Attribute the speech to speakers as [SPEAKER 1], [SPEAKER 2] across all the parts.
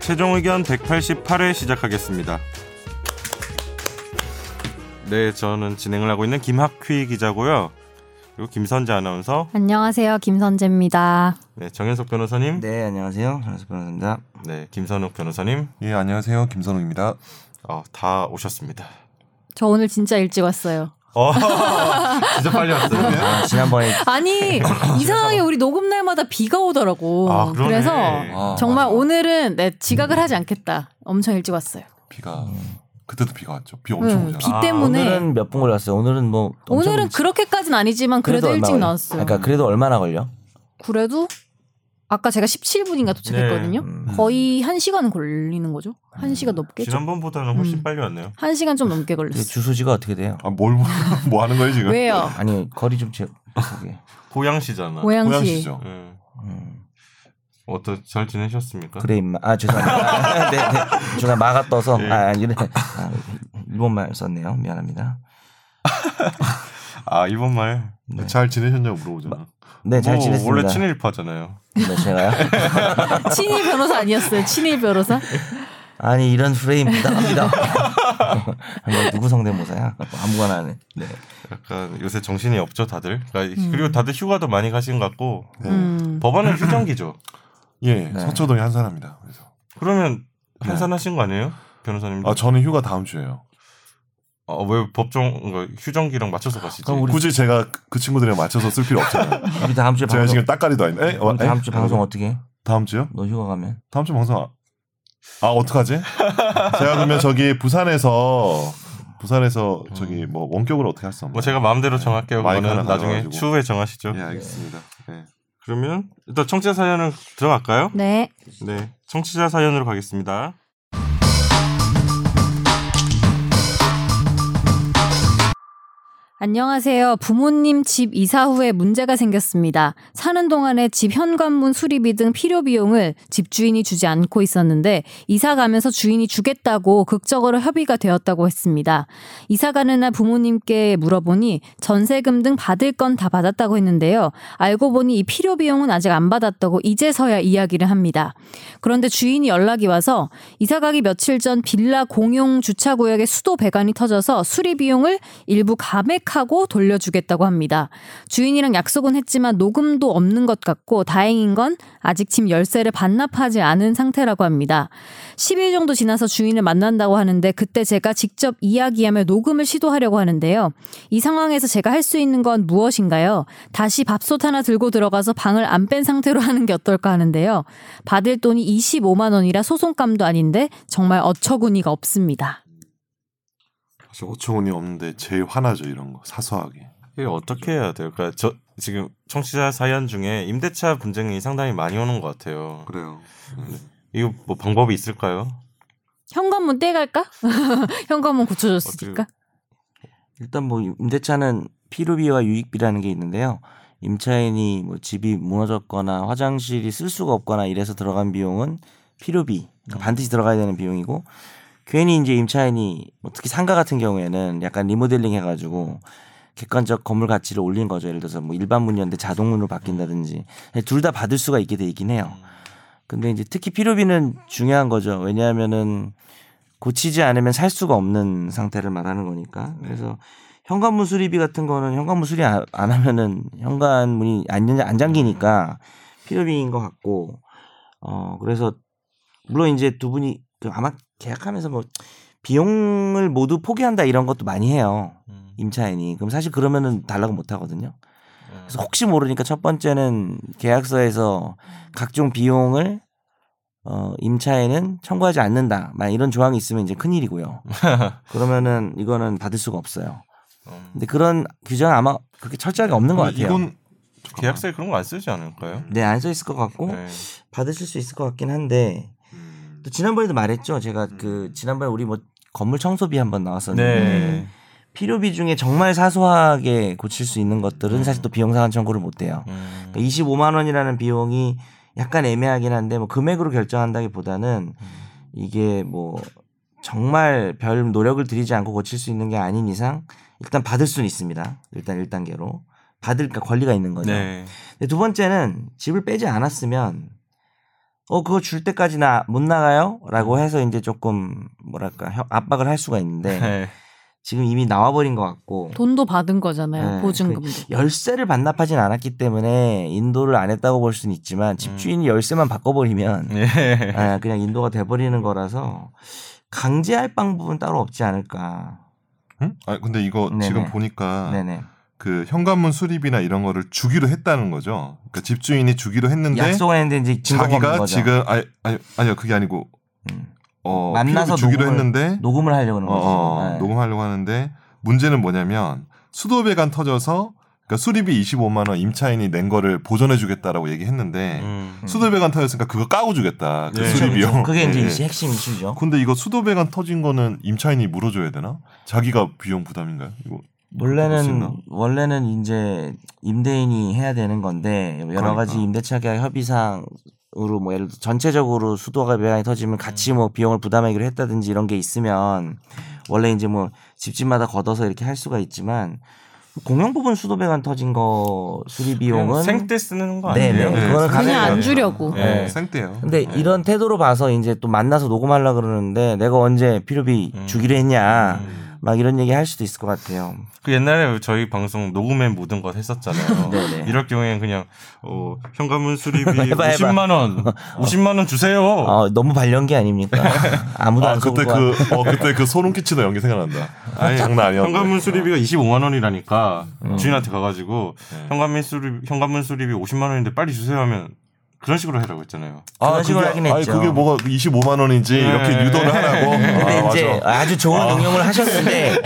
[SPEAKER 1] 최종 의견 188회 시작하겠습니다. 네, 저는 진행을 하고 있는 김학휘 기자고요. 그리고 김선재 아나운서,
[SPEAKER 2] 안녕하세요, 김선재입니다.
[SPEAKER 1] 네, 정현석 변호사님, 네,
[SPEAKER 3] 네, 안녕하세요. 전수 변호사입니다.
[SPEAKER 1] 김선욱 변호사님,
[SPEAKER 4] 예, 안녕하세요. 김선욱입니다.
[SPEAKER 1] 어, 다 오셨습니다.
[SPEAKER 2] 저 오늘 진짜 일찍 왔어요.
[SPEAKER 1] 어, 진짜 빨리 왔어요.
[SPEAKER 3] 아, 지난번에
[SPEAKER 2] 아니 이상하게 우리 녹음 날마다 비가 오더라고.
[SPEAKER 1] 아, 그러네.
[SPEAKER 2] 래서
[SPEAKER 4] 아,
[SPEAKER 2] 정말
[SPEAKER 4] 맞아.
[SPEAKER 2] 오늘은 내 지각을 하지 않겠다. 엄청 일찍 왔어요.
[SPEAKER 4] 비가 그때도 비가 왔죠. 비 엄청
[SPEAKER 2] 응, 음. 비
[SPEAKER 4] 오잖아.
[SPEAKER 1] 아,
[SPEAKER 2] 때문에
[SPEAKER 3] 오늘은 몇 분 걸렸어요? 오늘은 뭐 엄청
[SPEAKER 2] 네. 오늘은 그렇게까지는 아니지만
[SPEAKER 3] 그래도
[SPEAKER 2] 그래도,
[SPEAKER 3] 얼마
[SPEAKER 2] 일찍
[SPEAKER 3] 걸려?
[SPEAKER 2] 나왔어요.
[SPEAKER 3] 아, 그러니까 그래도 얼마나 걸려?
[SPEAKER 2] 그래도 아까 제가 17분인가 도착했거든요.
[SPEAKER 3] 음.
[SPEAKER 2] 거의 한 시간 걸리는 거죠? 한 시간 넘게? 좀-
[SPEAKER 1] 지난번보다는 훨씬
[SPEAKER 2] 음.
[SPEAKER 1] 빨리 왔네요.
[SPEAKER 2] 한 시간 좀 넘게
[SPEAKER 3] 이게
[SPEAKER 2] 걸렸어요.
[SPEAKER 3] 주소지가 어떻게 돼요?
[SPEAKER 4] 아, 뭘, 뭐- 뭐 하는 거예요, 지금?
[SPEAKER 2] 왜요?
[SPEAKER 3] 아니 거리 좀 재. 저기.
[SPEAKER 1] 고양시잖아.
[SPEAKER 2] 고양시.
[SPEAKER 4] 고양시죠.
[SPEAKER 1] 음.
[SPEAKER 3] 음.
[SPEAKER 1] 어떠 잘 지내셨습니까?
[SPEAKER 3] 그래 임마. 아 죄송합니다. 네, 네. 중간 마가 떠서
[SPEAKER 1] 예.
[SPEAKER 3] 아 이래 아, 일본말 썼네요. 미안합니다.
[SPEAKER 1] 아 이번 말.
[SPEAKER 4] 잘 지내셨냐고 물어보잖아.
[SPEAKER 3] 네 잘
[SPEAKER 1] 뭐,
[SPEAKER 3] 지냈습니다.
[SPEAKER 1] 원래 친일파잖아요.
[SPEAKER 3] 네, 제가요.
[SPEAKER 2] 친일 변호사 아니었어요? 친일 변호사?
[SPEAKER 3] 아니 이런 프레임 부담합니다. 너 누구 성대모사야? 아무거나 하네. 네.
[SPEAKER 1] 약간 그러니까 요새 정신이 없죠 다들. 그러니까
[SPEAKER 3] 음.
[SPEAKER 1] 그리고 다들 휴가도 많이 가신 것 같고
[SPEAKER 4] 네.
[SPEAKER 2] 음.
[SPEAKER 1] 법원은 휴정기죠.
[SPEAKER 4] 예,
[SPEAKER 3] 네.
[SPEAKER 4] 서초동에 한 사람입니다. 그래서.
[SPEAKER 1] 그러면 한산하신 거 아니에요, 변호사님?
[SPEAKER 4] 아, 저는 휴가 다음 주예요.
[SPEAKER 1] 아, 왜 법정 그러니까 휴정기랑 맞춰서 가시지?
[SPEAKER 3] 그럼 우리-
[SPEAKER 4] 굳이 제가 그- 그 친구들이랑 맞춰서 쓸 필요 없잖아요.
[SPEAKER 3] 우리 다음 주에
[SPEAKER 4] 제가
[SPEAKER 3] 방송.
[SPEAKER 4] 지금 딱까리도 아닌데. 에? 어,
[SPEAKER 3] 우리 다음
[SPEAKER 4] 에?
[SPEAKER 3] 주 방송 어떻게? 해?
[SPEAKER 4] 다음 주요?
[SPEAKER 3] 너 휴가 가면?
[SPEAKER 4] 다음 주 방송 아, 아 어떡하지? 제가 그러면 저기 부산에서 부산에서 저기 뭐 원격으로 어떻게 할 수 없나요?
[SPEAKER 1] 뭐 제가 마음대로 정할게요.
[SPEAKER 4] 마이크
[SPEAKER 1] 그거는
[SPEAKER 4] 하나
[SPEAKER 1] 나중에
[SPEAKER 4] 가져가지고.
[SPEAKER 1] 추후에 정하시죠.
[SPEAKER 4] 예, 알겠습니다. 예.
[SPEAKER 1] 그러면 일단 청취자 사연을 들어갈까요?
[SPEAKER 2] 네.
[SPEAKER 1] 네, 청취자 사연으로 가겠습니다.
[SPEAKER 2] 안녕하세요. 부모님 집 이사 후에 문제가 생겼습니다. 사는 동안에 집 현관문 수리비 등 필요 비용을 집주인이 주지 않고 있었는데 이사 가면서 주인이 주겠다고 극적으로 협의가 되었다고 했습니다. 이사 가는 날 부모님께 물어보니 전세금 등 받을 건 다 받았다고 했는데요. 알고 보니 이 필요 비용은 아직 안 받았다고 이제서야 이야기를 합니다. 그런데 주인이 연락이 와서 이사 가기 며칠 전 빌라 공용 주차 구역에 수도 배관이 터져서 수리 비용을 일부 감액하고 돌려주겠다고 합니다. 주인이랑 약속은 했지만 녹음도 없는 것 같고 다행인 건 아직 집 열쇠를 반납하지 않은 상태라고 합니다. 10일 정도 지나서 주인을 네, 만난다고 하는데 그때 제가 직접 이야기하며 녹음을 시도하려고 하는데요. 이 상황에서 제가 할 수 있는 건 무엇인가요? 다시 밥솥 하나 들고 들어가서 방을 안 뺀 상태로 하는 게 어떨까 하는데요. 받을 돈이 25만 원이라 소송감도 아닌데 정말 어처구니가 없습니다.
[SPEAKER 4] 사실 5천원이 없는데 제일 화나죠 이런 거 사소하게.
[SPEAKER 1] 이게 어떻게 해야 돼요? 그러니까 저 지금 청취자 사연 중에 임대차 분쟁이 상당히 많이 오는 것 같아요.
[SPEAKER 4] 그래요.
[SPEAKER 1] 이거 뭐 방법이 있을까요?
[SPEAKER 2] 현관문 떼갈까? 현관문 고쳐줬으니까.
[SPEAKER 3] 일단 뭐 임대차는 필요비와 유익비라는 게 있는데요. 임차인이 뭐 집이 무너졌거나 화장실이 쓸 수가 없거나 이래서 들어간 비용은 필요비 그러니까 반드시 들어가야 되는 비용이고 괜히 이제 임차인이 뭐 특히 상가 같은 경우에는 약간 리모델링 해가지고 객관적 건물 가치를 올린 거죠. 예를 들어서 뭐 일반 문이었는데 자동문으로 바뀐다든지 둘 다 받을 수가 있게 돼 있긴 해요. 근데 이제 특히 필요비는 중요한 거죠. 왜냐하면은 고치지 않으면 살 수가 없는 상태를 말하는 거니까. 그래서 현관문 수리비 같은 거는 현관문 수리 안 안 하면은 현관문이 안, 연- 안 잠기니까 필요비인 것 같고. 어, 그래서 물론 이제 두 분이 그 아마 계약하면서 뭐 비용을 모두 포기한다 이런 것도 많이 해요.
[SPEAKER 1] 음.
[SPEAKER 3] 임차인이. 그럼 사실 그러면은 달라고 못 하거든요.
[SPEAKER 1] 음.
[SPEAKER 3] 그래서 혹시 모르니까 첫 번째는 계약서에서 각종 비용을 어, 임차인은 청구하지 않는다. 막 이런 조항이 있으면 이제 큰일이고요. 그러면은 이거는 받을 수가 없어요.
[SPEAKER 1] 음.
[SPEAKER 3] 근데 그런 규정은 아마 그렇게 철저하게 없는 것 같아요.
[SPEAKER 4] 음, 이건
[SPEAKER 1] 계약서에 그런 거 안 쓰지 않을까요?
[SPEAKER 3] 네, 안 써 있을 것 같고
[SPEAKER 1] 네.
[SPEAKER 3] 받으실 수 있을 것 같긴 한데 또 지난번에도 말했죠. 제가 그 지난번에 우리 뭐 건물 청소비 한번 나왔었는데
[SPEAKER 1] 네.
[SPEAKER 3] 필요비 중에 정말 사소하게 고칠 수 있는 것들은 사실 또 비용 상환 청구를 못 해요.
[SPEAKER 1] 음.
[SPEAKER 3] 그러니까 25만 원이라는 비용이 약간 애매하긴 한데 뭐 금액으로 결정한다기보다는 이게 뭐 정말 별 노력을 들이지 않고 고칠 수 있는 게 아닌 이상 일단 받을 수는 있습니다. 일단 1단계로
[SPEAKER 1] 음.
[SPEAKER 3] 받을 권리가 있는 거죠.
[SPEAKER 1] 네.
[SPEAKER 3] 근데 두 번째는 집을 빼지 않았으면 어 그거 줄 때까지 나 못 나가요라고 해서 이제 조금 뭐랄까 혀- 압박을 할 수가 있는데
[SPEAKER 5] 네.
[SPEAKER 3] 지금 이미 나와버린 것 같고
[SPEAKER 2] 돈도 받은 거잖아요.
[SPEAKER 3] 네,
[SPEAKER 2] 보증금도.
[SPEAKER 3] 열쇠를 반납하진 않았기 때문에 인도를 안 했다고 볼 수는 있지만
[SPEAKER 4] 음.
[SPEAKER 3] 집주인이 열쇠만 바꿔버리면
[SPEAKER 1] 네.
[SPEAKER 4] 네.
[SPEAKER 5] 예.
[SPEAKER 3] 아, 그냥 인도가 돼버리는 거라서 강제할 방법은 따로 없지 않을까.
[SPEAKER 4] 응? 아 근데 이거
[SPEAKER 3] 네네.
[SPEAKER 4] 지금 보니까
[SPEAKER 3] 네네.
[SPEAKER 4] 그 현관문 수리비나 이런 거를 주기로 했다는 거죠. 그러니까 집주인이 주기로 했는데
[SPEAKER 3] 약속했는데 이제 증거가 없는
[SPEAKER 4] 자기가
[SPEAKER 3] 거죠.
[SPEAKER 4] 지금 아니 아니 아니요 그게 아니고
[SPEAKER 3] 음.
[SPEAKER 4] 어
[SPEAKER 3] 만나서
[SPEAKER 4] 만나서 주기로
[SPEAKER 3] 녹음을-
[SPEAKER 4] 했는데
[SPEAKER 3] 녹음을 하려고 하는
[SPEAKER 4] 어,
[SPEAKER 3] 거죠.
[SPEAKER 4] 어,
[SPEAKER 3] 네.
[SPEAKER 4] 녹음하려고 하는데 문제는 뭐냐면 수도배관 터져서 그러니까 수리비 25만 원 임차인이 낸 거를 보전해주겠다라고 얘기했는데
[SPEAKER 1] 음.
[SPEAKER 4] 수도배관 터졌으니까 그거 까고 주겠다 그
[SPEAKER 1] 네.
[SPEAKER 3] 그렇죠,
[SPEAKER 4] 수리비용.
[SPEAKER 3] 그렇죠. 그게 이제
[SPEAKER 4] 예, 예.
[SPEAKER 3] 핵심 이슈죠.
[SPEAKER 4] 근데 이거 수도배관 터진 거는 임차인이 물어줘야 되나? 자기가 비용 부담인가요? 이거 그럴 수 있나?
[SPEAKER 3] 원래는 원래는 이제 임대인이 해야 되는 건데 여러
[SPEAKER 4] 그러니까.
[SPEAKER 3] 가지 임대차 계약 협의상으로 뭐 예를 들어 전체적으로 수도가 배양이 터지면 같이
[SPEAKER 1] 음.
[SPEAKER 3] 뭐 비용을 부담하기로 했다든지 이런 게 있으면 원래 이제 뭐 집집마다 걷어서 이렇게 할 수가 있지만 공용 부분 수도 배관 터진 거 수리 비용은
[SPEAKER 1] 생때 쓰는 거
[SPEAKER 3] 네,
[SPEAKER 1] 아니에요?
[SPEAKER 3] 네.
[SPEAKER 4] 네.
[SPEAKER 3] 그거는 가면
[SPEAKER 2] 그냥 안 주려고.
[SPEAKER 1] 예.
[SPEAKER 4] 네, 생때요.
[SPEAKER 3] 근데
[SPEAKER 4] 네.
[SPEAKER 3] 이런 태도로 봐서 이제 또 만나서 녹음하려 그러는데 내가 언제 필요비
[SPEAKER 1] 음.
[SPEAKER 3] 주기로 했냐
[SPEAKER 1] 음.
[SPEAKER 3] 막 이런 얘기 할 수도 있을 것 같아요.
[SPEAKER 1] 그 옛날에 저희 방송 녹음에 모든 것 했었잖아요.
[SPEAKER 3] 네네.
[SPEAKER 1] 이럴 경우에는 그냥 어, 현관문 수리비
[SPEAKER 3] 해봐, 해봐.
[SPEAKER 1] 50만 원, 50만 원 주세요.
[SPEAKER 3] 아, 너무 발령기 아닙니까? 아무도
[SPEAKER 4] 어, 아
[SPEAKER 3] 안 속을
[SPEAKER 4] 그때
[SPEAKER 3] 거 같아.
[SPEAKER 4] 그 어, 그때 그 소름 끼치는 연기 생각난다. 아니 장난 아니었네.
[SPEAKER 1] 현관문 수리비가 25만 원이라니까
[SPEAKER 3] 음.
[SPEAKER 1] 주인한테 가가지고
[SPEAKER 3] 네.
[SPEAKER 1] 현관문 수리 현관문 수리비 50만 원인데 빨리 주세요 하면 그런 식으로 해라고 했잖아요.
[SPEAKER 3] 그런 식으로 하긴
[SPEAKER 4] 아니,
[SPEAKER 3] 했죠.
[SPEAKER 4] 그게 뭐가 25만 원인지 이렇게 유도를 하라고.
[SPEAKER 3] 근데
[SPEAKER 4] 아,
[SPEAKER 3] 이제
[SPEAKER 4] 맞아. 아, 음.
[SPEAKER 3] 아주 좋은 응용을 하셨는데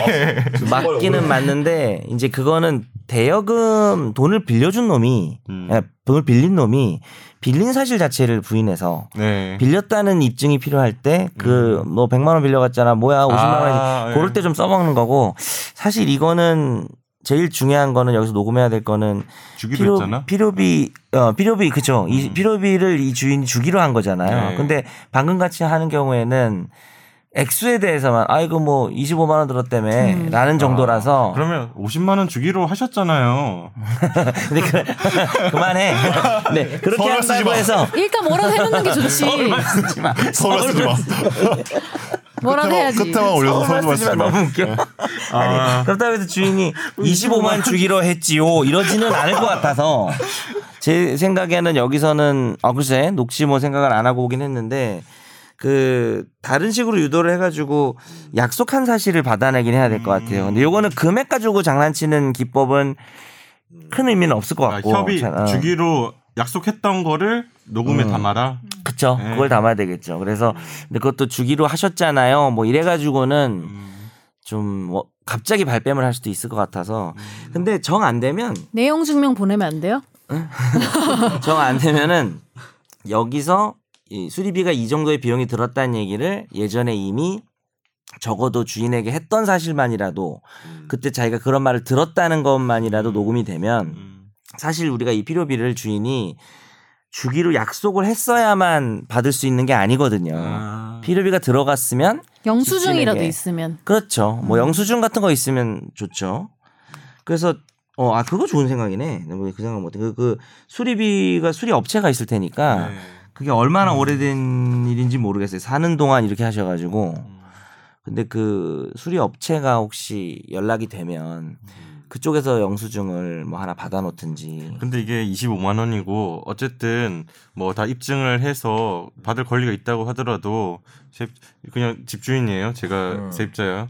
[SPEAKER 3] 맞기는 맞는데 이제 그거는 대여금 돈을 빌려준 놈이
[SPEAKER 1] 음.
[SPEAKER 3] 아, 돈을 빌린 놈이 빌린 사실 자체를 부인해서
[SPEAKER 1] 네.
[SPEAKER 3] 빌렸다는 입증이 필요할 때 그
[SPEAKER 4] 음.
[SPEAKER 3] 뭐 100만 원 빌려갔잖아 뭐야 50만 원이
[SPEAKER 1] 아, 예.
[SPEAKER 3] 그럴 때 좀 써먹는 거고 사실 이거는 제일 중요한 거는 여기서 녹음해야 될 거는
[SPEAKER 1] 주기로
[SPEAKER 3] 필요,
[SPEAKER 1] 했잖아.
[SPEAKER 3] 필요비 어 필요비 그죠 이
[SPEAKER 1] 음.
[SPEAKER 3] 필요비를 이 주인이 주기로 한 거잖아요
[SPEAKER 1] 네.
[SPEAKER 3] 근데 방금 같이 하는 경우에는 액수에 대해서만 아이고 뭐 25만 원 들었다며 라는 정도라서
[SPEAKER 1] 아, 그러면 50만 원 주기로 하셨잖아요.
[SPEAKER 3] 근데 그, 그만해 네 그렇게
[SPEAKER 4] 서울 쓰지
[SPEAKER 3] 한다고
[SPEAKER 4] 마.
[SPEAKER 3] 해서
[SPEAKER 2] 일단 뭐라도 해놓는 게 좋지.
[SPEAKER 4] 서울 쓰지 마.
[SPEAKER 2] 뭐라도
[SPEAKER 4] 끝에만-
[SPEAKER 2] 해야지.
[SPEAKER 4] 끝에만 올려서 서울 쓰지
[SPEAKER 3] 쓰지만
[SPEAKER 4] 마.
[SPEAKER 3] 너무 웃겨 아니 그렇다고 해서 주인이 25만 주기로 했지요 이러지는 않을 것 같아서 제 생각에는 여기서는 아 글쎄 녹취 뭐 생각을 안 하고 오긴 했는데 그 다른 식으로 유도를 해가지고 약속한 사실을 받아내긴 해야 될 것 같아요. 근데 요거는 금액 가지고 장난치는 기법은 큰 의미는 없을 것
[SPEAKER 1] 아,
[SPEAKER 3] 같고
[SPEAKER 1] 협의
[SPEAKER 3] 자, 어.
[SPEAKER 1] 주기로 약속했던 거를 녹음에 담아라.
[SPEAKER 3] 그쵸
[SPEAKER 1] 네.
[SPEAKER 3] 그걸 담아야 되겠죠. 그래서 근데 그것도 주기로 하셨잖아요. 뭐 이래가지고는
[SPEAKER 1] 음.
[SPEAKER 3] 좀뭐 갑자기 발뺌을 할 수도 있을 것 같아서 근데 정 안 되면
[SPEAKER 2] 내용 증명 보내면 안 돼요?
[SPEAKER 3] 정 안 되면은 여기서 이 수리비가 이 정도의 비용이 들었다는 얘기를 예전에 이미 적어도 주인에게 했던 사실만이라도 그때 자기가 그런 말을 들었다는 것만이라도 음. 녹음이 되면
[SPEAKER 1] 음.
[SPEAKER 3] 사실 우리가 이 필요비를 주인이 주기로 약속을 했어야만 받을 수 있는 게 음. 아니거든요.
[SPEAKER 1] 아.
[SPEAKER 3] 필요비가 들어갔으면
[SPEAKER 2] 영수증이라도
[SPEAKER 3] 집주인에게.
[SPEAKER 2] 있으면.
[SPEAKER 3] 그렇죠. 뭐 영수증 같은 거 있으면 좋죠. 그래서 어, 아, 그거 좋은 생각이네. 내가 그 생각 못 해. 그, 그 수리비가 수리 업체가 있을 테니까
[SPEAKER 1] 네.
[SPEAKER 3] 그게 얼마나 오래된 일인지 모르겠어요. 사는 동안 이렇게 하셔 가지고.
[SPEAKER 1] 음.
[SPEAKER 3] 근데 그 수리 업체가 혹시 연락이 되면 그쪽에서 영수증을 뭐 하나 받아 놓든지.
[SPEAKER 1] 근데 이게 25만 원이고 어쨌든 뭐 다 입증을 해서 받을 권리가 있다고 하더라도 제- 그냥 집주인이에요. 제가 세입자야.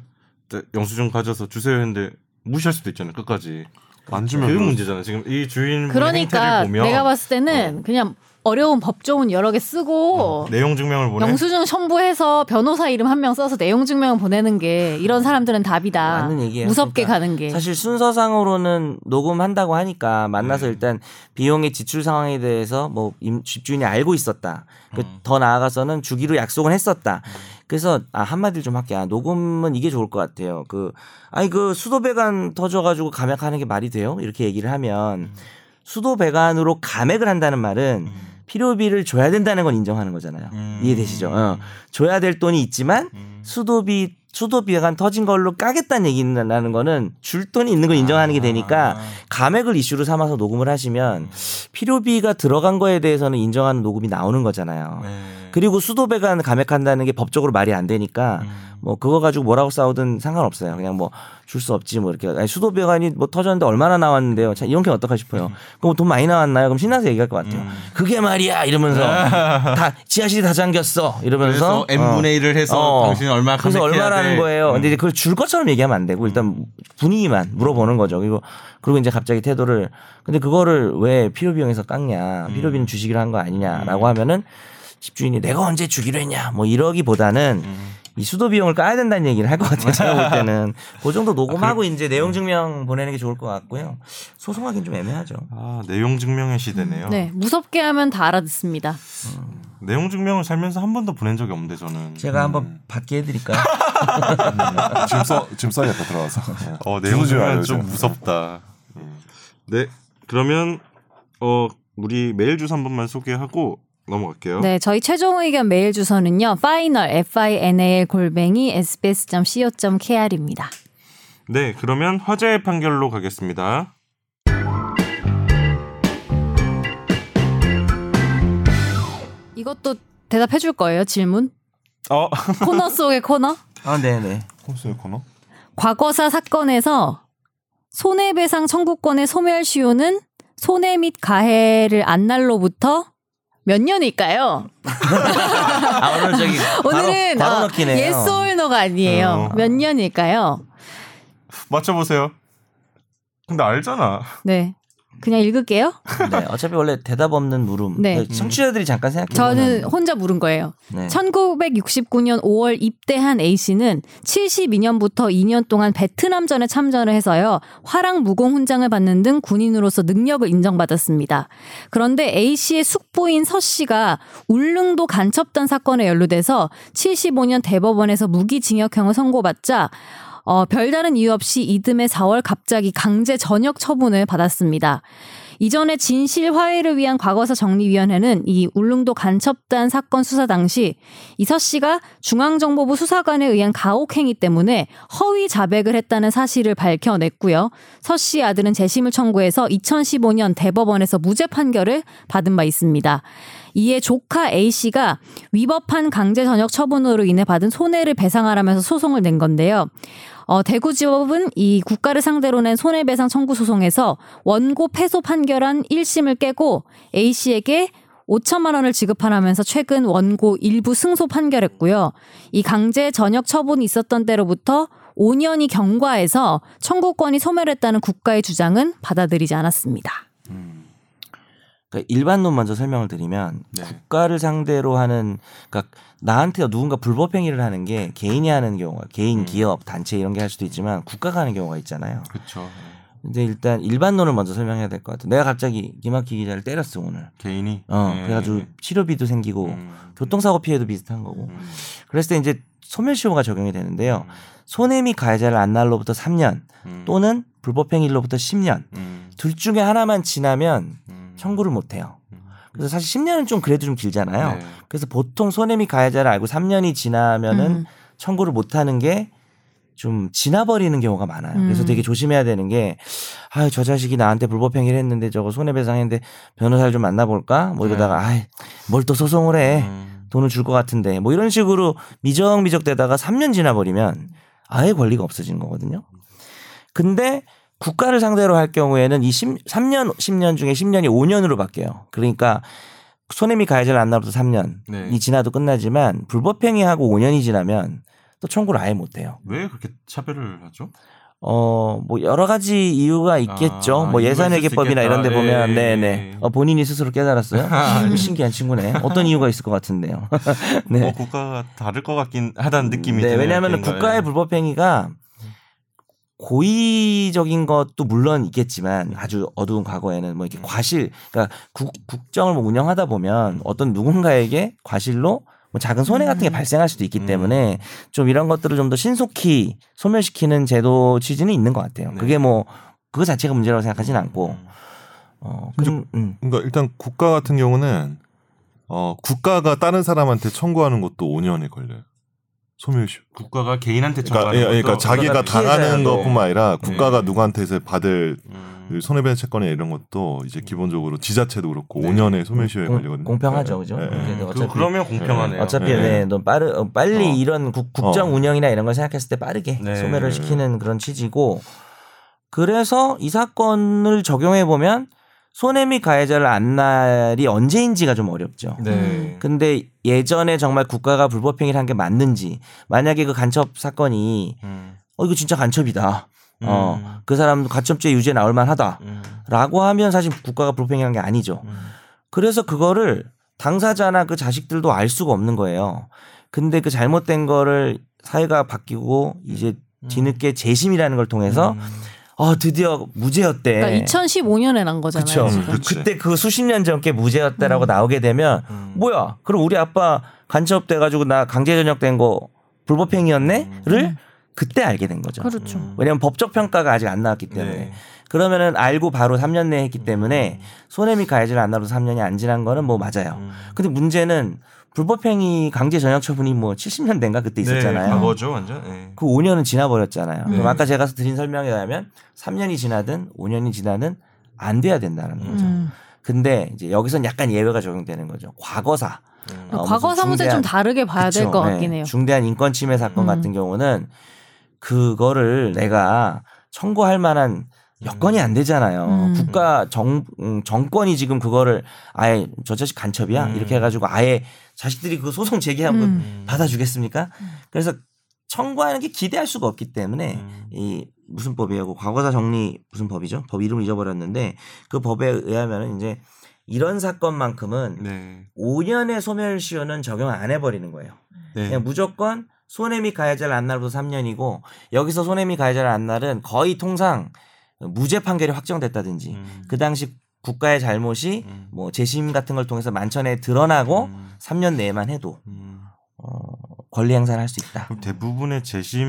[SPEAKER 1] 자, 영수증 가져서 주세요 했는데 무시할 수도 있잖아요. 끝까지.
[SPEAKER 4] 안
[SPEAKER 1] 그
[SPEAKER 4] 주면 그럴 수-
[SPEAKER 1] 문제잖아요. 지금 이
[SPEAKER 3] 음,
[SPEAKER 1] 주인
[SPEAKER 2] 그러니까
[SPEAKER 1] 행태를 보면
[SPEAKER 2] 내가 봤을 때는
[SPEAKER 3] 어.
[SPEAKER 2] 그냥 어려운 법조문 여러 개 쓰고
[SPEAKER 3] 네,
[SPEAKER 1] 내용 증명을 보내.
[SPEAKER 2] 영수증 첨부해서 변호사 이름 한 명 써서 내용 증명을 보내는 게 이런 사람들은 답이다.
[SPEAKER 3] 어. 맞는 얘기예요.
[SPEAKER 2] 무섭게
[SPEAKER 3] 그러니까
[SPEAKER 2] 가는 게.
[SPEAKER 3] 사실 순서상으로는 녹음한다고 하니까 만나서 일단 비용의 지출 상황에 대해서 뭐 임- 집주인이 알고 있었다. 그 더 나아가서는 주기로 약속을 했었다. 그래서 아 한마디를 좀 할게요. 아, 녹음은 이게 좋을 것 같아요. 그 아니 그 수도 배관 터져가지고 감액하는 게 말이 돼요? 이렇게 얘기를 하면 수도 배관으로 감액을 한다는 말은 필요비를 줘야 된다는 건 인정하는 거잖아요.
[SPEAKER 1] 음.
[SPEAKER 3] 이해되시죠? 어. 줘야 될 돈이 있지만
[SPEAKER 1] 음.
[SPEAKER 3] 수도비 수도비가 간터진 걸로 까겠다는 얘기라는 거는 줄 돈이 있는 걸 인정하는 게
[SPEAKER 1] 아.
[SPEAKER 3] 되니까 감액을 이슈로 삼아서 녹음을 하시면 필요비가 들어간 거에 대해서는 인정하는 녹음이 나오는 거잖아요.
[SPEAKER 1] 네.
[SPEAKER 3] 그리고 수도배관 감액한다는 게 법적으로 말이 안 되니까
[SPEAKER 1] 음.
[SPEAKER 3] 뭐 그거 가지고 뭐라고 싸우든 상관없어요. 그냥 뭐 줄 수 없지 뭐 이렇게 아니, 수도배관이 뭐 터졌는데 얼마나 나왔는데요. 자, 이런 게 어떡하 싶어요.
[SPEAKER 1] 음.
[SPEAKER 3] 그럼 뭐 돈 많이 나왔나요? 그럼 신나서 얘기할 것 같아요. 그게 말이야 이러면서 다 지하실이 다 잠겼어 이러면서
[SPEAKER 1] 그래서 n 분의 1을 해서
[SPEAKER 3] 어.
[SPEAKER 1] 당신이 얼마
[SPEAKER 3] 그래서
[SPEAKER 1] 감액해야
[SPEAKER 3] 얼마라는
[SPEAKER 1] 돼. 음.
[SPEAKER 3] 거예요. 근데 이제 그걸 줄 것처럼 얘기하면 안 되고 일단 분위기만 물어보는 거죠. 그리고 그리고 이제 갑자기 태도를 근데 그거를 왜 필요 비용에서 깎냐?
[SPEAKER 1] 음.
[SPEAKER 3] 필요 비는 주시기로 한 거 아니냐라고 하면은 집주인이 내가 언제 주기로 했냐? 뭐 이러기보다는
[SPEAKER 1] 음.
[SPEAKER 3] 이 수도 비용을 까야 된다는 얘기를 할 것 같아요. 제가 볼 때는 그 정도
[SPEAKER 1] 아,
[SPEAKER 3] 녹음하고 이제 내용
[SPEAKER 1] 네.
[SPEAKER 3] 증명 보내는 게 좋을 것 같고요. 소송하기는 좀 애매하죠.
[SPEAKER 1] 아, 내용 증명의 시대네요.
[SPEAKER 2] 네, 무섭게 하면 다 알아듣습니다.
[SPEAKER 1] 내용 증명을 살면서 한 번도 보낸 적이 없는데 저는.
[SPEAKER 3] 제가 한번
[SPEAKER 1] 음.
[SPEAKER 3] 받게 해드릴까요?
[SPEAKER 4] 짐 써, 짐 싸겠다 들어와서.
[SPEAKER 1] 어,
[SPEAKER 4] 주소
[SPEAKER 1] 내용
[SPEAKER 4] 좀
[SPEAKER 1] 증명은
[SPEAKER 4] 알려줘요.
[SPEAKER 1] 좀 무섭다. 음. 네. 그러면 어, 우리 메일 주소 한 번만 소개하고 넘어갈게요.
[SPEAKER 2] 네, 저희 최종 의견 메일 주소는요. final f i n a l 골뱅이 sbs.co.kr입니다.
[SPEAKER 1] 네, 그러면 화제의 판결로 가겠습니다.
[SPEAKER 2] 이것도 대답해 줄 거예요, 질문?
[SPEAKER 1] 어.
[SPEAKER 2] 코너 속의 코너?
[SPEAKER 3] 아 네네.
[SPEAKER 4] 홈스웨 코너?
[SPEAKER 2] 과거사 사건에서 손해배상 청구권의 소멸시효는 손해 및 가해를 안 날로부터 몇 년일까요?
[SPEAKER 3] 아 오늘 저기
[SPEAKER 2] 오늘은 아,
[SPEAKER 3] 바로, 바로 넣기네요.
[SPEAKER 2] 예솔노가 아니에요.
[SPEAKER 1] 어.
[SPEAKER 2] 몇 년일까요?
[SPEAKER 1] 맞춰 보세요. 근데 알잖아.
[SPEAKER 2] 네. 그냥 읽을게요.
[SPEAKER 3] 네, 어차피 원래 대답 없는 물음.
[SPEAKER 2] 네.
[SPEAKER 3] 청취자들이 잠깐 생각해
[SPEAKER 2] 저는 혼자 물은 거예요.
[SPEAKER 3] 네.
[SPEAKER 2] 1969년 5월 입대한 A 씨는 72년부터 2년 동안 베트남전에 참전을 해서요. 화랑 무공 훈장을 받는 등 군인으로서 능력을 인정받았습니다. 그런데 A 씨의 숙부인 서 씨가 울릉도 간첩단 사건에 연루돼서 75년 대법원에서 무기징역형을 선고받자 어, 별다른 이유 없이 이듬해 4월 갑자기 강제 전역 처분을 받았습니다. 이전에 진실 화해를 위한 과거사 정리위원회는 이 울릉도 간첩단 사건 수사 당시 이서 씨가 중앙정보부 수사관에 의한 가혹행위 때문에 허위 자백을 했다는 사실을 밝혀냈고요. 서 씨 아들은 재심을 청구해서 2015년 대법원에서 무죄 판결을 받은 바 있습니다. 이에 조카 A 씨가 위법한 강제 전역 처분으로 인해 받은 손해를 배상하라면서 소송을 낸 건데요. 어, 대구지법은 이 국가를 상대로 낸 손해배상 청구 소송에서 원고 패소 판결한 1심을 깨고 A씨에게 5천만 원을 지급하라면서 최근 원고 일부 승소 판결했고요. 이 강제 전역 처분이 있었던 때로부터 5년이 경과해서 청구권이 소멸했다는 국가의 주장은 받아들이지 않았습니다.
[SPEAKER 3] 그러니까 일반론 먼저 설명을 드리면
[SPEAKER 1] 네.
[SPEAKER 3] 국가를 상대로 하는 그러니까 나한테 누군가 불법 행위를 하는 게 개인이 하는 경우가 개인
[SPEAKER 1] 음.
[SPEAKER 3] 기업 단체 이런 게 할 수도 있지만 국가가 하는 경우가 있잖아요.
[SPEAKER 1] 그렇죠.
[SPEAKER 3] 근데 일단 일반론을 먼저 설명해야 될 것 같아. 요 내가 갑자기 김학기 기자를 때렸어 오늘.
[SPEAKER 1] 개인이
[SPEAKER 3] 어,
[SPEAKER 1] 네.
[SPEAKER 3] 그래가지고 치료비도 생기고
[SPEAKER 1] 음.
[SPEAKER 3] 교통사고 피해도 비슷한 거고.
[SPEAKER 1] 음.
[SPEAKER 3] 그랬을 때 이제 소멸시효가 적용이 되는데요. 손해 및 가해자를 안 날로부터 3년
[SPEAKER 1] 음.
[SPEAKER 3] 또는 불법행위로부터 10년
[SPEAKER 1] 음.
[SPEAKER 3] 둘 중에 하나만 지나면
[SPEAKER 1] 음.
[SPEAKER 3] 청구를 못 해요.
[SPEAKER 1] 음.
[SPEAKER 3] 그래서 사실 10년은 좀 그래도 좀 길잖아요.
[SPEAKER 1] 네.
[SPEAKER 3] 그래서 보통 손해 및 가해자를 알고 3년이 지나면은
[SPEAKER 2] 음.
[SPEAKER 3] 청구를 못 하는 게 좀 지나버리는 경우가 많아요. 그래서
[SPEAKER 2] 음.
[SPEAKER 3] 되게 조심해야 되는 게, 아, 저 자식이 나한테 불법행위를 했는데 저거 손해배상했는데 변호사를 좀 만나볼까? 뭐 이러다가, 아, 뭘 또 소송을 해?
[SPEAKER 1] 음.
[SPEAKER 3] 돈을 줄 것 같은데 뭐 이런 식으로 미적미적 되다가 3년 지나버리면 아예 권리가 없어진 거거든요. 근데 국가를 상대로 할 경우에는 이 10, 3년, 10년 중에 10년이 5년으로 바뀌어요. 그러니까 손해미 가해자를 안 나로부터 3년이
[SPEAKER 1] 네.
[SPEAKER 3] 지나도 끝나지만 불법행위하고 5년이 지나면 또 청구를 아예 못 해요.
[SPEAKER 1] 왜 그렇게 차별을 하죠?
[SPEAKER 3] 어, 뭐 여러 가지 이유가 있겠죠.
[SPEAKER 1] 아, 이유가
[SPEAKER 3] 뭐
[SPEAKER 1] 있을 수
[SPEAKER 3] 예산회계법이나 이런 데
[SPEAKER 1] 있겠다.
[SPEAKER 3] 보면
[SPEAKER 1] 예,
[SPEAKER 3] 네,
[SPEAKER 1] 예,
[SPEAKER 3] 네.
[SPEAKER 1] 예.
[SPEAKER 3] 어, 본인이 스스로 깨달았어요. 신기한 친구네. 어떤 이유가 있을 것 같은데요. 네.
[SPEAKER 1] 어, 국가가 다를 것 같긴 하다는 느낌이
[SPEAKER 3] 네,
[SPEAKER 1] 드네요.
[SPEAKER 3] 왜냐하면
[SPEAKER 1] 개인과의.
[SPEAKER 3] 국가의 불법행위가 고의적인 것도 물론 있겠지만 아주 어두운 과거에는 뭐 이렇게 과실, 그러니까 국, 국정을 뭐 운영하다 보면 어떤 누군가에게 과실로 뭐 작은 손해 같은 게 발생할 수도 있기
[SPEAKER 1] 음.
[SPEAKER 3] 때문에 좀 이런 것들을 좀 더 신속히 소멸시키는 제도 취지는 있는 것 같아요.
[SPEAKER 1] 네.
[SPEAKER 3] 그게 뭐 그거 자체가 문제라고 생각하진 않고.
[SPEAKER 1] 음.
[SPEAKER 3] 어, 근, 음.
[SPEAKER 4] 그러니까 일단 국가 같은 경우는 어, 국가가 다른 사람한테 청구하는 것도 5년에 걸려요. 소멸시.
[SPEAKER 1] 국가가 개인한테
[SPEAKER 4] 그러니까,
[SPEAKER 1] 청구하는
[SPEAKER 4] 예, 그러니까
[SPEAKER 1] 것도
[SPEAKER 4] 자기가
[SPEAKER 1] 피해자야.
[SPEAKER 4] 당하는
[SPEAKER 3] 피해자야,
[SPEAKER 4] 것뿐만 아니라 국가가
[SPEAKER 1] 네.
[SPEAKER 4] 누구한테서 받을 그
[SPEAKER 1] 음.
[SPEAKER 4] 손해배상 채권이나 이런 것도 이제 기본적으로 지자체도 그렇고
[SPEAKER 1] 네.
[SPEAKER 4] 5년에 소멸시효에
[SPEAKER 3] 공-
[SPEAKER 4] 걸리거든요.
[SPEAKER 3] 공평하죠,
[SPEAKER 4] 예,
[SPEAKER 3] 그죠?
[SPEAKER 4] 예, 예.
[SPEAKER 3] 네, 네,
[SPEAKER 1] 그-
[SPEAKER 3] 어차피-
[SPEAKER 1] 그러면 공평하네요.
[SPEAKER 3] 어차피
[SPEAKER 4] 예.
[SPEAKER 3] 네, 너 빠르 어, 빨리
[SPEAKER 4] 어.
[SPEAKER 3] 이런 국, 국정
[SPEAKER 4] 어.
[SPEAKER 3] 운영이나 이런 걸 생각했을 때 빠르게
[SPEAKER 1] 네.
[SPEAKER 3] 소멸을 시키는 그런 취지고 그래서 이 사건을 적용해 보면 손해 및 가해자를 안 날이 언제인지가 좀 어렵죠.
[SPEAKER 1] 네.
[SPEAKER 3] 근데 예전에 정말 국가가 불법 행위를 한 게 맞는지 만약에 그 간첩 사건이
[SPEAKER 1] 음.
[SPEAKER 3] 어 이거 진짜 간첩이다. 어
[SPEAKER 1] 음.
[SPEAKER 3] 그 사람 간첩죄 유죄 나올 만하다라고
[SPEAKER 1] 음.
[SPEAKER 3] 하면 사실 국가가 불법 행위한 게 아니죠.
[SPEAKER 1] 음.
[SPEAKER 3] 그래서 그거를 당사자나 그 자식들도 알 수가 없는 거예요. 근데 그 잘못된 거를 사회가 바뀌고 이제 뒤늦게 재심이라는 걸 통해서
[SPEAKER 1] 음.
[SPEAKER 3] 아 드디어 무죄였대.
[SPEAKER 2] 그러니까 2015년에 난 거잖아요.
[SPEAKER 3] 그쵸.
[SPEAKER 2] 지금.
[SPEAKER 4] 음, 그치.
[SPEAKER 3] 그때 그 수십 년 전께 무죄였다라고 나오게 되면
[SPEAKER 1] 음.
[SPEAKER 3] 뭐야? 그럼 우리 아빠 간첩 돼가지고 나 강제 전역된 거 불법행위였네?를 그때 알게 된 거죠.
[SPEAKER 2] 그렇죠.
[SPEAKER 1] 음.
[SPEAKER 3] 왜냐하면 법적 평가가 아직 안 나왔기 때문에
[SPEAKER 1] 네.
[SPEAKER 3] 그러면은 알고 바로 3년 내에 했기 때문에 손해미 가해질 안 나도 3년이 안 지난 거는 뭐 맞아요.
[SPEAKER 1] 음.
[SPEAKER 3] 근데 문제는 불법행위 강제 전역 처분이 뭐 70년대인가
[SPEAKER 1] 네,
[SPEAKER 3] 그때 있었잖아요.
[SPEAKER 1] 과거죠, 완전. 네.
[SPEAKER 3] 그 5년은 지나버렸잖아요.
[SPEAKER 1] 네.
[SPEAKER 3] 그럼 아까 제가 드린 설명에 의하면 3년이 지나든 5년이 지나든 안 돼야 된다는
[SPEAKER 1] 음.
[SPEAKER 3] 거죠. 아,
[SPEAKER 2] 음.
[SPEAKER 3] 근데 이제 여기선 약간 예외가 적용되는 거죠. 과거사.
[SPEAKER 1] 음.
[SPEAKER 3] 어,
[SPEAKER 2] 과거
[SPEAKER 3] 무슨
[SPEAKER 2] 사무제 좀
[SPEAKER 3] 중대한-
[SPEAKER 2] 다르게 봐야 될 것
[SPEAKER 3] 그쵸?
[SPEAKER 2] 같긴
[SPEAKER 3] 네.
[SPEAKER 2] 해요.
[SPEAKER 3] 중대한 인권 침해 사건
[SPEAKER 2] 음.
[SPEAKER 3] 같은 경우는 그거를 내가 청구할 만한 여건이 안 되잖아요.
[SPEAKER 2] 음.
[SPEAKER 3] 국가 정 음, 정권이 지금 그거를 아예 저 자식 간첩이야
[SPEAKER 1] 음.
[SPEAKER 3] 이렇게 해가지고 아예 자식들이 그 소송 제기하면
[SPEAKER 2] 음.
[SPEAKER 1] 음.
[SPEAKER 3] 받아주겠습니까? 그래서 청구하는 게 기대할 수가 없기 때문에
[SPEAKER 1] 음.
[SPEAKER 3] 이 무슨 법이에요? 그 과거사 정리 무슨 법이죠? 법 이름 을 잊어버렸는데 그 법에 의하면은 이제 이런 사건만큼은
[SPEAKER 1] 네.
[SPEAKER 3] 5년의 소멸시효는 적용 안 해버리는 거예요.
[SPEAKER 1] 네.
[SPEAKER 3] 그냥 무조건 손해 및 가해자를 안 날로도 3년이고 여기서 손해 및 가해자를 안 날은 거의 통상 무죄 판결이 확정됐다든지
[SPEAKER 1] 음.
[SPEAKER 3] 그 당시 국가의 잘못이
[SPEAKER 1] 음.
[SPEAKER 3] 뭐 재심 같은 걸 통해서 만천에 드러나고
[SPEAKER 1] 음.
[SPEAKER 3] 3년 내에만 해도
[SPEAKER 1] 음.
[SPEAKER 3] 어, 권리 행사를 할 수 있다.
[SPEAKER 1] 그럼 대부분의 재심,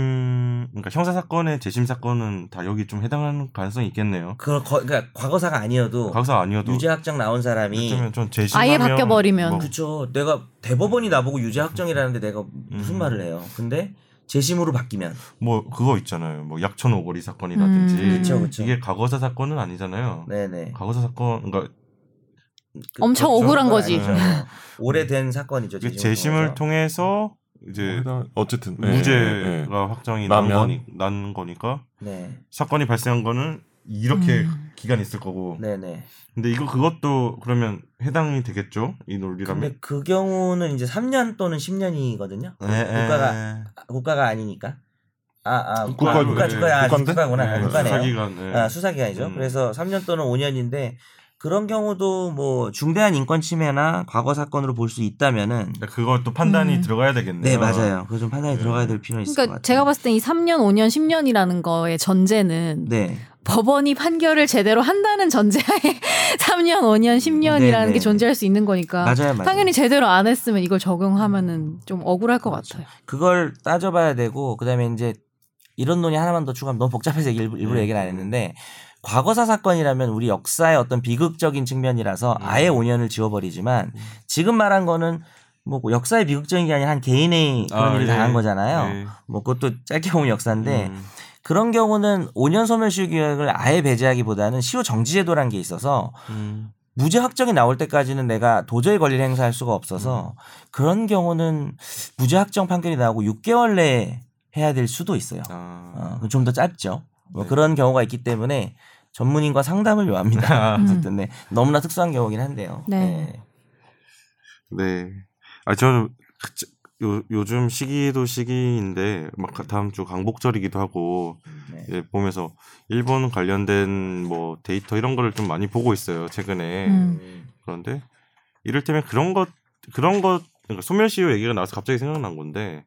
[SPEAKER 1] 그러니까 형사 사건의 재심 사건은 다 여기 좀 해당하는 가능성이 있겠네요.
[SPEAKER 3] 그 그러니까 과거사가 아니어도
[SPEAKER 1] 과거사 아니어도
[SPEAKER 3] 유죄 확정 나온 사람이
[SPEAKER 1] 그러면 좀 재심
[SPEAKER 2] 아예 바뀌어버리면. 뭐.
[SPEAKER 3] 그쵸 내가 대법원이 나보고 유죄 확정이라는데 내가 무슨
[SPEAKER 1] 음.
[SPEAKER 3] 말을 해요. 근데 재심으로 바뀌면
[SPEAKER 1] 뭐 그거 있잖아요. 뭐 약천 오거리 사건이라든지
[SPEAKER 2] 음. 그쵸,
[SPEAKER 3] 그쵸.
[SPEAKER 1] 이게 과거사 사건은 아니잖아요.
[SPEAKER 3] 네네
[SPEAKER 1] 과거사 사건 그러니까
[SPEAKER 3] 그-
[SPEAKER 2] 엄청
[SPEAKER 3] 그렇죠.
[SPEAKER 2] 억울한 거지.
[SPEAKER 3] 그건 아니죠. 오래된 사건이죠.
[SPEAKER 1] 이게
[SPEAKER 3] 재심을,
[SPEAKER 1] 그 재심을
[SPEAKER 3] 통해서.
[SPEAKER 1] 통해서 이제
[SPEAKER 4] 해당- 어쨌든 예, 예, 예.
[SPEAKER 1] 무죄가 확정이 난,
[SPEAKER 4] 나면?
[SPEAKER 1] 거니, 난 거니까
[SPEAKER 3] 네
[SPEAKER 1] 사건이 발생한 거는 이렇게
[SPEAKER 2] 음.
[SPEAKER 1] 기간이 있을 거고.
[SPEAKER 3] 네네.
[SPEAKER 1] 근데 이거 그것도 그러면 해당이 되겠죠? 이 논리라면.
[SPEAKER 3] 근데 그 경우는 이제 3년 또는 10년이거든요.
[SPEAKER 1] 예, 예.
[SPEAKER 3] 국가가- 아, 국가가 아니니까. 아, 아, 국가,
[SPEAKER 4] 국가죠.
[SPEAKER 3] 국가,
[SPEAKER 1] 예,
[SPEAKER 3] 국가야. 아,
[SPEAKER 4] 국가인데?
[SPEAKER 3] 국가구나.
[SPEAKER 1] 예,
[SPEAKER 3] 아, 국가네요.
[SPEAKER 1] 수사기관. 예.
[SPEAKER 3] 아, 수사기관이죠.
[SPEAKER 1] 음.
[SPEAKER 3] 그래서 3년 또는 5년인데 그런 경우도 뭐 중대한 인권 침해나 과거 사건으로 볼 수 있다면은
[SPEAKER 1] 그러니까 그걸 또 판단이
[SPEAKER 2] 음.
[SPEAKER 1] 들어가야 되겠네요.
[SPEAKER 3] 네, 맞아요. 그거 좀 판단이
[SPEAKER 1] 네.
[SPEAKER 3] 들어가야 될 필요는 있을 것
[SPEAKER 2] 그러니까
[SPEAKER 3] 같아요.
[SPEAKER 2] 제가 봤을 때 이 3년, 5년, 10년이라는 거의 전제는
[SPEAKER 3] 네.
[SPEAKER 2] 법원이 판결을 제대로 한다는 전제하에 3년, 5년, 10년이라는
[SPEAKER 3] 네, 네.
[SPEAKER 2] 게 존재할 수 있는 거니까
[SPEAKER 3] 맞아요, 음. 맞아요.
[SPEAKER 2] 당연히 제대로 안 했으면 이걸 적용하면은 좀 억울할 것
[SPEAKER 3] 그렇죠.
[SPEAKER 2] 같아요.
[SPEAKER 3] 그걸 따져봐야 되고 그다음에 이제 이런 논의 하나만 더 추가하면 너무 복잡해서 일부, 일부러
[SPEAKER 1] 음.
[SPEAKER 3] 얘기를 안 했는데 과거사 사건이라면 우리 역사의 어떤 비극적인
[SPEAKER 1] 음.
[SPEAKER 3] 측면이라서 아예 5년을 지워버리지만 지금 말한 거는 뭐 역사의 비극적인 게 아니라 한 개인의 그런
[SPEAKER 1] 아,
[SPEAKER 3] 일을
[SPEAKER 1] 예.
[SPEAKER 3] 당한 거잖아요.
[SPEAKER 1] 예.
[SPEAKER 3] 뭐 그것도 짧게 보면 역사인데
[SPEAKER 1] 음.
[SPEAKER 3] 그런 경우는 5년 소멸시효 기각을 아예 배제하기보다는 시효 정지제도라는 게 있어서
[SPEAKER 1] 음.
[SPEAKER 3] 무죄 확정이 나올 때까지는 내가 도저히 권리를 행사할 수가
[SPEAKER 1] 음.
[SPEAKER 3] 없어서 그런 경우는 무죄 확정 판결이 나오고 6개월 내에 해야 될 수도 있어요.
[SPEAKER 1] 아.
[SPEAKER 3] 어, 좀 더 짧죠. 뭐
[SPEAKER 1] 네.
[SPEAKER 3] 그런 경우가 있기 때문에 전문인과 상담을 요합니다.
[SPEAKER 2] 음.
[SPEAKER 3] 어쨌든 네, 너무나 특수한 경우긴 한데요.
[SPEAKER 2] 네.
[SPEAKER 1] 네. 아 저는 그- 요, 요즘 시기도 시기인데 막 가- 다음 주 강복절이기도 하고
[SPEAKER 3] 네.
[SPEAKER 1] 예, 보면서 일본 관련된 뭐 데이터 이런 거를 좀 많이 보고 있어요 최근에
[SPEAKER 2] 음.
[SPEAKER 1] 그런데 이를테면 그런 것 그런 것 그러니까 소멸시효 얘기가 나와서 갑자기 생각난 건데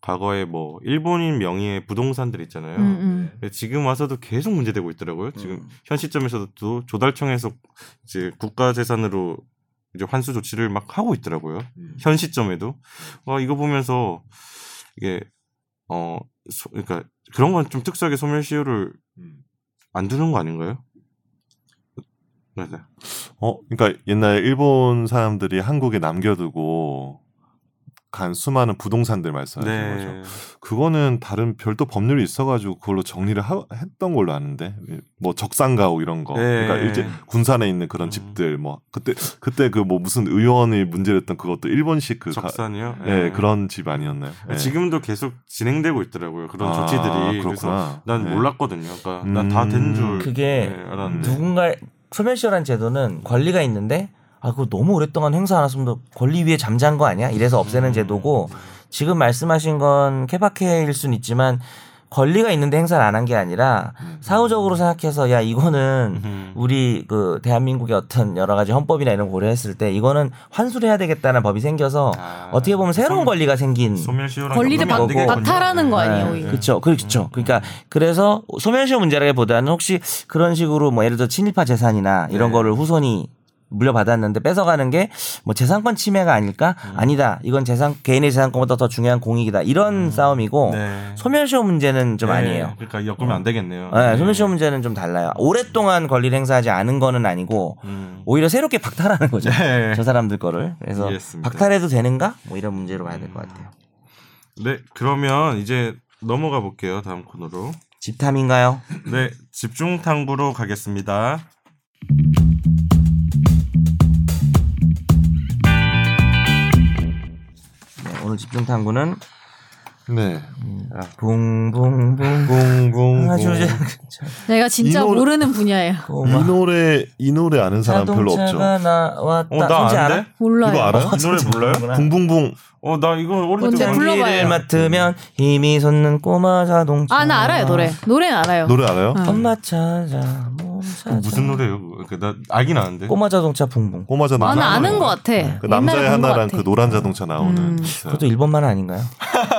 [SPEAKER 1] 과거에 뭐 일본인 명의의 부동산들 있잖아요.
[SPEAKER 2] 음, 음.
[SPEAKER 1] 근데 지금 와서도 계속 문제되고 있더라고요. 지금
[SPEAKER 3] 음.
[SPEAKER 1] 현 시점에서도 조달청에서 이제 국가 재산으로 이제 환수 조치를 막 하고 있더라고요.
[SPEAKER 4] 음.
[SPEAKER 1] 현 시점에도 어, 이거 보면서 이게 어 소- 그러니까
[SPEAKER 4] 음.
[SPEAKER 1] 그런 건 좀 특수하게 소멸시효를 안 두는 거 아닌가요? 맞아.
[SPEAKER 4] 어, 그러니까 옛날에 일본 사람들이 한국에 남겨두고 간 수많은 부동산들 말씀하시는 아, 거죠.
[SPEAKER 1] 네.
[SPEAKER 4] 그거는 다른 별도 법률이 있어가지고 그걸로 정리를 하- 했던 걸로 아는데 뭐 적산가옥 이런 거.
[SPEAKER 1] 네.
[SPEAKER 4] 그러니까 일제 군산에 있는 그런
[SPEAKER 1] 음.
[SPEAKER 4] 집들 뭐 그때 그때 그 뭐 무슨 의원이 문제였던 그것도 일본식 그 가-
[SPEAKER 1] 적산이요. 네.
[SPEAKER 4] 예, 그런 집 아니었나요? 예.
[SPEAKER 1] 음. 지금도 계속 진행되고 있더라고요. 그런
[SPEAKER 4] 아,
[SPEAKER 1] 조치들이. 그래서
[SPEAKER 4] 그렇구나.
[SPEAKER 1] 난
[SPEAKER 4] 예.
[SPEAKER 1] 몰랐거든요. 그러니까 난
[SPEAKER 4] 음.
[SPEAKER 1] 다 된 줄
[SPEAKER 3] 그게
[SPEAKER 1] 예, 알았는데.
[SPEAKER 3] 누군가 소멸시효란 제도는 권리가 있는데 아 그거 너무 오랫동안 행사 안 했으면 권리 위에 잠자는 거 아니야? 이래서
[SPEAKER 1] 음.
[SPEAKER 3] 없애는 제도고 지금 말씀하신 건 케바케일 순 있지만 권리가 있는데 행사를 안 한 게 아니라 사후적으로 생각해서 야 이거는
[SPEAKER 1] 음.
[SPEAKER 3] 우리 그 대한민국의 어떤 여러 가지 헌법이나 이런 거 고려했을 때 이거는 환수해야 되겠다는 법이 생겨서
[SPEAKER 1] 아,
[SPEAKER 3] 어떻게 보면 새로운
[SPEAKER 1] 소멸-
[SPEAKER 3] 권리가 생긴
[SPEAKER 1] 소멸시효랑
[SPEAKER 2] 권리를
[SPEAKER 1] 연동이 안
[SPEAKER 3] 박-
[SPEAKER 1] 되겠군요.
[SPEAKER 2] 박탈하는 거 아니에요, 예.
[SPEAKER 1] 네.
[SPEAKER 2] 오히려.
[SPEAKER 3] 음. 그렇죠, 그렇죠. 그러니까 그래서 소멸시효 문제라기보다는 혹시 그런 식으로 뭐 예를 들어 친일파 재산이나 이런
[SPEAKER 1] 네.
[SPEAKER 3] 거를 후손이 물려받았는데 뺏어가는 게 뭐 재산권 침해가 아닐까?
[SPEAKER 1] 음.
[SPEAKER 3] 아니다. 이건 재산 개인의 재산권보다 더 중요한 공익이다. 이런 싸움이고
[SPEAKER 1] 음. 네.
[SPEAKER 3] 소멸시효 문제는 어, 좀
[SPEAKER 1] 네.
[SPEAKER 3] 아니에요.
[SPEAKER 1] 그러니까 엮으면 안 되겠네요.
[SPEAKER 3] 네,
[SPEAKER 1] 네.
[SPEAKER 3] 소멸시효 문제는 좀 달라요. 오랫동안 권리를 행사하지 않은 거는 아니고
[SPEAKER 1] 음.
[SPEAKER 3] 오히려 새롭게 박탈하는 거죠.
[SPEAKER 1] 네.
[SPEAKER 3] 저 사람들 거를. 그래서
[SPEAKER 1] 이해했습니다. 음.
[SPEAKER 3] 박탈해도 되는가? 뭐 이런 문제로 봐야 될 것 같아요.
[SPEAKER 1] 네, 그러면 이제 넘어가 볼게요. 다음 코너로.
[SPEAKER 3] 집탐인가요?
[SPEAKER 1] 네, 집중 탐구로 가겠습니다.
[SPEAKER 3] 아, 네, 오늘 집중 탐구는
[SPEAKER 4] 네.
[SPEAKER 3] 붕붕붕
[SPEAKER 4] 공공.
[SPEAKER 3] 아주 이제
[SPEAKER 2] 내가 진짜
[SPEAKER 4] 이 노래-
[SPEAKER 2] 모르는 분야예요.
[SPEAKER 4] 이 노래 이 노래 아는 음, 사람 별로 없죠.
[SPEAKER 3] 자동차가 나왔다.
[SPEAKER 1] 어, 나
[SPEAKER 3] 뭔지
[SPEAKER 1] 안
[SPEAKER 3] 알아?
[SPEAKER 1] 돼?
[SPEAKER 2] 몰라요. 어,
[SPEAKER 4] 이거 알아요?
[SPEAKER 1] 이 노래 몰라요?
[SPEAKER 4] 붕붕붕.
[SPEAKER 1] 어, 나 이거 어릴
[SPEAKER 2] 뭔데?
[SPEAKER 1] 때
[SPEAKER 2] 불러봐요.
[SPEAKER 3] 공기를 맡으면
[SPEAKER 4] 음.
[SPEAKER 3] 힘이 솟는 꼬마 자동차.
[SPEAKER 2] 아, 나 알아요, 노래. 음. 노래는 알아요.
[SPEAKER 4] 노래 알아요?
[SPEAKER 3] 엄마 찾아 몸 찾아.
[SPEAKER 1] 무슨 노래예요? 그거? 그나 알긴 아는데.
[SPEAKER 3] 꼬마 자동차 붕붕.
[SPEAKER 4] 꼬마 자동차.
[SPEAKER 2] 아, 나 아는 것 같아.
[SPEAKER 4] 그
[SPEAKER 2] 옛날에
[SPEAKER 4] 남자의
[SPEAKER 2] 본것
[SPEAKER 4] 하나랑
[SPEAKER 2] 같아.
[SPEAKER 4] 그 노란 자동차 나오는.
[SPEAKER 2] 음.
[SPEAKER 4] 있어요.
[SPEAKER 3] 그것도 일본만 아닌가요?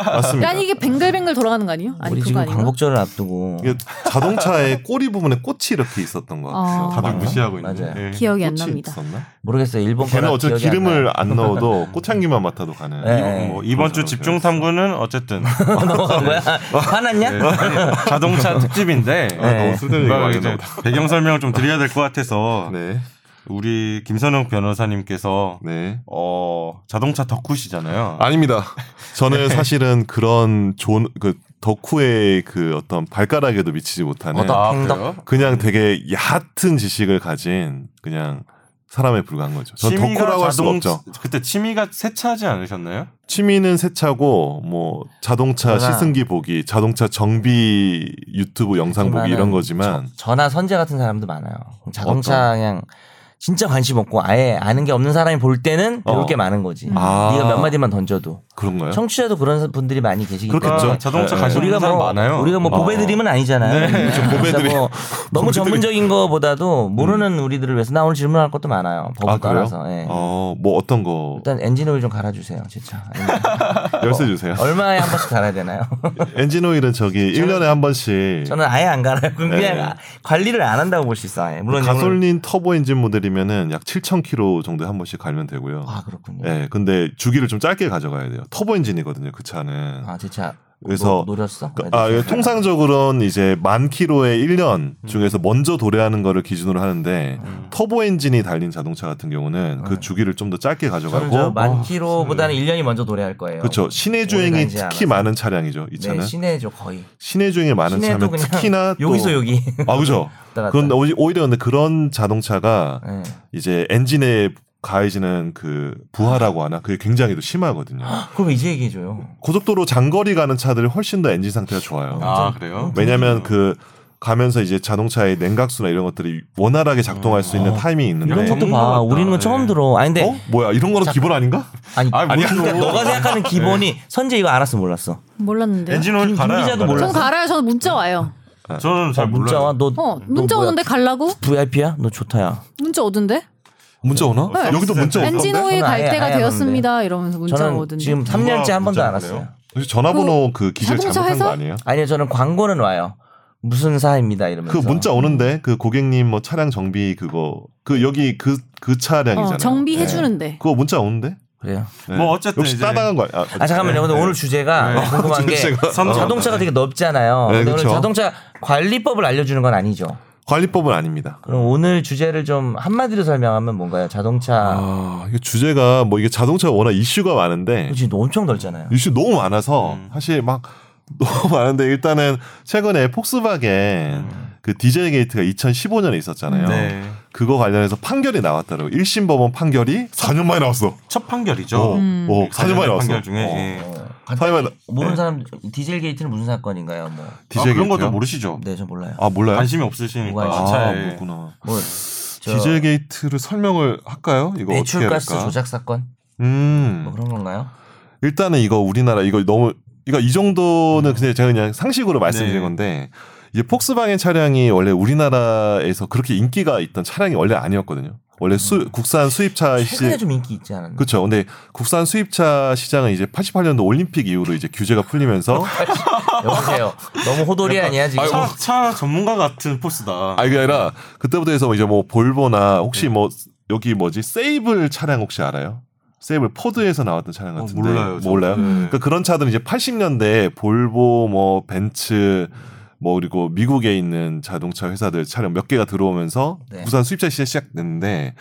[SPEAKER 4] 맞습니다.
[SPEAKER 2] 야, 이게 뱅글뱅글 돌아가는 거 아니에요? 아니,
[SPEAKER 3] 우리
[SPEAKER 2] 그거
[SPEAKER 3] 지금
[SPEAKER 2] 아닌가?
[SPEAKER 3] 광복절을 앞두고
[SPEAKER 4] 이게 자동차의 꼬리 부분에 꽃이 이렇게 있었던 것 같아요.
[SPEAKER 2] 어.
[SPEAKER 1] 다들
[SPEAKER 4] 맞나요?
[SPEAKER 1] 무시하고 있네.
[SPEAKER 3] 맞아요.
[SPEAKER 1] 예.
[SPEAKER 2] 기억이 안
[SPEAKER 4] 꽃이
[SPEAKER 2] 납니다.
[SPEAKER 4] 있었나?
[SPEAKER 3] 모르겠어요. 일본
[SPEAKER 4] 걔는
[SPEAKER 3] 거라
[SPEAKER 4] 어차피
[SPEAKER 3] 기억이 안
[SPEAKER 4] 기름을 안, 넣어도 꽃향기만 맡아도 가는.
[SPEAKER 3] 네.
[SPEAKER 4] 이번-
[SPEAKER 1] 뭐 이번 주
[SPEAKER 4] 그런
[SPEAKER 1] 집중
[SPEAKER 4] 사람들.
[SPEAKER 1] 탐구는 어쨌든
[SPEAKER 3] 나요. 넘어간 거야? 화났냐?
[SPEAKER 4] 예.
[SPEAKER 1] 네, 아니, 자동차 특집인데
[SPEAKER 4] 아, 너무
[SPEAKER 1] 네.
[SPEAKER 4] 수된 얘기 많이
[SPEAKER 1] 이제
[SPEAKER 4] 나오다.
[SPEAKER 1] 배경 설명을 좀 드려야 될 것 같아서
[SPEAKER 4] 네.
[SPEAKER 1] 우리 김선욱 변호사님께서
[SPEAKER 4] 네.
[SPEAKER 1] 어 자동차 덕후시잖아요.
[SPEAKER 4] 아닙니다. 저는 사실은 그런 존, 그 덕후의 그 어떤 발가락에도 미치지 못하는
[SPEAKER 3] 어떤 팽덕?
[SPEAKER 1] 아, 그래요?
[SPEAKER 4] 그냥 되게 얕은 지식을 가진 그냥 사람에 불과한 거죠. 전
[SPEAKER 1] 취미가
[SPEAKER 4] 덕후라고 할 수가
[SPEAKER 1] 자동-
[SPEAKER 4] 없죠.
[SPEAKER 1] 그때 취미가 세차하지 않으셨나요?
[SPEAKER 4] 취미는 세차고 뭐 자동차
[SPEAKER 3] 그러나-
[SPEAKER 4] 시승기 보기, 자동차 정비 유튜브 영상 보기 이런 거지만
[SPEAKER 3] 전화 선재 같은 사람도 많아요. 자동차 그냥 진짜 관심 없고 아예 아는 게 없는 사람이 볼 때는 배울
[SPEAKER 4] 어.
[SPEAKER 3] 게 많은 거지.
[SPEAKER 4] 아.
[SPEAKER 3] 네가 몇 마디만 던져도.
[SPEAKER 4] 그런가요?
[SPEAKER 3] 청취자도 그런 분들이 많이 계시기 때문에
[SPEAKER 4] 네? 그렇겠죠.
[SPEAKER 1] 아, 자동차
[SPEAKER 4] 네.
[SPEAKER 1] 관심
[SPEAKER 3] 우리가
[SPEAKER 1] 있는 사람
[SPEAKER 3] 뭐
[SPEAKER 1] 많아요.
[SPEAKER 3] 우리가 뭐
[SPEAKER 1] 어.
[SPEAKER 3] 보배드림은 아니잖아요.
[SPEAKER 4] 네, 저 보배드림. 음.
[SPEAKER 3] 그래서 뭐 너무 전문적인 거보다도 모르는 우리들을 위해서 나 오늘 질문할 것도 많아요. 법을
[SPEAKER 4] 아 그래요?
[SPEAKER 3] 따라서. 예.
[SPEAKER 4] 어, 뭐 어떤 거
[SPEAKER 3] 일단 뭐 엔진 오일 좀 갈아주세요, 진짜. 아니면
[SPEAKER 4] 열쇠 주세요.
[SPEAKER 3] 얼마에 한 번씩 갈아야 되나요?
[SPEAKER 4] 네. 엔진 오일은 저기 일 1년에 한 번씩
[SPEAKER 3] 저는 아예 안 갈아요. 그럼
[SPEAKER 4] 네.
[SPEAKER 3] 그냥 아- 관리를 안 한다고 볼 수 있어. 아예. 물론 이제 오늘-
[SPEAKER 4] 가솔린 터보 엔진 모델이면은 약 7,000km 정도 에한 번씩 갈면 되고요.
[SPEAKER 3] 아 그렇군요.
[SPEAKER 4] 예, 근데 주기를 좀 짧게 가져가야 돼요. 터보 엔진이거든요, 그 차는.
[SPEAKER 3] 아 진짜.
[SPEAKER 4] 그래서
[SPEAKER 3] 노, 노렸어?
[SPEAKER 4] 그- 아, 예, 통상적으로는 이제 만 키로에 1년
[SPEAKER 3] 음.
[SPEAKER 4] 중에서 먼저 도래하는 거를 기준으로 하는데 터보 엔진이 달린 자동차 같은 경우는
[SPEAKER 3] 네.
[SPEAKER 4] 그 주기를 좀 더 짧게
[SPEAKER 3] 저는 저
[SPEAKER 4] 가져가고
[SPEAKER 3] 만 키로보다는 1년이 먼저 노래할 거예요.
[SPEAKER 4] 뭐? 어, 네. 그렇죠. 시내
[SPEAKER 3] 오래
[SPEAKER 4] 주행이
[SPEAKER 3] 가지
[SPEAKER 4] 특히
[SPEAKER 3] 않아서.
[SPEAKER 4] 많은 차량이죠, 이 차는.
[SPEAKER 3] 네, 시내죠 거의.
[SPEAKER 4] 시내 주행이 많은
[SPEAKER 3] 시내도
[SPEAKER 4] 차면
[SPEAKER 3] 그냥
[SPEAKER 4] 특히나 또-
[SPEAKER 3] 여기서 여기.
[SPEAKER 4] 아, 그죠.
[SPEAKER 3] 왔다 갔다.
[SPEAKER 4] 그런데 오히- 오히려 근데 그런 자동차가
[SPEAKER 3] 네.
[SPEAKER 4] 이제 엔진에 가해지는 그 부하라고 하나 그게 굉장히 또 심하거든요.
[SPEAKER 3] 그럼 이제 얘기해 줘요.
[SPEAKER 4] 고속도로 장거리 가는 차들이 훨씬 더 엔진 상태가 좋아요.
[SPEAKER 3] 뭐
[SPEAKER 1] 아 그래요?
[SPEAKER 3] 네?
[SPEAKER 4] 왜냐하면 그 가면서 이제 자동차의 냉각수나 이런 것들이 원활하게 작동할 수 있는 타이밍이 있는데
[SPEAKER 1] 이런
[SPEAKER 3] 이런 것도
[SPEAKER 1] 전문가
[SPEAKER 3] 봐.
[SPEAKER 1] 같다.
[SPEAKER 3] 아, 우리는 건 처음
[SPEAKER 1] 네.
[SPEAKER 3] 들어. 아니 근데
[SPEAKER 4] 어 뭐야 이런 거는 기본 아닌가?
[SPEAKER 3] 아니
[SPEAKER 1] 아니,
[SPEAKER 3] 아니
[SPEAKER 1] 뭐야,
[SPEAKER 3] 그러니까
[SPEAKER 1] 그거.
[SPEAKER 3] 너가 생각하는 기본이 선재 이거 알았어 몰랐어.
[SPEAKER 2] 몰랐는데요.
[SPEAKER 1] 엔진 오일
[SPEAKER 3] 김-
[SPEAKER 1] 갈아요.
[SPEAKER 3] 김기자도
[SPEAKER 1] 안
[SPEAKER 2] 전
[SPEAKER 1] 갈아요?
[SPEAKER 3] 몰랐어.
[SPEAKER 2] 갈아요. 저는 문자 와요.
[SPEAKER 1] 저는 잘
[SPEAKER 3] 어, 문자
[SPEAKER 1] 몰라요.
[SPEAKER 3] 와. 너
[SPEAKER 2] 어,
[SPEAKER 3] 너
[SPEAKER 2] 문자
[SPEAKER 3] 뭐야?
[SPEAKER 2] 오는데 갈라고?
[SPEAKER 3] VIP야? 너 좋다야.
[SPEAKER 2] 문자 오던데?
[SPEAKER 4] 문자 오나?
[SPEAKER 2] 네.
[SPEAKER 4] 여기도 문자 오나?
[SPEAKER 2] 엔진
[SPEAKER 3] 저는
[SPEAKER 2] 오일 갈
[SPEAKER 3] 아예- 아예
[SPEAKER 2] 때가
[SPEAKER 3] 안
[SPEAKER 2] 되었습니다. 이러면서 문자
[SPEAKER 3] 저는
[SPEAKER 2] 오던데. 어,
[SPEAKER 3] 지금 3년째 한 번도
[SPEAKER 1] 문자
[SPEAKER 3] 안 왔어요.
[SPEAKER 1] 보내요?
[SPEAKER 4] 혹시 전화번호 그 기술
[SPEAKER 2] 자동차
[SPEAKER 4] 잘못한 거
[SPEAKER 2] 회사?
[SPEAKER 4] 아니에요?
[SPEAKER 3] 아니요 저는 광고는 와요. 무슨 사입니다 이러면서.
[SPEAKER 4] 그 문자 오는데 그 고객님 뭐 차량 정비 그거 그 여기 그 그 차량이잖아요. 네.
[SPEAKER 2] 어, 정비해 주는데.
[SPEAKER 4] 그거 문자 오는데?
[SPEAKER 3] 그래요.
[SPEAKER 4] 네.
[SPEAKER 1] 뭐 어쨌든
[SPEAKER 4] 역시
[SPEAKER 1] 이제-
[SPEAKER 4] 따당한 거 아니야?
[SPEAKER 3] 아 잠깐만요. 근데 오늘 주제가 어,
[SPEAKER 1] 네.
[SPEAKER 3] 아,
[SPEAKER 1] 어.
[SPEAKER 3] 궁금한 게
[SPEAKER 4] 주제가- 어.
[SPEAKER 1] 선전.
[SPEAKER 3] 자동차가 되게 넓잖아요.
[SPEAKER 4] 네,
[SPEAKER 3] 근데 오늘
[SPEAKER 4] 그쵸.
[SPEAKER 3] 자동차 관리법을 알려주는 건 아니죠.
[SPEAKER 4] 관리법은 아닙니다.
[SPEAKER 3] 그럼 오늘 주제를 좀 한마디로 설명하면 뭔가요? 자동차.
[SPEAKER 4] 아, 이게 주제가 뭐 이게 자동차가 워낙 이슈가 많은데
[SPEAKER 3] 그치, 엄청 넓잖아요.
[SPEAKER 4] 음. 이슈 너무 많아서
[SPEAKER 1] 음.
[SPEAKER 4] 사실 막 너무 많은데 일단은 최근에 폭스바겐 그 디젤 게이트가 2015년에 있었잖아요.
[SPEAKER 1] 음. 네.
[SPEAKER 4] 그거 관련해서 판결이 나왔다라고 1심 법원 판결이 4년 만에 나왔어.
[SPEAKER 1] 첫
[SPEAKER 4] 어,
[SPEAKER 1] 판결이죠. 네,
[SPEAKER 2] 음.
[SPEAKER 4] 어, 4년 만에 나왔어.
[SPEAKER 1] 판결 중에
[SPEAKER 4] 어.
[SPEAKER 1] 예.
[SPEAKER 3] 어,
[SPEAKER 4] 사회 만-
[SPEAKER 3] 모르는
[SPEAKER 4] 네.
[SPEAKER 3] 사람 디젤 게이트는 무슨 사건인가요? 뭐,
[SPEAKER 4] 디젤
[SPEAKER 1] 아, 그런 것도
[SPEAKER 4] 게이트요?
[SPEAKER 1] 모르시죠.
[SPEAKER 3] 네, 저 몰라요.
[SPEAKER 4] 아 몰라요.
[SPEAKER 1] 관심이
[SPEAKER 3] 아,
[SPEAKER 1] 없으시니까 네.
[SPEAKER 4] 아
[SPEAKER 1] 차에
[SPEAKER 4] 그렇구나.
[SPEAKER 3] 뭐, 저
[SPEAKER 4] 디젤 게이트를 설명을 할까요? 이거 어떻게
[SPEAKER 3] 배출가스
[SPEAKER 4] 할까?
[SPEAKER 3] 조작 사건 뭐
[SPEAKER 4] 음
[SPEAKER 3] 그런 건가요?
[SPEAKER 4] 일단은 이거 우리나라 이거 너무 이거 이 정도는 그냥 제가 그냥 상식으로
[SPEAKER 1] 음.
[SPEAKER 4] 말씀드린
[SPEAKER 1] 네.
[SPEAKER 4] 건데 이제 폭스바겐 차량이 원래 우리나라에서 그렇게 인기가 있던 차량이 원래 아니었거든요. 원래 수,
[SPEAKER 1] 음.
[SPEAKER 4] 국산 수입차
[SPEAKER 3] 최근에
[SPEAKER 4] 시장
[SPEAKER 3] 좀 인기 있지 않았나?
[SPEAKER 4] 그렇죠. 근데 국산 수입차 시장은 이제 88년도 올림픽 이후로 이제 규제가 풀리면서
[SPEAKER 1] 어?
[SPEAKER 3] 여보세요. 너무 호돌이 아니야 지금?
[SPEAKER 1] 차, 차 전문가 같은 포스다.
[SPEAKER 4] 아 이게 아니라 그때부터 해서 이제 뭐 볼보나
[SPEAKER 1] 네.
[SPEAKER 4] 혹시 뭐 여기 뭐지 세이블 차량 혹시 알아요? 세이블 포드에서 나왔던 차량
[SPEAKER 1] 어,
[SPEAKER 4] 같은데
[SPEAKER 1] 몰라요. 저도.
[SPEAKER 4] 몰라요?
[SPEAKER 1] 네.
[SPEAKER 4] 그러니까 그런 차들은 이제 80년대 볼보 뭐 벤츠 뭐 그리고 미국에 있는 자동차 회사들 차량 몇 개가 들어오면서
[SPEAKER 3] 네.
[SPEAKER 4] 부산 수입차 시장 시작됐는데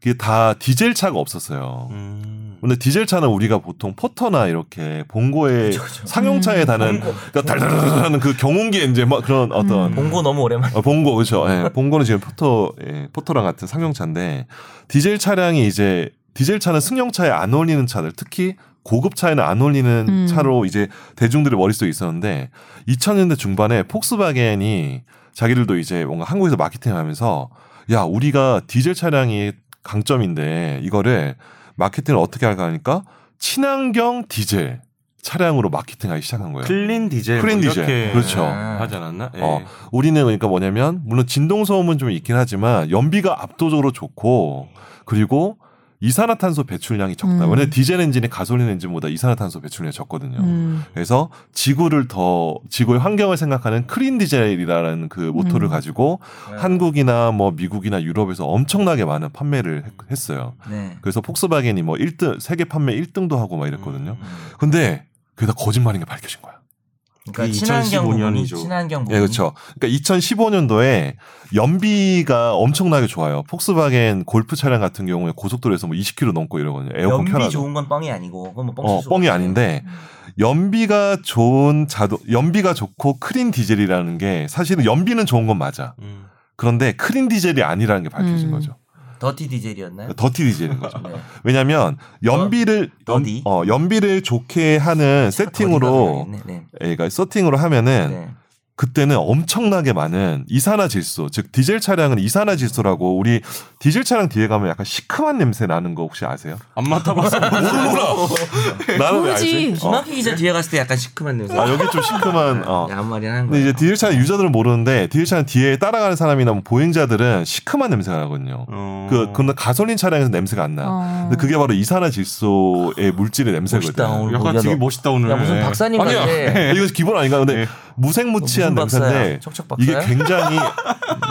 [SPEAKER 4] 그게 다 디젤 차가 없었어요.
[SPEAKER 1] 음.
[SPEAKER 4] 근데 디젤 차는 우리가 보통 포터나 이렇게 봉고에
[SPEAKER 3] 그렇죠, 그쵸, 그쵸.
[SPEAKER 4] 상용차에 다는 그러니까 달달달하는 그 경운기에 이제 막 그런 어떤
[SPEAKER 3] 공고 너무 오랜만에
[SPEAKER 4] 어, 봉고 그렇죠. 예, 봉고는 지금 포터 예, 포터랑 같은 상용차인데 디젤 차량이 이제 디젤 차는 승용차에 안 어울리는 차들 특히 고급 차에는 안 어울리는
[SPEAKER 2] 음.
[SPEAKER 4] 차로 이제 대중들의 머릿속에 있었는데 2000년대 중반에 폭스바겐이 자기들도 이제 뭔가 한국에서 마케팅하면서 야 우리가 디젤 차량이 강점인데 이거를 마케팅을 어떻게 할까 하니까 친환경 디젤 차량으로 마케팅하기 시작한 거예요.
[SPEAKER 1] 그러니까. 클린 디젤.
[SPEAKER 4] 클린
[SPEAKER 1] 뭐
[SPEAKER 4] 디젤.
[SPEAKER 1] 이렇게
[SPEAKER 4] 그렇죠.
[SPEAKER 1] 하지 않았나? 예.
[SPEAKER 4] 어, 우리는 그러니까 뭐냐면 물론 진동 소음은 좀 있긴 하지만 연비가 압도적으로 좋고 그리고 이산화탄소 배출량이 적다.
[SPEAKER 2] 음.
[SPEAKER 4] 왜냐면 디젤 엔진이 가솔린 엔진보다 이산화탄소 배출량이 적거든요.
[SPEAKER 2] 음.
[SPEAKER 4] 그래서 지구를 더 지구의 환경을 생각하는 크린 디젤이라는 그 모토를
[SPEAKER 2] 음.
[SPEAKER 4] 가지고 한국이나 뭐 미국이나 유럽에서 엄청나게 많은 판매를 했- 했어요.
[SPEAKER 3] 네.
[SPEAKER 4] 그래서 폭스바겐이 뭐 1등 세계 판매 1등도 하고 막 이랬거든요.
[SPEAKER 3] 음.
[SPEAKER 4] 근데 그게 다 거짓말인 게 밝혀진 거야.
[SPEAKER 3] 그러니까
[SPEAKER 1] 그
[SPEAKER 3] 친환경
[SPEAKER 1] 2015
[SPEAKER 3] 부분이
[SPEAKER 1] 년이죠.
[SPEAKER 3] 친환경 부분.
[SPEAKER 4] 예, 그렇죠. 그러니까 2015년도에 연비가 엄청나게 좋아요. 폭스바겐 골프 차량 같은 경우에 고속도로에서 뭐 20km 넘고 이러거든요. 에어컨
[SPEAKER 3] 연비
[SPEAKER 4] 켜놔도.
[SPEAKER 3] 좋은 네. 건 뻥이 아니고 그건 뭐 뻥칠
[SPEAKER 4] 어,
[SPEAKER 3] 수가
[SPEAKER 4] 뻥이
[SPEAKER 3] 없어요.
[SPEAKER 4] 아닌데 연비가 좋은 자동 연비가 좋고 크린 디젤이라는 게 사실은 연비는 좋은 건 맞아.
[SPEAKER 1] 음.
[SPEAKER 4] 그런데 크린 디젤이 아니라는 게 밝혀진
[SPEAKER 2] 음.
[SPEAKER 4] 거죠.
[SPEAKER 3] 더티 디젤이었나요?
[SPEAKER 4] 더티 디젤인 거죠.
[SPEAKER 3] 네.
[SPEAKER 4] 왜냐면 연비를 연,
[SPEAKER 3] 더디?
[SPEAKER 4] 어, 연비를 좋게 하는 세팅으로 어.
[SPEAKER 3] 더티가 들어가겠네.
[SPEAKER 4] 예, 그러니까 세팅으로 하면은
[SPEAKER 3] 네. 네.
[SPEAKER 4] 그때는 엄청나게 많은 이산화 질소, 즉 디젤 차량은 이산화 질소라고 우리 디젤 차량 뒤에 가면 약간 시큼한 냄새 나는 거 혹시 아세요?
[SPEAKER 1] 안 맡아봤어.
[SPEAKER 3] 네,
[SPEAKER 4] 나는 왜
[SPEAKER 2] 모르지.
[SPEAKER 4] 알지? 어.
[SPEAKER 3] 김학기 기자 뒤에 갔을 때 약간 시큼한 냄새.
[SPEAKER 4] 아 여기 좀 시큼한. 어.
[SPEAKER 3] 아무 말이나 한
[SPEAKER 4] 근데
[SPEAKER 3] 거예요.
[SPEAKER 4] 이제 디젤 차량 유저들은 모르는데 디젤 차량 뒤에 따라가는 사람이나 뭐 보행자들은 시큼한 냄새가 나거든요.
[SPEAKER 1] 어.
[SPEAKER 3] 음.
[SPEAKER 4] 그 근데 가솔린 차량에서 냄새가 안 나.
[SPEAKER 2] 어.
[SPEAKER 4] 근데 그게 바로 이산화 질소의 물질의
[SPEAKER 3] 아, 멋있다,
[SPEAKER 4] 냄새거든요.
[SPEAKER 3] 오늘.
[SPEAKER 1] 약간
[SPEAKER 3] 뭐야,
[SPEAKER 1] 되게
[SPEAKER 3] 너.
[SPEAKER 1] 멋있다 오늘.
[SPEAKER 3] 야 무슨 박사님
[SPEAKER 4] 아니야.
[SPEAKER 3] 같아.
[SPEAKER 4] 이거 기본 아닌가? 근데
[SPEAKER 1] 네.
[SPEAKER 4] 무색무취한
[SPEAKER 3] 무슨 박사야?
[SPEAKER 4] 냄새인데
[SPEAKER 3] 척척 박사야?
[SPEAKER 4] 이게 굉장히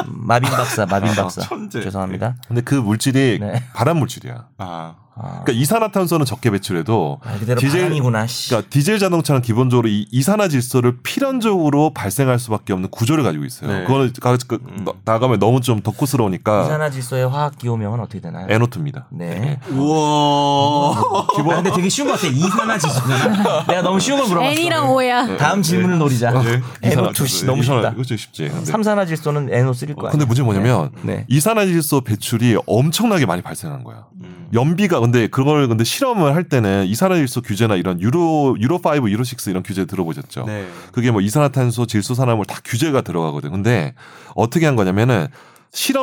[SPEAKER 3] 마빈 박사, 마빈
[SPEAKER 4] 아,
[SPEAKER 3] 박사.
[SPEAKER 1] 천재.
[SPEAKER 3] 죄송합니다.
[SPEAKER 4] 근데 그 물질이
[SPEAKER 3] 네.
[SPEAKER 4] 발암 물질이야.
[SPEAKER 1] 아.
[SPEAKER 3] 아,
[SPEAKER 4] 그러니까 이산화탄소는 적게 배출해도
[SPEAKER 3] 말 그대로
[SPEAKER 4] 디젤-
[SPEAKER 3] 바람이구나. 씨.
[SPEAKER 4] 그러니까 디젤 자동차는 기본적으로 이 이산화질소를 필연적으로 발생할 수밖에 없는 구조를 가지고 있어요.
[SPEAKER 1] 네.
[SPEAKER 4] 그거는 가, 그, 나- 나가면 너무 좀 덕후스러우니까
[SPEAKER 3] 음. 이산화질소의 화학 기호명은 어떻게 되나요?
[SPEAKER 4] 에노트입니다.
[SPEAKER 3] 네.
[SPEAKER 1] 우와.
[SPEAKER 3] 기본. 근데 되게 쉬운 것 같아. 이산화질소. 내가 너무 쉬운 걸 물어봤어.
[SPEAKER 2] N이랑 O야.
[SPEAKER 3] 다음 질문을 노리자. 에노2 씨 너무
[SPEAKER 4] 네. 이산화-
[SPEAKER 3] 쉽다.
[SPEAKER 4] 이거 좀 쉽지. 근데,
[SPEAKER 3] 삼산화질소는 에노3일 거야.
[SPEAKER 4] 어, 근데 문제는 뭐냐면
[SPEAKER 3] 네.
[SPEAKER 4] 이산화질소 배출이 엄청나게 많이 발생한 거야.
[SPEAKER 1] 음.
[SPEAKER 4] 연비가 근데 그걸 근데 실험을 할 때는 이산화질소 규제나 이런 유로 유로 5, 유로 6 이런 규제 들어보셨죠?
[SPEAKER 1] 네.
[SPEAKER 4] 그게 뭐 이산화탄소, 질소산화물 다 규제가 들어가거든. 근데 어떻게 한 거냐면은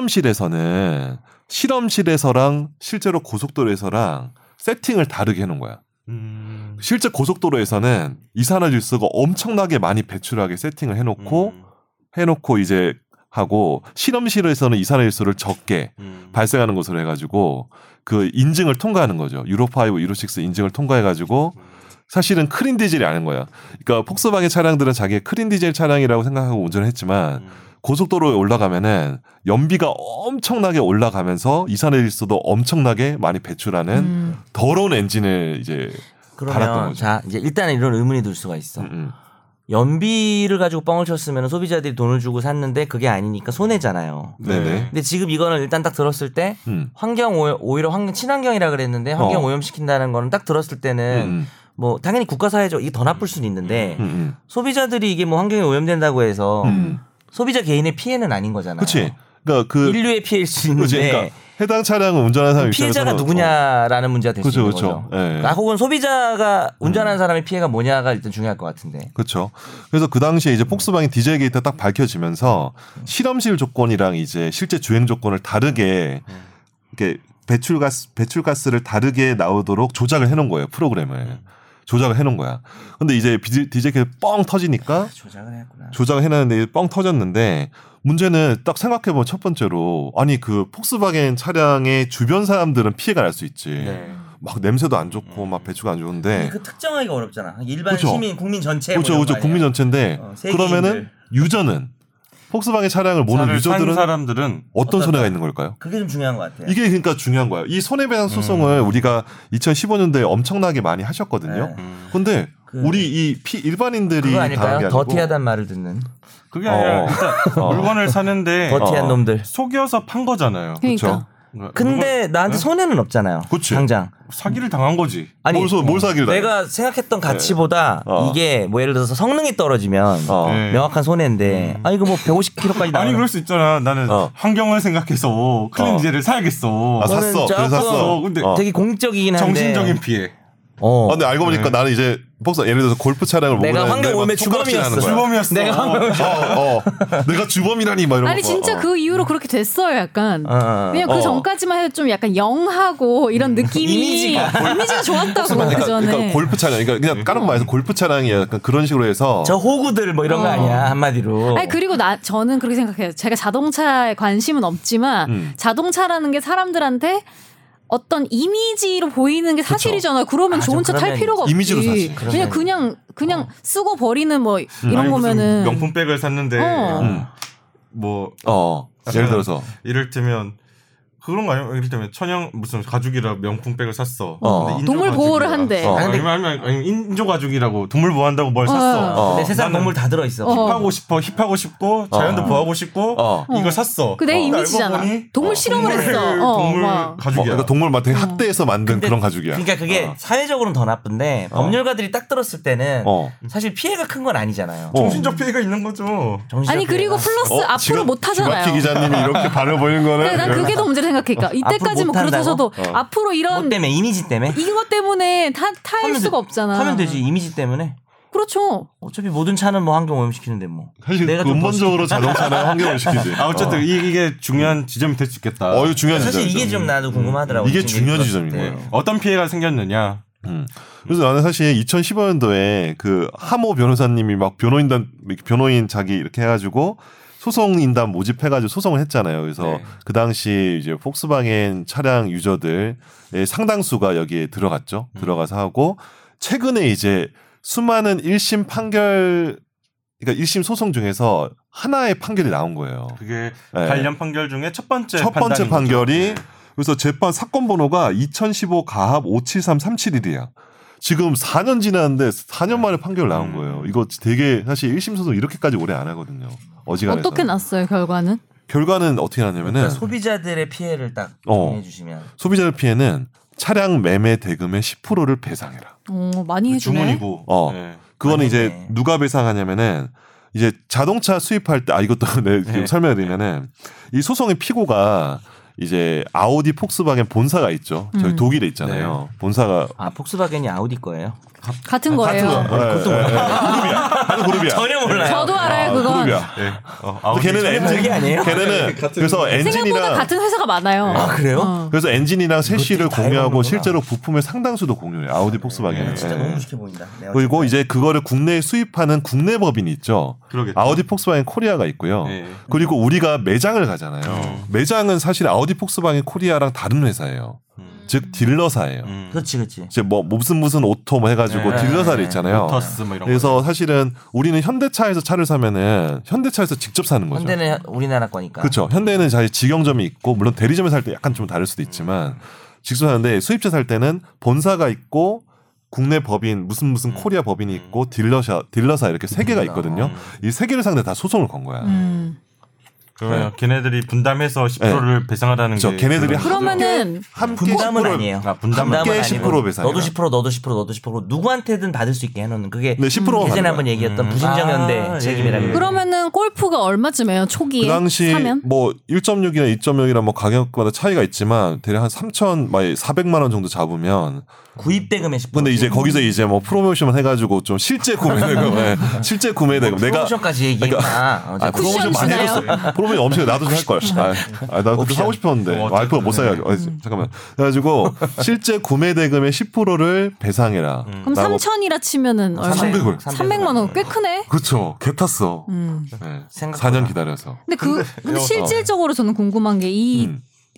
[SPEAKER 4] 실험실에서는 실험실에서랑 실제로 고속도로에서랑 세팅을 다르게 해놓은 거야.
[SPEAKER 1] 음.
[SPEAKER 4] 실제 고속도로에서는 이산화질소가 엄청나게 많이 배출하게 세팅을 해놓고
[SPEAKER 1] 음.
[SPEAKER 4] 해놓고 이제 하고 실험실에서는 이산화질소를 적게
[SPEAKER 1] 음.
[SPEAKER 4] 발생하는 것으로 해가지고 그 인증을 통과하는 거죠. 유로 5, 유로 6 인증을 통과해가지고 사실은 크린 디젤이 아닌 거야. 그러니까 폭스바겐 차량들은 자기의 크린 디젤 차량이라고 생각하고 운전을 했지만
[SPEAKER 1] 음.
[SPEAKER 4] 고속도로에 올라가면은 연비가 엄청나게 올라가면서 이산화질소도 엄청나게 많이 배출하는
[SPEAKER 2] 음.
[SPEAKER 4] 더러운 엔진을 이제 달았던
[SPEAKER 3] 그러면
[SPEAKER 4] 거죠.
[SPEAKER 3] 자 이제 일단은 이런 의문이 들 수가 있어.
[SPEAKER 4] 음, 음.
[SPEAKER 3] 연비를 가지고 뻥을 쳤으면 소비자들이 돈을 주고 샀는데 그게 아니니까 손해잖아요.
[SPEAKER 4] 네네.
[SPEAKER 3] 근데 지금 이거는 일단 딱 들었을 때
[SPEAKER 4] 음.
[SPEAKER 3] 환경 오염, 오히려 환경 친환경이라 그랬는데 환경
[SPEAKER 4] 어.
[SPEAKER 3] 오염시킨다는 거는 딱 들었을 때는
[SPEAKER 4] 음,
[SPEAKER 3] 뭐 당연히 국가 사회적 이게 더 나쁠 수는 있는데
[SPEAKER 4] 음, 음.
[SPEAKER 3] 소비자들이 이게 뭐 환경이 오염된다고 해서
[SPEAKER 4] 음.
[SPEAKER 3] 소비자 개인의 피해는 아닌 거잖아요.
[SPEAKER 4] 그치. 그러니까 그
[SPEAKER 3] 인류의 피해일 수
[SPEAKER 4] 그치.
[SPEAKER 3] 있는데
[SPEAKER 4] 그러니까 해당 차량을 운전하는 사람
[SPEAKER 3] 피해자가
[SPEAKER 4] 입장에서는
[SPEAKER 3] 누구냐라는 문제가 될 수
[SPEAKER 4] 그렇죠,
[SPEAKER 3] 있는
[SPEAKER 4] 그렇죠.
[SPEAKER 3] 거죠.
[SPEAKER 4] 예. 음.
[SPEAKER 3] 아, 혹은 소비자가 운전하는 사람의 피해가 뭐냐가 일단 중요할 것 같은데.
[SPEAKER 4] 그렇죠. 그래서 그 당시에 이제 폭스바겐 디젤 게이트 딱 밝혀지면서 실험실 조건이랑 이제 실제 주행 조건을 다르게 이렇게 배출가스 배출가스를 다르게 나오도록 조작을 해놓은 거예요 프로그램을 조작을 해놓은 거야. 근데 이제 비- 디젤 게이트 뻥 터지니까
[SPEAKER 3] 조작을 했구나.
[SPEAKER 4] 조작을 해놨는데 뻥 터졌는데 문제는 딱 생각해보면 첫 번째로 아니 그 폭스바겐 차량의 주변 사람들은 피해가 날 수 있지.
[SPEAKER 1] 네.
[SPEAKER 4] 막 냄새도 안 좋고 막 배추가 안 좋은데
[SPEAKER 3] 그 특정하기가 어렵잖아. 일반
[SPEAKER 4] 예. 그쵸.
[SPEAKER 3] 시민, 국민 전체. 뭐
[SPEAKER 4] 그렇죠, 그렇죠. 국민 전체인데
[SPEAKER 3] 어, 세계인들.
[SPEAKER 4] 그러면은 유저는 폭스바겐 차량을 모는
[SPEAKER 1] 차를 산
[SPEAKER 4] 유저들은
[SPEAKER 1] 사람들은
[SPEAKER 4] 어떤
[SPEAKER 3] 어떨까?
[SPEAKER 4] 손해가 있는 걸까요?
[SPEAKER 3] 그게 좀 중요한 것 같아요.
[SPEAKER 4] 이게 그러니까 중요한 거예요. 이
[SPEAKER 3] 음.
[SPEAKER 4] 손해배상 소송을 우리가 2015년도에 엄청나게 많이 하셨거든요.
[SPEAKER 3] 네.
[SPEAKER 1] 음,
[SPEAKER 4] 근데
[SPEAKER 3] 그-
[SPEAKER 4] 우리 이 피, 일반인들이
[SPEAKER 3] 그거
[SPEAKER 4] 당한 게
[SPEAKER 3] 아닐까요?
[SPEAKER 4] 아니고
[SPEAKER 3] 더티하단 말을 듣는
[SPEAKER 1] 그게 아니라
[SPEAKER 4] 어.
[SPEAKER 1] 일단
[SPEAKER 4] 어.
[SPEAKER 1] 물건을 사는데
[SPEAKER 3] 더티한
[SPEAKER 4] 어.
[SPEAKER 3] 놈들.
[SPEAKER 1] 속여서 판 거잖아요.
[SPEAKER 2] 그러니까.
[SPEAKER 1] 그러니까
[SPEAKER 3] 근데 나한테
[SPEAKER 1] 네?
[SPEAKER 3] 손해는 없잖아요.
[SPEAKER 4] 그치.
[SPEAKER 3] 당장.
[SPEAKER 1] 물건- 사기를 당한 거지.
[SPEAKER 3] 아니 어.
[SPEAKER 4] 뭘, 사- 뭘 사기를 당해?
[SPEAKER 3] 내가 생각했던 가치보다
[SPEAKER 4] 어.
[SPEAKER 3] 이게 뭐 예를 들어서 성능이 떨어지면
[SPEAKER 4] 어.
[SPEAKER 1] 네.
[SPEAKER 3] 명확한 손해인데 아 이거 뭐 150km까지
[SPEAKER 1] 아니
[SPEAKER 3] 나오는
[SPEAKER 1] 그럴 수 있잖아. 나는
[SPEAKER 4] 어.
[SPEAKER 1] 환경을 생각해서 클린
[SPEAKER 4] 어.
[SPEAKER 1] 디젤을 사야겠어. 네.
[SPEAKER 4] 아
[SPEAKER 3] 이거는
[SPEAKER 4] 샀어. 그래서
[SPEAKER 3] 조금-
[SPEAKER 4] 샀어.
[SPEAKER 1] 어, 근데
[SPEAKER 4] 어.
[SPEAKER 3] 되게 공적이긴 한데
[SPEAKER 1] 정신적인 피해.
[SPEAKER 3] 어.
[SPEAKER 4] 아, 근데 알고 보니까 나는 이제 폭스 예를 들어서 골프 차량을 몰고
[SPEAKER 3] 내가
[SPEAKER 4] 다니는데
[SPEAKER 3] 환경
[SPEAKER 4] 막
[SPEAKER 3] 오염의
[SPEAKER 4] 손가락질 하는
[SPEAKER 3] 주범이었어.
[SPEAKER 4] 거야.
[SPEAKER 1] 주범이었어.
[SPEAKER 3] 내가 환경
[SPEAKER 4] 어, 어. 내가 주범이라니 막 이런
[SPEAKER 2] 아니
[SPEAKER 4] 거.
[SPEAKER 2] 진짜
[SPEAKER 4] 어.
[SPEAKER 2] 그 이후로 그렇게 됐어요 약간
[SPEAKER 3] 어, 어, 어.
[SPEAKER 2] 그냥
[SPEAKER 4] 어.
[SPEAKER 2] 그 전까지만 해도 좀 약간 영하고 이런 느낌이
[SPEAKER 3] 이미지가.
[SPEAKER 2] 이미지가 좋았다고
[SPEAKER 4] 그러니까,
[SPEAKER 2] 그 전에
[SPEAKER 4] 그러니까 골프 차량, 그러니까 그냥 까놓고 말해서 골프 차량이 약간 그런 식으로 해서
[SPEAKER 3] 저 호구들 뭐 이런 거
[SPEAKER 2] 어.
[SPEAKER 3] 아니야 한마디로.
[SPEAKER 2] 아니 그리고 나 저는 그렇게 생각해요. 제가 자동차에 관심은 없지만
[SPEAKER 4] 음.
[SPEAKER 2] 자동차라는 게 사람들한테 어떤 이미지로 보이는 게 사실이잖아요. 그러면
[SPEAKER 3] 아,
[SPEAKER 2] 좋은 차
[SPEAKER 3] 그러면
[SPEAKER 2] 탈 필요가 없지.
[SPEAKER 4] 이미지로 사지.
[SPEAKER 2] 그냥 그냥 그냥 쓰고 버리는 뭐 이런
[SPEAKER 1] 아니, 무슨
[SPEAKER 2] 거면은
[SPEAKER 1] 명품백을 샀는데
[SPEAKER 2] 어.
[SPEAKER 4] 음.
[SPEAKER 1] 뭐
[SPEAKER 4] 어 예를 들어서
[SPEAKER 1] 이를테면 그런 거 아니야? 이를테면 천연 무슨 가죽이라 명품백을 샀어.
[SPEAKER 4] 어.
[SPEAKER 1] 근데 인조
[SPEAKER 2] 동물
[SPEAKER 1] 가죽이라.
[SPEAKER 2] 보호를 한대.
[SPEAKER 4] 어.
[SPEAKER 1] 아니면, 아니면, 아니면 인조 가죽이라고 동물 보호한다고 뭘 샀어.
[SPEAKER 4] 어.
[SPEAKER 3] 근데 세상
[SPEAKER 1] 나는
[SPEAKER 3] 동물 다 들어 있어.
[SPEAKER 2] 어.
[SPEAKER 1] 힙하고 싶어, 힙하고 싶고 자연도
[SPEAKER 4] 어.
[SPEAKER 1] 보호하고 싶고
[SPEAKER 4] 어.
[SPEAKER 1] 이걸 샀어.
[SPEAKER 2] 그 내
[SPEAKER 1] 근데 알고
[SPEAKER 2] 이미지잖아.
[SPEAKER 1] 보니
[SPEAKER 2] 동물 실험을
[SPEAKER 1] 동물,
[SPEAKER 2] 했어. 어,
[SPEAKER 1] 동물
[SPEAKER 2] 와.
[SPEAKER 4] 어,
[SPEAKER 1] 가죽이야.
[SPEAKER 4] 그러니까 동물 막 되게 학대해서 만든 그런 가죽이야.
[SPEAKER 3] 그러니까 그게
[SPEAKER 4] 어.
[SPEAKER 3] 사회적으로는 더 나쁜데 법률가들이 딱 들었을 때는
[SPEAKER 4] 어.
[SPEAKER 3] 사실 피해가 큰 건 아니잖아요.
[SPEAKER 1] 정신적 피해가 있는 거죠.
[SPEAKER 3] 정신적
[SPEAKER 2] 아니 그리고
[SPEAKER 3] 피해가.
[SPEAKER 2] 플러스
[SPEAKER 4] 어,
[SPEAKER 2] 앞으로
[SPEAKER 4] 지금
[SPEAKER 2] 못 하잖아요.
[SPEAKER 4] 지마키 기자님이 이렇게 발을 보이는 거는
[SPEAKER 2] 그래, 난 그게 더 문제라 생각해. 그러니까 이때까지 뭐
[SPEAKER 3] 앞으로 못
[SPEAKER 2] 그렇다셔도
[SPEAKER 4] 한다고? 어.
[SPEAKER 2] 앞으로
[SPEAKER 3] 뭐
[SPEAKER 2] 이런
[SPEAKER 3] 때문에 이미지 때문에
[SPEAKER 2] 이것 때문에 타, 탈
[SPEAKER 3] 하면
[SPEAKER 2] 수가
[SPEAKER 3] 되-
[SPEAKER 2] 없잖아.
[SPEAKER 3] 하면 되지 이미지 때문에
[SPEAKER 2] 그렇죠.
[SPEAKER 3] 어차피 모든 차는 뭐 환경 오염시키는데 뭐
[SPEAKER 4] 사실 그
[SPEAKER 3] 좀더
[SPEAKER 4] 근본적으로 자동차는 환경을 시키지.
[SPEAKER 1] 아 어쨌든 이, 이게 중요한 지점이 될 수 있겠다.
[SPEAKER 4] 어, 이거 중요한
[SPEAKER 3] 사실
[SPEAKER 4] 지점이죠.
[SPEAKER 3] 이게 좀 나도 그 궁금하더라고.
[SPEAKER 4] 이게
[SPEAKER 3] 지금
[SPEAKER 4] 중요한
[SPEAKER 3] 들었을
[SPEAKER 4] 지점인
[SPEAKER 3] 때.
[SPEAKER 4] 거예요.
[SPEAKER 1] 어떤 피해가 생겼느냐.
[SPEAKER 4] 음. 그래서 나는 사실 2015년도에 그 하모 변호사님이 막 변호인단 이렇게 변호인 자기 이렇게 해가지고 소송인단 모집해가지고 소송을 했잖아요. 그래서
[SPEAKER 1] 네.
[SPEAKER 4] 그 당시 이제 폭스바겐 차량 유저들의 상당수가 여기에 들어갔죠.
[SPEAKER 1] 음.
[SPEAKER 4] 들어가서 하고 최근에 이제 수많은 1심 판결 그러니까 1심 소송 중에서 하나의 판결이 나온 거예요.
[SPEAKER 1] 그게
[SPEAKER 4] 네.
[SPEAKER 1] 관련 판결 중에 첫 번째
[SPEAKER 4] 첫 번째
[SPEAKER 1] 판단인
[SPEAKER 4] 판결이
[SPEAKER 1] 거죠. 네.
[SPEAKER 4] 그래서 재판 사건 번호가 2015 가합 573371이야. 지금 4년 지났는데 4년 만에 판결 나온
[SPEAKER 1] 음.
[SPEAKER 4] 거예요. 이거 되게 사실 1심 소송 이렇게까지 오래 안 하거든요. 어지간해서.
[SPEAKER 2] 어떻게 났어요 결과는?
[SPEAKER 4] 결과는 어떻게
[SPEAKER 1] 네,
[SPEAKER 4] 나냐면은
[SPEAKER 3] 그러니까 소비자들의 피해를 딱
[SPEAKER 4] 어.
[SPEAKER 3] 정해 주시면
[SPEAKER 4] 소비자 피해는 차량 매매 대금의 10%를 배상해라.
[SPEAKER 2] 어 많이
[SPEAKER 1] 그
[SPEAKER 2] 해주네.
[SPEAKER 1] 주문이고.
[SPEAKER 4] 어.
[SPEAKER 1] 네.
[SPEAKER 4] 그거는
[SPEAKER 3] 아니네.
[SPEAKER 4] 이제 누가 배상하냐면은 이제 자동차 수입할 때 아 이것도 내
[SPEAKER 1] 네.
[SPEAKER 4] 지금 설명을 드리면은 이 소송의 피고가 이제 아우디 폭스바겐 본사가 있죠. 저희
[SPEAKER 2] 음.
[SPEAKER 4] 독일에 있잖아요. 본사가
[SPEAKER 3] 아 폭스바겐이 아우디 거예요.
[SPEAKER 4] 아,
[SPEAKER 2] 같은 거예요.
[SPEAKER 4] 그것도 그룹이야. 네, 하는 그룹이야.
[SPEAKER 3] 전혀 몰라요.
[SPEAKER 2] 네. 저도 알아요 그건.
[SPEAKER 4] 네, 그룹이야.
[SPEAKER 1] 네. 어,
[SPEAKER 4] 아,
[SPEAKER 1] 아우디
[SPEAKER 4] 걔네는
[SPEAKER 1] 전용-
[SPEAKER 4] 엔진
[SPEAKER 3] 그게 아니에요?
[SPEAKER 4] 걔네는 그래서
[SPEAKER 2] 생각보다
[SPEAKER 4] 엔진이랑
[SPEAKER 2] 같은 회사가 많아요.
[SPEAKER 3] 아 그래요?
[SPEAKER 2] 어.
[SPEAKER 4] 그래서 엔진이랑 셋시를
[SPEAKER 3] 다
[SPEAKER 4] 공유하고
[SPEAKER 3] 해먹는구나.
[SPEAKER 4] 실제로 부품의 상당수도 공유해. 요 아우디 폭스바겐.
[SPEAKER 3] 네, 진짜
[SPEAKER 4] 예.
[SPEAKER 3] 너무 무식해 보인다. 내가
[SPEAKER 4] 그리고 이제 그거를 국내에 수입하는 국내 법인이 있죠.
[SPEAKER 1] 그러겠죠.
[SPEAKER 4] 아우디 폭스바겐 코리아가 있고요.
[SPEAKER 1] 예.
[SPEAKER 4] 그리고 우리가 매장을 가잖아요.
[SPEAKER 1] 음.
[SPEAKER 4] 매장은 사실 아우디 폭스바겐 코리아랑 다른 회사예요.
[SPEAKER 1] 음.
[SPEAKER 4] 즉 딜러사예요.
[SPEAKER 1] 음.
[SPEAKER 3] 그렇지 그렇지.
[SPEAKER 4] 이제 뭐 무슨 무슨 오토 뭐 해가지고
[SPEAKER 1] 네.
[SPEAKER 4] 딜러사를 있잖아요.
[SPEAKER 1] 로터스 뭐 이런 거.
[SPEAKER 4] 그래서 사실은 우리는 현대차에서 차를 사면은 현대차에서 직접 사는 거죠.
[SPEAKER 3] 현대는 우리나라 거니까.
[SPEAKER 4] 그렇죠. 현대는 자기 직영점이 있고 물론
[SPEAKER 3] 음.
[SPEAKER 4] 대리점에 살 때 약간 좀 다를 수도 있지만 직접 사는데 수입차 살 때는 본사가 있고 국내 법인 무슨 무슨
[SPEAKER 1] 음.
[SPEAKER 4] 코리아 법인이 있고 딜러사 딜러사 이렇게 세 개가 있거든요.
[SPEAKER 1] 음.
[SPEAKER 4] 이 세 개를 상대 다 소송을 건 거야.
[SPEAKER 2] 음.
[SPEAKER 1] 그러면 걔네들이 분담해서 10%를 배상하다는
[SPEAKER 4] 그렇죠.
[SPEAKER 1] 게
[SPEAKER 4] 걔네들이
[SPEAKER 1] 그런 거죠.
[SPEAKER 2] 그러면은
[SPEAKER 4] 함께
[SPEAKER 3] 분담은
[SPEAKER 4] 10%를
[SPEAKER 3] 아니에요.
[SPEAKER 1] 아, 분담은
[SPEAKER 4] 함께
[SPEAKER 3] 아니고
[SPEAKER 4] 10% 배상이라.
[SPEAKER 3] 너도 10% 너도 10% 너도 10% 누구한테든 받을 수 있게 해놓는 그게
[SPEAKER 4] 네, 10%가
[SPEAKER 3] 예전에
[SPEAKER 4] 받는
[SPEAKER 3] 한번
[SPEAKER 4] 거야.
[SPEAKER 3] 얘기했던
[SPEAKER 1] 음.
[SPEAKER 3] 부진정 연대
[SPEAKER 1] 아,
[SPEAKER 3] 책임이라고.
[SPEAKER 1] 예, 예.
[SPEAKER 2] 그러면은 골프가 얼마쯤에요? 초기에
[SPEAKER 4] 그 당시
[SPEAKER 2] 예, 사면?
[SPEAKER 4] 뭐 1.6이나 2.0이나 뭐 가격마다 차이가 있지만 대략 한 3천 막 400만 원 정도 잡으면
[SPEAKER 3] 구입 대금의 10%.
[SPEAKER 4] 근데 이제 거기서 이제 뭐 프로모션 해가지고 좀 실제 구매대금 예, 실제 구매대금 내가
[SPEAKER 3] 프로모션까지 어, 얘기했나?
[SPEAKER 4] 아,
[SPEAKER 2] 쿠션
[SPEAKER 4] 프로모션 많이
[SPEAKER 2] 주나요?
[SPEAKER 4] 해줬어. 프로모션 엄청 나도 좀 할 걸. 아, 아, 나 그것도
[SPEAKER 3] 옵션.
[SPEAKER 4] 사고 싶었는데
[SPEAKER 1] 어,
[SPEAKER 4] 와이프가 못 사가지고. 아, 잠깐만. 그래가지고 실제 구매 대금의 10%를 배상해라.
[SPEAKER 2] 그럼
[SPEAKER 4] 라고.
[SPEAKER 2] 3천이라 치면은
[SPEAKER 3] 어,
[SPEAKER 2] 얼마?
[SPEAKER 4] 300 을.
[SPEAKER 2] 300만 아, 원 꽤 크네.
[SPEAKER 4] 그렇죠. 개 탔어.
[SPEAKER 2] 음.
[SPEAKER 4] 네.
[SPEAKER 3] 생각보다.
[SPEAKER 4] 4년 기다려서.
[SPEAKER 2] 근데 그 근데 실질적으로 저는 궁금한 게 이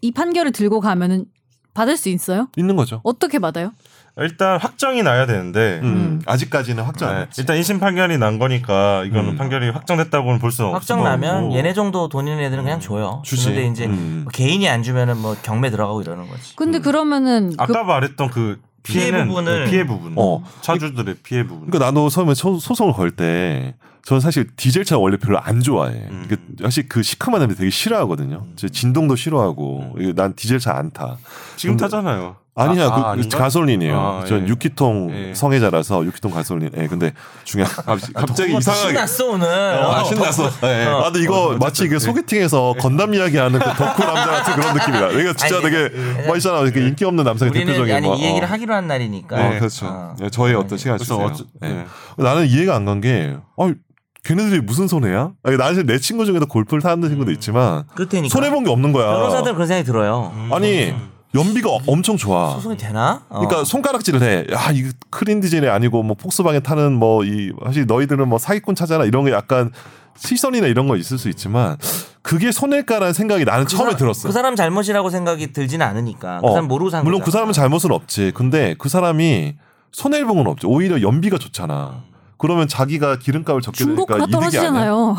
[SPEAKER 2] 이
[SPEAKER 4] 음.
[SPEAKER 2] 판결을 들고 가면은 받을 수 있어요?
[SPEAKER 4] 있는 거죠.
[SPEAKER 2] 어떻게 받아요?
[SPEAKER 1] 일단 확정이 나야 되는데
[SPEAKER 4] 음. 아직까지는 확정 안
[SPEAKER 1] 네,
[SPEAKER 4] 했지.
[SPEAKER 1] 일단 1심 판결이 난 거니까 이거는
[SPEAKER 4] 음.
[SPEAKER 1] 판결이 확정됐다고는 볼 수는 없고
[SPEAKER 3] 확정 나면 얘네 정도 돈 있는 애들은 그냥 줘요.
[SPEAKER 4] 주지.
[SPEAKER 3] 근데 이제
[SPEAKER 4] 어. 음.
[SPEAKER 3] 뭐 개인이 안 주면은 뭐 경매 들어가고 이러는 거지.
[SPEAKER 2] 근데 그러면은 그
[SPEAKER 1] 아까 말했던 그
[SPEAKER 3] 피해
[SPEAKER 1] 피해는- 네,
[SPEAKER 3] 부분을-
[SPEAKER 1] 피해 부분
[SPEAKER 4] 어.
[SPEAKER 1] 차주들의 피해 부분
[SPEAKER 4] 그러니까 나도 처음에 소- 소송을 걸 때 저는 사실 디젤차 원래 별로 안 좋아해.
[SPEAKER 1] 음.
[SPEAKER 4] 그 사실 그 시큼한 냄새 되게 싫어하거든요. 제 진동도 싫어하고 이거 난 디젤차 안 타.
[SPEAKER 1] 지금
[SPEAKER 4] 근데-
[SPEAKER 1] 타잖아요
[SPEAKER 4] 아니야,
[SPEAKER 1] 아,
[SPEAKER 4] 그
[SPEAKER 1] 아, 아닌가?
[SPEAKER 4] 가솔린이에요.
[SPEAKER 1] 아,
[SPEAKER 4] 전
[SPEAKER 1] 예.
[SPEAKER 4] 유키통
[SPEAKER 1] 예.
[SPEAKER 4] 성애자라서 유키통 가솔린. 예, 근데 중요한 갑자기, 갑자기 이상하게
[SPEAKER 3] 뭐 신났어 오늘.
[SPEAKER 4] 아,
[SPEAKER 3] 어.
[SPEAKER 4] 신났어. 예.
[SPEAKER 3] 어.
[SPEAKER 4] 아, 근데 이거 마치 이게 소개팅에서 건담 이야기하는 그 덕후 남자 같은 그런 느낌이다. 그러니까 진짜
[SPEAKER 3] 아니, 예.
[SPEAKER 4] 되게 뭐 멋있잖아. 이렇게 인기 없는 남성의 대표적인
[SPEAKER 3] 우리는 아니
[SPEAKER 4] 뭐,
[SPEAKER 3] 이 얘기를
[SPEAKER 4] 어.
[SPEAKER 3] 하기로 한 날이니까.
[SPEAKER 4] 어, 그렇죠.
[SPEAKER 3] 어.
[SPEAKER 4] 예, 저의 어떤 시간
[SPEAKER 1] 네. 그래서
[SPEAKER 4] 주세요.
[SPEAKER 1] 어쩌,
[SPEAKER 4] 예.
[SPEAKER 1] 네.
[SPEAKER 4] 나는 이해가 안 간 게, 아, 걔네들이 무슨 손해야? 아니, 나는 내 친구 중에도 골프를 타는 친구도 있지만
[SPEAKER 3] 그렇다니까.
[SPEAKER 4] 손해 본 게 없는 거야.
[SPEAKER 3] 그러니까. 변호사들 그런 생각이 들어요.
[SPEAKER 4] 아니 연비가 엄청 좋아.
[SPEAKER 3] 소송이 되나? 어.
[SPEAKER 4] 음. 그러니까 손가락질을 해. 야, 이 크린 디젤이 아니고 뭐 폭스방에 타는 뭐 이 사실 너희들은 뭐 사기꾼 차잖아 이런 게 약간 시선이나 이런 거 있을 수 있지만 그게 손해일까라는 생각이 나는
[SPEAKER 3] 그
[SPEAKER 4] 처음에
[SPEAKER 3] 사-
[SPEAKER 4] 들었어.
[SPEAKER 3] 그 사람 잘못이라고 생각이 들진 않으니까. 그
[SPEAKER 4] 어,
[SPEAKER 3] 사람 모르고 산
[SPEAKER 4] 물론
[SPEAKER 3] 거잖아.
[SPEAKER 4] 그 사람은 잘못은 없지. 근데 그 사람이 손해를 본건 없죠. 오히려 연비가 좋잖아. 그러면 자기가 기름값을 적게 내니까
[SPEAKER 2] 중고가가
[SPEAKER 4] 이득이 아니야.
[SPEAKER 2] 떨어지잖아요.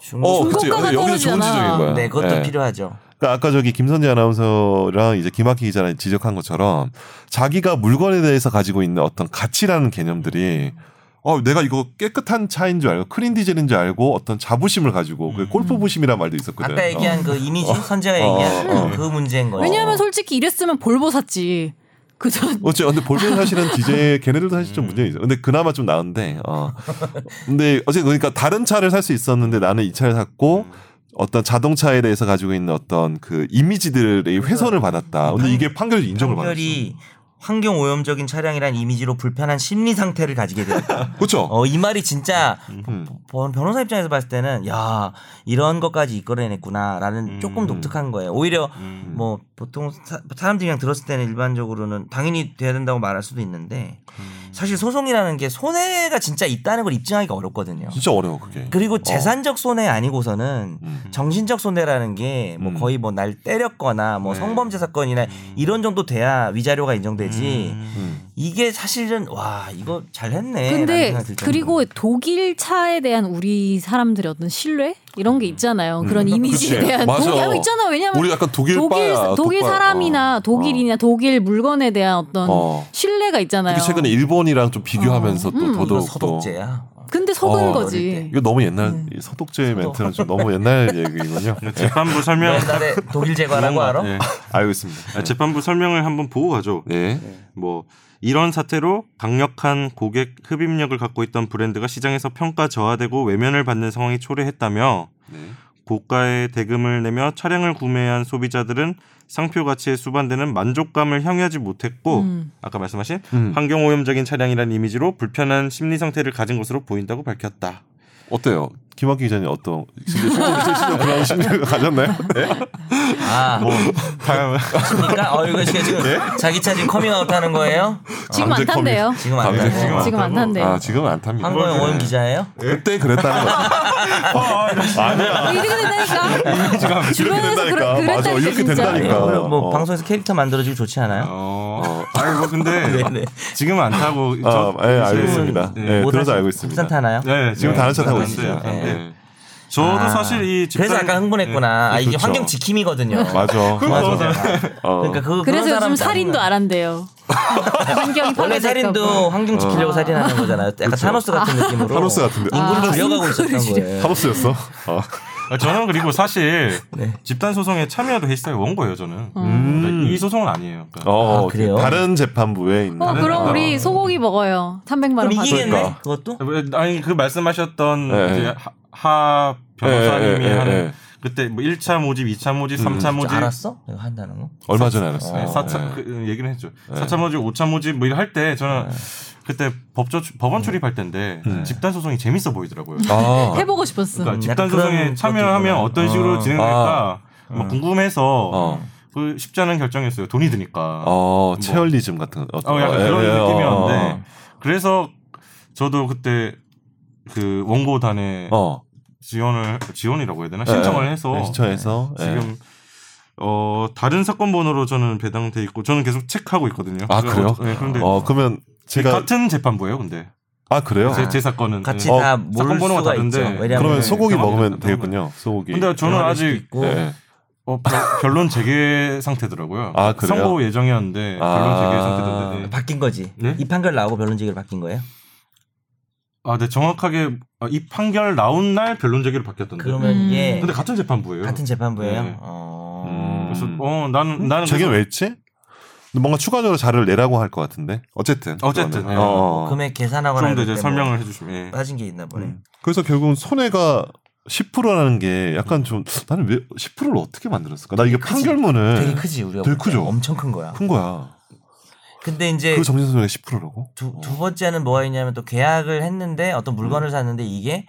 [SPEAKER 3] 중국
[SPEAKER 4] 어, 그치.
[SPEAKER 2] 중고가가
[SPEAKER 4] 여기는 좋은
[SPEAKER 2] 떨어지잖아.
[SPEAKER 4] 지적인 거야.
[SPEAKER 3] 네, 그것도
[SPEAKER 4] 예.
[SPEAKER 3] 필요하죠.
[SPEAKER 4] 그러니까 아까 저기 김선재 아나운서랑 이제 김학희 기자랑 지적한 것처럼 자기가 물건에 대해서 가지고 있는 어떤 가치라는 개념들이 어 내가 이거 깨끗한 차인 줄 알고 크린 디젤인 줄 알고 어떤 자부심을 가지고 그 골프 부심이란 말도
[SPEAKER 3] 음.
[SPEAKER 4] 있었거든.
[SPEAKER 3] 아까 얘기한
[SPEAKER 4] 어.
[SPEAKER 3] 그 이미지 선재가
[SPEAKER 4] 어,
[SPEAKER 3] 얘기한
[SPEAKER 4] 어.
[SPEAKER 3] 그 문제인 거예요.
[SPEAKER 2] 왜냐하면 솔직히 이랬으면 볼보 샀지. 그저
[SPEAKER 4] 어째 근데 볼펜 사실은 디젤 걔네들도 사실 좀 문제 있어. 근데 그나마 좀 나은데. 어. 근데 어쨌든 그러니까 다른 차를 살 수 있었는데 나는 이 차를 샀고 어떤 자동차에 대해서 가지고 있는 어떤 그 이미지들의 훼손을 받았다. 근데 이게 판결이 인정을 받았어.
[SPEAKER 3] 판결이 환경 오염적인 차량이란 이미지로 불편한 심리 상태를 가지게 되었다.
[SPEAKER 4] 그렇죠.
[SPEAKER 3] 어, 이 말이 진짜
[SPEAKER 4] 음.
[SPEAKER 3] 번- 변호사 입장에서 봤을 때는 야 이런 것까지 이끌어내냈구나라는
[SPEAKER 4] 음.
[SPEAKER 3] 조금 독특한 거예요. 오히려
[SPEAKER 1] 음.
[SPEAKER 3] 뭐 보통 사, 사람들이 그냥 들었을 때는 일반적으로는 당연히 돼야 된다고 말할 수도 있는데
[SPEAKER 4] 음.
[SPEAKER 3] 사실 소송이라는 게 손해가 진짜 있다는 걸 입증하기가 어렵거든요.
[SPEAKER 4] 진짜 음. 어려워 그게.
[SPEAKER 3] 그리고 재산적 손해 아니고서는
[SPEAKER 4] 음.
[SPEAKER 3] 정신적 손해라는 게 뭐
[SPEAKER 4] 음. 네.
[SPEAKER 3] 거의 뭐 날 때렸거나 뭐 성범죄 사건이나 이런 정도 돼야 위자료가 인정되지
[SPEAKER 4] 음.
[SPEAKER 3] 이게 사실은 와 이거 잘했네. 라는
[SPEAKER 2] 근데
[SPEAKER 3] 생각이 들
[SPEAKER 2] 그리고 독일 차에 대한 우리 사람들의 어떤 신뢰 이런 게 있잖아요. 그런 이미지에
[SPEAKER 4] 그치.
[SPEAKER 2] 대한
[SPEAKER 4] 맞아.
[SPEAKER 2] 독일 아, 있잖아. 왜냐면
[SPEAKER 4] 우리 약간 독일
[SPEAKER 2] 독일
[SPEAKER 4] 빠야,
[SPEAKER 2] 독일
[SPEAKER 4] 독빠야.
[SPEAKER 2] 사람이나
[SPEAKER 4] 어.
[SPEAKER 2] 독일인이나 독일 물건에 대한 어떤
[SPEAKER 4] 어.
[SPEAKER 2] 신뢰가 있잖아요.
[SPEAKER 4] 특히 최근에 일본이랑 좀 비교하면서 또
[SPEAKER 2] 음.
[SPEAKER 3] 이거
[SPEAKER 4] 더더욱 또
[SPEAKER 3] 서독제야.
[SPEAKER 2] 근데 속은
[SPEAKER 4] 어,
[SPEAKER 2] 거지.
[SPEAKER 4] 이거 너무 옛날
[SPEAKER 2] 음.
[SPEAKER 4] 이 서독제 멘트는 좀 너무 옛날 얘기군요.
[SPEAKER 1] 네, 재판부 설명
[SPEAKER 3] 옛날에 독일 제과라고
[SPEAKER 1] 뭔가,
[SPEAKER 3] 네, 알아?
[SPEAKER 1] 예.
[SPEAKER 4] 알겠습니다.
[SPEAKER 1] 아, 재판부 설명을 한번 보고 가죠.
[SPEAKER 4] 네.
[SPEAKER 1] 뭐 이런 사태로 강력한 고객 흡입력을 갖고 있던 브랜드가 시장에서 평가 저하되고 외면을 받는 상황이 초래했다며
[SPEAKER 4] 네.
[SPEAKER 1] 고가의 대금을 내며 차량을 구매한 소비자들은 상표 가치에 수반되는 만족감을 향유하지 못했고
[SPEAKER 2] 음.
[SPEAKER 1] 아까 말씀하신
[SPEAKER 4] 음.
[SPEAKER 1] 환경 오염적인 차량이라는 이미지로 불편한 심리 상태를 가진 것으로 보인다고 밝혔다.
[SPEAKER 4] 어때요? 김학기 기자님 어떤 진짜 심지어 심지어 그런 심리를 가졌나요? 네.
[SPEAKER 3] 아,
[SPEAKER 1] 뭐 다음
[SPEAKER 3] 그러니까 어 이거 지금
[SPEAKER 4] 네?
[SPEAKER 3] 자기 차 지금 커밍아웃 하는 거예요?
[SPEAKER 2] 지금
[SPEAKER 4] 강제
[SPEAKER 2] 안 탄대요.
[SPEAKER 3] 지금 안
[SPEAKER 4] 강제
[SPEAKER 3] 돼요.
[SPEAKER 2] 지금 안 탄대요.
[SPEAKER 4] 아 지금은 안 탑니다.
[SPEAKER 3] 한국의 오염
[SPEAKER 4] 네.
[SPEAKER 3] 기자예요?
[SPEAKER 4] 그때 그랬다는 거. 아니야.
[SPEAKER 2] 이렇게 된다니까. 주변에서
[SPEAKER 4] 이렇게
[SPEAKER 2] 그랬-
[SPEAKER 4] 된다니까.
[SPEAKER 2] 그랬다니까
[SPEAKER 4] 맞아, 이렇게
[SPEAKER 2] 진짜.
[SPEAKER 4] 된다니까.
[SPEAKER 3] 뭐, 뭐
[SPEAKER 4] 어.
[SPEAKER 3] 방송에서 캐릭터 만들어주기 좋지 않아요?
[SPEAKER 1] 어, 아니 뭐 근데
[SPEAKER 3] 네.
[SPEAKER 1] 지금 안 타고
[SPEAKER 4] 아, 예,
[SPEAKER 1] 요즘-
[SPEAKER 4] 알겠습니다. 예,
[SPEAKER 1] 네,
[SPEAKER 4] 들어서
[SPEAKER 3] 하시-
[SPEAKER 4] 알고 있습니다.
[SPEAKER 3] 국산 타나요?
[SPEAKER 1] 네, 지금
[SPEAKER 4] 네,
[SPEAKER 1] 다른 차 타고
[SPEAKER 4] 알겠습니다.
[SPEAKER 1] 있어요.
[SPEAKER 3] 네.
[SPEAKER 1] 네. 저도
[SPEAKER 3] 아,
[SPEAKER 1] 사실 이 집단
[SPEAKER 3] 그래서 약간 흥분했구나.
[SPEAKER 1] 예,
[SPEAKER 3] 아, 이게
[SPEAKER 1] 그렇죠.
[SPEAKER 3] 환경 지킴이거든요.
[SPEAKER 4] 네. 맞아.
[SPEAKER 3] 맞아.
[SPEAKER 4] 맞아. 어.
[SPEAKER 3] 그러니까 그
[SPEAKER 2] 그래서
[SPEAKER 3] 그런
[SPEAKER 2] 요즘
[SPEAKER 3] 사람
[SPEAKER 2] 살인도
[SPEAKER 3] 때문에.
[SPEAKER 2] 안 한대요. 환경이
[SPEAKER 3] 원래 살인도 환경 지키려고
[SPEAKER 2] 어.
[SPEAKER 3] 살인하는 거잖아요. 약간 타노스 같은 느낌으로. 어,
[SPEAKER 4] 그렇죠. 타노스 같은데.
[SPEAKER 3] 인구를
[SPEAKER 2] 아,
[SPEAKER 3] 줄여가고
[SPEAKER 2] 인구를
[SPEAKER 3] 있었던
[SPEAKER 2] 줄여.
[SPEAKER 3] 거예요.
[SPEAKER 4] 타노스였어. 어.
[SPEAKER 1] 아, 저는 그리고 사실
[SPEAKER 3] 네.
[SPEAKER 1] 집단 소송에 참여도 헬스타일 원고예요 저는. 그러니까
[SPEAKER 4] 음.
[SPEAKER 1] 이 소송은 아니에요. 그러니까.
[SPEAKER 4] 어,
[SPEAKER 3] 아, 그래요?
[SPEAKER 4] 다른 재판부에 있는.
[SPEAKER 2] 어 그럼 우리 소고기 먹어요. 300만 원
[SPEAKER 3] 그럼
[SPEAKER 2] 받고.
[SPEAKER 3] 이기겠네.
[SPEAKER 4] 그러니까.
[SPEAKER 3] 그것도?
[SPEAKER 1] 아니 그 말씀하셨던
[SPEAKER 4] 예,
[SPEAKER 1] 이제
[SPEAKER 4] 예.
[SPEAKER 1] 하, 하 변호사님이
[SPEAKER 4] 예, 예, 예,
[SPEAKER 1] 하는
[SPEAKER 4] 예.
[SPEAKER 1] 그때 뭐 1차 모집, 2차 모집,
[SPEAKER 4] 음,
[SPEAKER 1] 3차
[SPEAKER 3] 저
[SPEAKER 1] 모집
[SPEAKER 3] 알았어? 내가 한다는 거?
[SPEAKER 4] 얼마 전에 알았어요.
[SPEAKER 1] 네,
[SPEAKER 3] 어,
[SPEAKER 1] 사차
[SPEAKER 4] 예.
[SPEAKER 1] 그, 얘기를 했죠. 사차 모집, 오차 모집 뭐 할 때 저는
[SPEAKER 3] 예.
[SPEAKER 1] 그때 법조 법원 출입할 때인데
[SPEAKER 4] 음.
[SPEAKER 1] 집단 소송이 재밌어 보이더라고요.
[SPEAKER 4] 아.
[SPEAKER 2] 해보고 싶었어.
[SPEAKER 1] 그러니까 집단
[SPEAKER 3] 약간 그런
[SPEAKER 1] 소송에
[SPEAKER 3] 것도
[SPEAKER 1] 참여하면
[SPEAKER 3] 있구나.
[SPEAKER 1] 어떤 식으로
[SPEAKER 3] 아.
[SPEAKER 1] 진행될까 막 궁금해서
[SPEAKER 4] 어.
[SPEAKER 1] 그 쉽지 않은 결정이었어요. 돈이 드니까.
[SPEAKER 4] 어, 체얼리즘 같은 거. 어떤
[SPEAKER 1] 어, 약간
[SPEAKER 4] 거.
[SPEAKER 1] 그런
[SPEAKER 4] 예, 예,
[SPEAKER 1] 느낌이었는데 그래서 저도 그때 그 원고단에
[SPEAKER 4] 어. 어.
[SPEAKER 1] 지원을 지원이라고 해야 되나 신청을
[SPEAKER 4] 예, 예.
[SPEAKER 1] 해서
[SPEAKER 4] 네, 신청해서 예.
[SPEAKER 1] 지금 어 다른 사건 번호로 저는 배당돼 있고 저는 계속 체크하고 있거든요.
[SPEAKER 4] 아 그래요?
[SPEAKER 1] 어, 네, 그런데
[SPEAKER 4] 어 그러면 제가
[SPEAKER 1] 같은 재판부예요, 근데
[SPEAKER 4] 아 그래요?
[SPEAKER 1] 제, 제 사건은
[SPEAKER 3] 같이
[SPEAKER 1] 네.
[SPEAKER 3] 다
[SPEAKER 1] 어,
[SPEAKER 3] 모를
[SPEAKER 1] 사건 번호가
[SPEAKER 3] 수가
[SPEAKER 1] 다른데.
[SPEAKER 3] 있죠. 왜냐면
[SPEAKER 4] 그러면
[SPEAKER 1] 네,
[SPEAKER 4] 소고기
[SPEAKER 1] 경험이
[SPEAKER 4] 먹으면
[SPEAKER 1] 없었던
[SPEAKER 4] 되겠군요. 소고기.
[SPEAKER 1] 근데 저는
[SPEAKER 3] 경험일 수도
[SPEAKER 1] 아직
[SPEAKER 4] 예,
[SPEAKER 3] 있고.
[SPEAKER 4] 예.
[SPEAKER 1] 어, 별- 결론 재개 상태더라고요.
[SPEAKER 4] 아, 그래요?
[SPEAKER 1] 선고 예정이었는데
[SPEAKER 4] 아.
[SPEAKER 1] 결론 재개 상태던데. 네.
[SPEAKER 3] 바뀐 거지.
[SPEAKER 1] 네?
[SPEAKER 3] 이 판결 나오고 변론지기로 바뀐 거예요?
[SPEAKER 1] 아, 네 정확하게 아, 이 판결 나온 날 변론 재개로 바뀌었던데.
[SPEAKER 3] 그러면
[SPEAKER 2] 음.
[SPEAKER 3] 이게
[SPEAKER 1] 근데 같은 재판부예요.
[SPEAKER 3] 같은 재판부예요?
[SPEAKER 1] 네.
[SPEAKER 3] 어...
[SPEAKER 4] 음.
[SPEAKER 1] 그래서 어 나는 나는
[SPEAKER 4] 제게
[SPEAKER 1] 그래서-
[SPEAKER 4] 왜 했지? 뭔가 추가적으로 자료를 내라고 할 것 같은데 어쨌든
[SPEAKER 1] 어쨌든,
[SPEAKER 4] 그거는.
[SPEAKER 1] 예.
[SPEAKER 4] 어, 어.
[SPEAKER 3] 뭐 금액 계산하거나
[SPEAKER 1] 좀 더 이제
[SPEAKER 3] 이럴 때
[SPEAKER 1] 설명을
[SPEAKER 3] 뭐
[SPEAKER 1] 해주시면. 예.
[SPEAKER 3] 빠진 게 있나 보네.
[SPEAKER 4] 음. 그래서 결국은 손해가 10%라는 게 약간 좀 나는 왜 10%를 어떻게 만들었을까? 나 이게
[SPEAKER 3] 크지.
[SPEAKER 4] 판결문을
[SPEAKER 3] 되게 크지 우리가.
[SPEAKER 4] 네. 되게
[SPEAKER 3] 볼 때.
[SPEAKER 4] 크죠?
[SPEAKER 3] 엄청 큰 거야.
[SPEAKER 4] 큰 거야.
[SPEAKER 3] 근데 이제
[SPEAKER 4] 그 정신 손해가 10%라고?
[SPEAKER 3] 두, 두 번째는 뭐가 있냐면 또 계약을 했는데 어떤
[SPEAKER 4] 음.
[SPEAKER 3] 물건을 샀는데 이게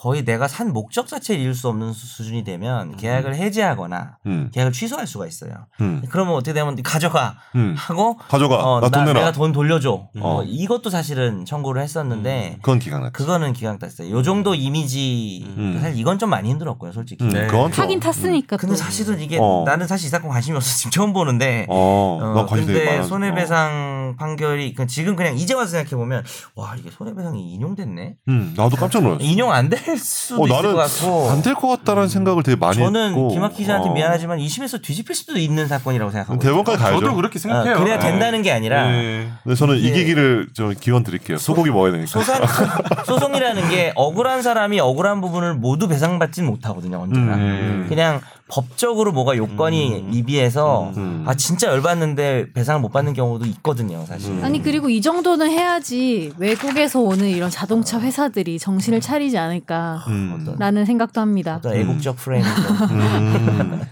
[SPEAKER 3] 거의 내가 산 목적 자체를 이룰 수 없는 수- 수준이 되면 계약을 해지하거나
[SPEAKER 4] 음,
[SPEAKER 3] 계약을 취소할 수가 있어요.
[SPEAKER 4] 음,
[SPEAKER 3] 그러면 어떻게 되면 가져가
[SPEAKER 4] 음.
[SPEAKER 3] 하고
[SPEAKER 4] 가져가.
[SPEAKER 3] 어,
[SPEAKER 4] 나 돈 내놔.
[SPEAKER 3] 내가 돈 돌려줘.
[SPEAKER 1] 음.
[SPEAKER 3] 뭐 이것도 사실은 청구를 했었는데
[SPEAKER 4] 그건 기가 났지.
[SPEAKER 3] 그거는 기강 땄어요. 요 정도 이미지
[SPEAKER 4] 음.
[SPEAKER 3] 사실 이건 좀 많이 힘들었고요, 솔직히.
[SPEAKER 4] 음,
[SPEAKER 1] 네.
[SPEAKER 4] 그건 좀.
[SPEAKER 2] 타긴 탔으니까. 또.
[SPEAKER 3] 음, 근데 사실은 이게
[SPEAKER 4] 어.
[SPEAKER 3] 나는 사실 이 사건 관심이 없어서 지금 처음 보는데
[SPEAKER 4] 어,
[SPEAKER 3] 어,
[SPEAKER 4] 난 관심 되게
[SPEAKER 3] 근데
[SPEAKER 4] 많아. 어.
[SPEAKER 3] 손해배상 판결이 그 지금 그냥 이제 와서 생각해 보면 와 이게 손해배상이 인용됐네.
[SPEAKER 4] 어. 음, 나도 깜짝 놀랐어.
[SPEAKER 3] 인용 안 될 수도
[SPEAKER 4] 어,
[SPEAKER 3] 있을 것
[SPEAKER 4] 나는
[SPEAKER 3] 같고. 음.
[SPEAKER 4] 안 될 것 같다라는 생각을 되게 많이
[SPEAKER 3] 저는
[SPEAKER 4] 했고.
[SPEAKER 3] 김학기 기자한테
[SPEAKER 4] 어.
[SPEAKER 3] 미안하지만 2심에서 뒤집힐 수도 있는 사건이라고
[SPEAKER 4] 그럼
[SPEAKER 3] 생각하고.
[SPEAKER 4] 대법원까지 가야죠.
[SPEAKER 1] 저도 그렇게
[SPEAKER 3] 어,
[SPEAKER 1] 생각해요.
[SPEAKER 3] 그래야
[SPEAKER 1] 예.
[SPEAKER 3] 된다는 게 아니라
[SPEAKER 1] 예.
[SPEAKER 4] 근데 저는
[SPEAKER 3] 네.
[SPEAKER 4] 이기기를 좀 기원 드릴게요. 소고기 먹어야 되니까.
[SPEAKER 3] 소산 소송이라는 게 억울한 사람이 억울한 부분을 모두 배상받진 못하거든요 언제나.
[SPEAKER 4] 음, 음.
[SPEAKER 3] 그냥 법적으로 뭐가 요건이 미비해서
[SPEAKER 4] 음.
[SPEAKER 3] 아 진짜 열받는데 배상을 못 받는 경우도 있거든요 사실.
[SPEAKER 4] 음.
[SPEAKER 2] 아니 그리고 이 정도는 해야지 외국에서 오는 이런 자동차 회사들이 정신을 차리지 않을까라는
[SPEAKER 4] 음.
[SPEAKER 2] 생각도 합니다.
[SPEAKER 3] 음. 어떤 애국적 프레임에서
[SPEAKER 4] 음.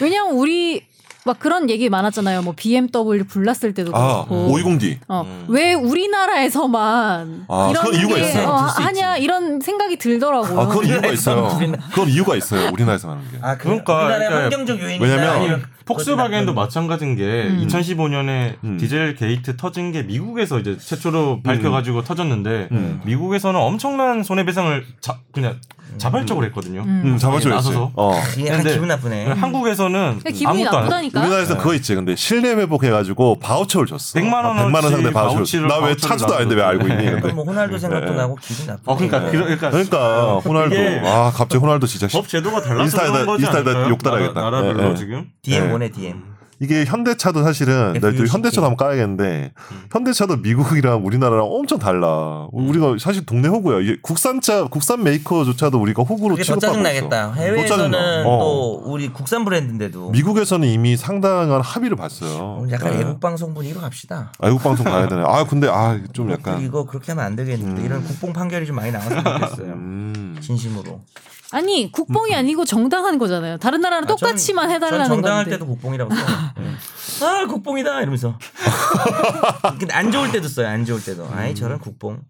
[SPEAKER 2] 왜냐면 우리 막 그런 얘기 많았잖아요. 뭐 BMW 불났을 때도
[SPEAKER 4] 아,
[SPEAKER 2] 그렇고.
[SPEAKER 4] 520D.
[SPEAKER 2] 어, 왜 우리나라에서만
[SPEAKER 4] 아,
[SPEAKER 2] 이런
[SPEAKER 4] 그건 이유가
[SPEAKER 2] 게
[SPEAKER 4] 있어요.
[SPEAKER 2] 어,
[SPEAKER 3] 들수 있지.
[SPEAKER 2] 하냐 이런 생각이 들더라고요.
[SPEAKER 4] 아, 그건 이유가
[SPEAKER 3] 우리나라에서는
[SPEAKER 4] 있어요.
[SPEAKER 3] 우리나라-
[SPEAKER 4] 그건 이유가 있어요. 우리나라에서 하는 게.
[SPEAKER 3] 아 그,
[SPEAKER 1] 그러니까,
[SPEAKER 3] 우리나라의
[SPEAKER 1] 그러니까
[SPEAKER 3] 환경적 요인이나
[SPEAKER 4] 왜냐면
[SPEAKER 3] 아니면
[SPEAKER 1] 폭스바겐도 마찬가지인 음. 게 2015년에
[SPEAKER 4] 음.
[SPEAKER 1] 디젤 게이트 터진 게 미국에서 이제 최초로 밝혀가지고 터졌는데
[SPEAKER 4] 음.
[SPEAKER 1] 미국에서는 엄청난 손해배상을 자, 그냥 자발적으로 했거든요.
[SPEAKER 4] 음, 잡아줘야 지
[SPEAKER 1] 나서서.
[SPEAKER 4] 어.
[SPEAKER 3] 그게 약간
[SPEAKER 1] 근데-
[SPEAKER 3] 기분 나쁘네.
[SPEAKER 1] 한국에서는
[SPEAKER 2] 기분이
[SPEAKER 1] 아무것도 안 해.
[SPEAKER 2] 나쁘다니까.
[SPEAKER 4] 우리나라에서 그거 있지. 근데 실내 회복해가지고 바우처를 줬어.
[SPEAKER 1] 100만
[SPEAKER 4] 아, 100만 원 상대
[SPEAKER 1] 원어치
[SPEAKER 4] 바우처를 줬어.
[SPEAKER 1] 바우치를
[SPEAKER 4] 나 왜
[SPEAKER 1] 바우처를
[SPEAKER 4] 차지도 않는데 왜 알고 있니? 근데.
[SPEAKER 3] 그럼 뭐 호날두 생각도 나고 기분 나쁘네.
[SPEAKER 1] 네. 어, 그러니까, 그러- 그러니까,
[SPEAKER 4] 그러니까 호날두.
[SPEAKER 1] 이게-
[SPEAKER 4] 아, 갑자기 호날두 진짜 씨.
[SPEAKER 1] 법 제도가 달라서
[SPEAKER 4] 인스타에다-
[SPEAKER 1] 그런 거지
[SPEAKER 4] 인스타에다
[SPEAKER 1] 않을까요?
[SPEAKER 4] 욕 달아야겠다.
[SPEAKER 1] 나라, 별로
[SPEAKER 4] 예, 예.
[SPEAKER 1] 지금.
[SPEAKER 3] DM
[SPEAKER 4] 네.
[SPEAKER 3] 오네 DM.
[SPEAKER 4] 이게 현대차도 사실은 내가 또
[SPEAKER 3] F60.
[SPEAKER 4] 현대차도 한번 까야겠는데
[SPEAKER 1] 음.
[SPEAKER 4] 현대차도 미국이랑 우리나라랑 엄청 달라. 우리가 사실 동네 호구야. 이게 국산차 국산 메이커조차도 우리가 호구로
[SPEAKER 3] 그게 더
[SPEAKER 4] 취급하고
[SPEAKER 3] 짜증
[SPEAKER 4] 있어.
[SPEAKER 3] 나겠다. 해외에서는
[SPEAKER 1] 어.
[SPEAKER 3] 또 우리 국산 브랜드인데도
[SPEAKER 4] 어. 미국에서는 이미 상당한 합의를 봤어요.
[SPEAKER 3] 오늘 음, 약간
[SPEAKER 1] 네.
[SPEAKER 4] 예.
[SPEAKER 3] 애국 방송 분위기로 갑시다.
[SPEAKER 4] 애국 방송 가야 되네. 아 근데 아 좀
[SPEAKER 1] 그러니까
[SPEAKER 4] 약간
[SPEAKER 3] 이거 그렇게 하면 안 되겠는데
[SPEAKER 1] 음.
[SPEAKER 3] 이런 국뽕 판결이 좀 많이 나왔으면 좋겠어요.
[SPEAKER 4] 음.
[SPEAKER 3] 진심으로.
[SPEAKER 2] 아니 국뽕이 아니고 정당한 거잖아요. 다른 나라랑 똑같이만 해달라는
[SPEAKER 3] 아, 전 정당할
[SPEAKER 2] 건데.
[SPEAKER 3] 때도 국뽕이라고 써. 아 국뽕이다 이러면서. 근데 안 좋을 때도 써요. 안 좋을 때도. 아이 저런 국뽕.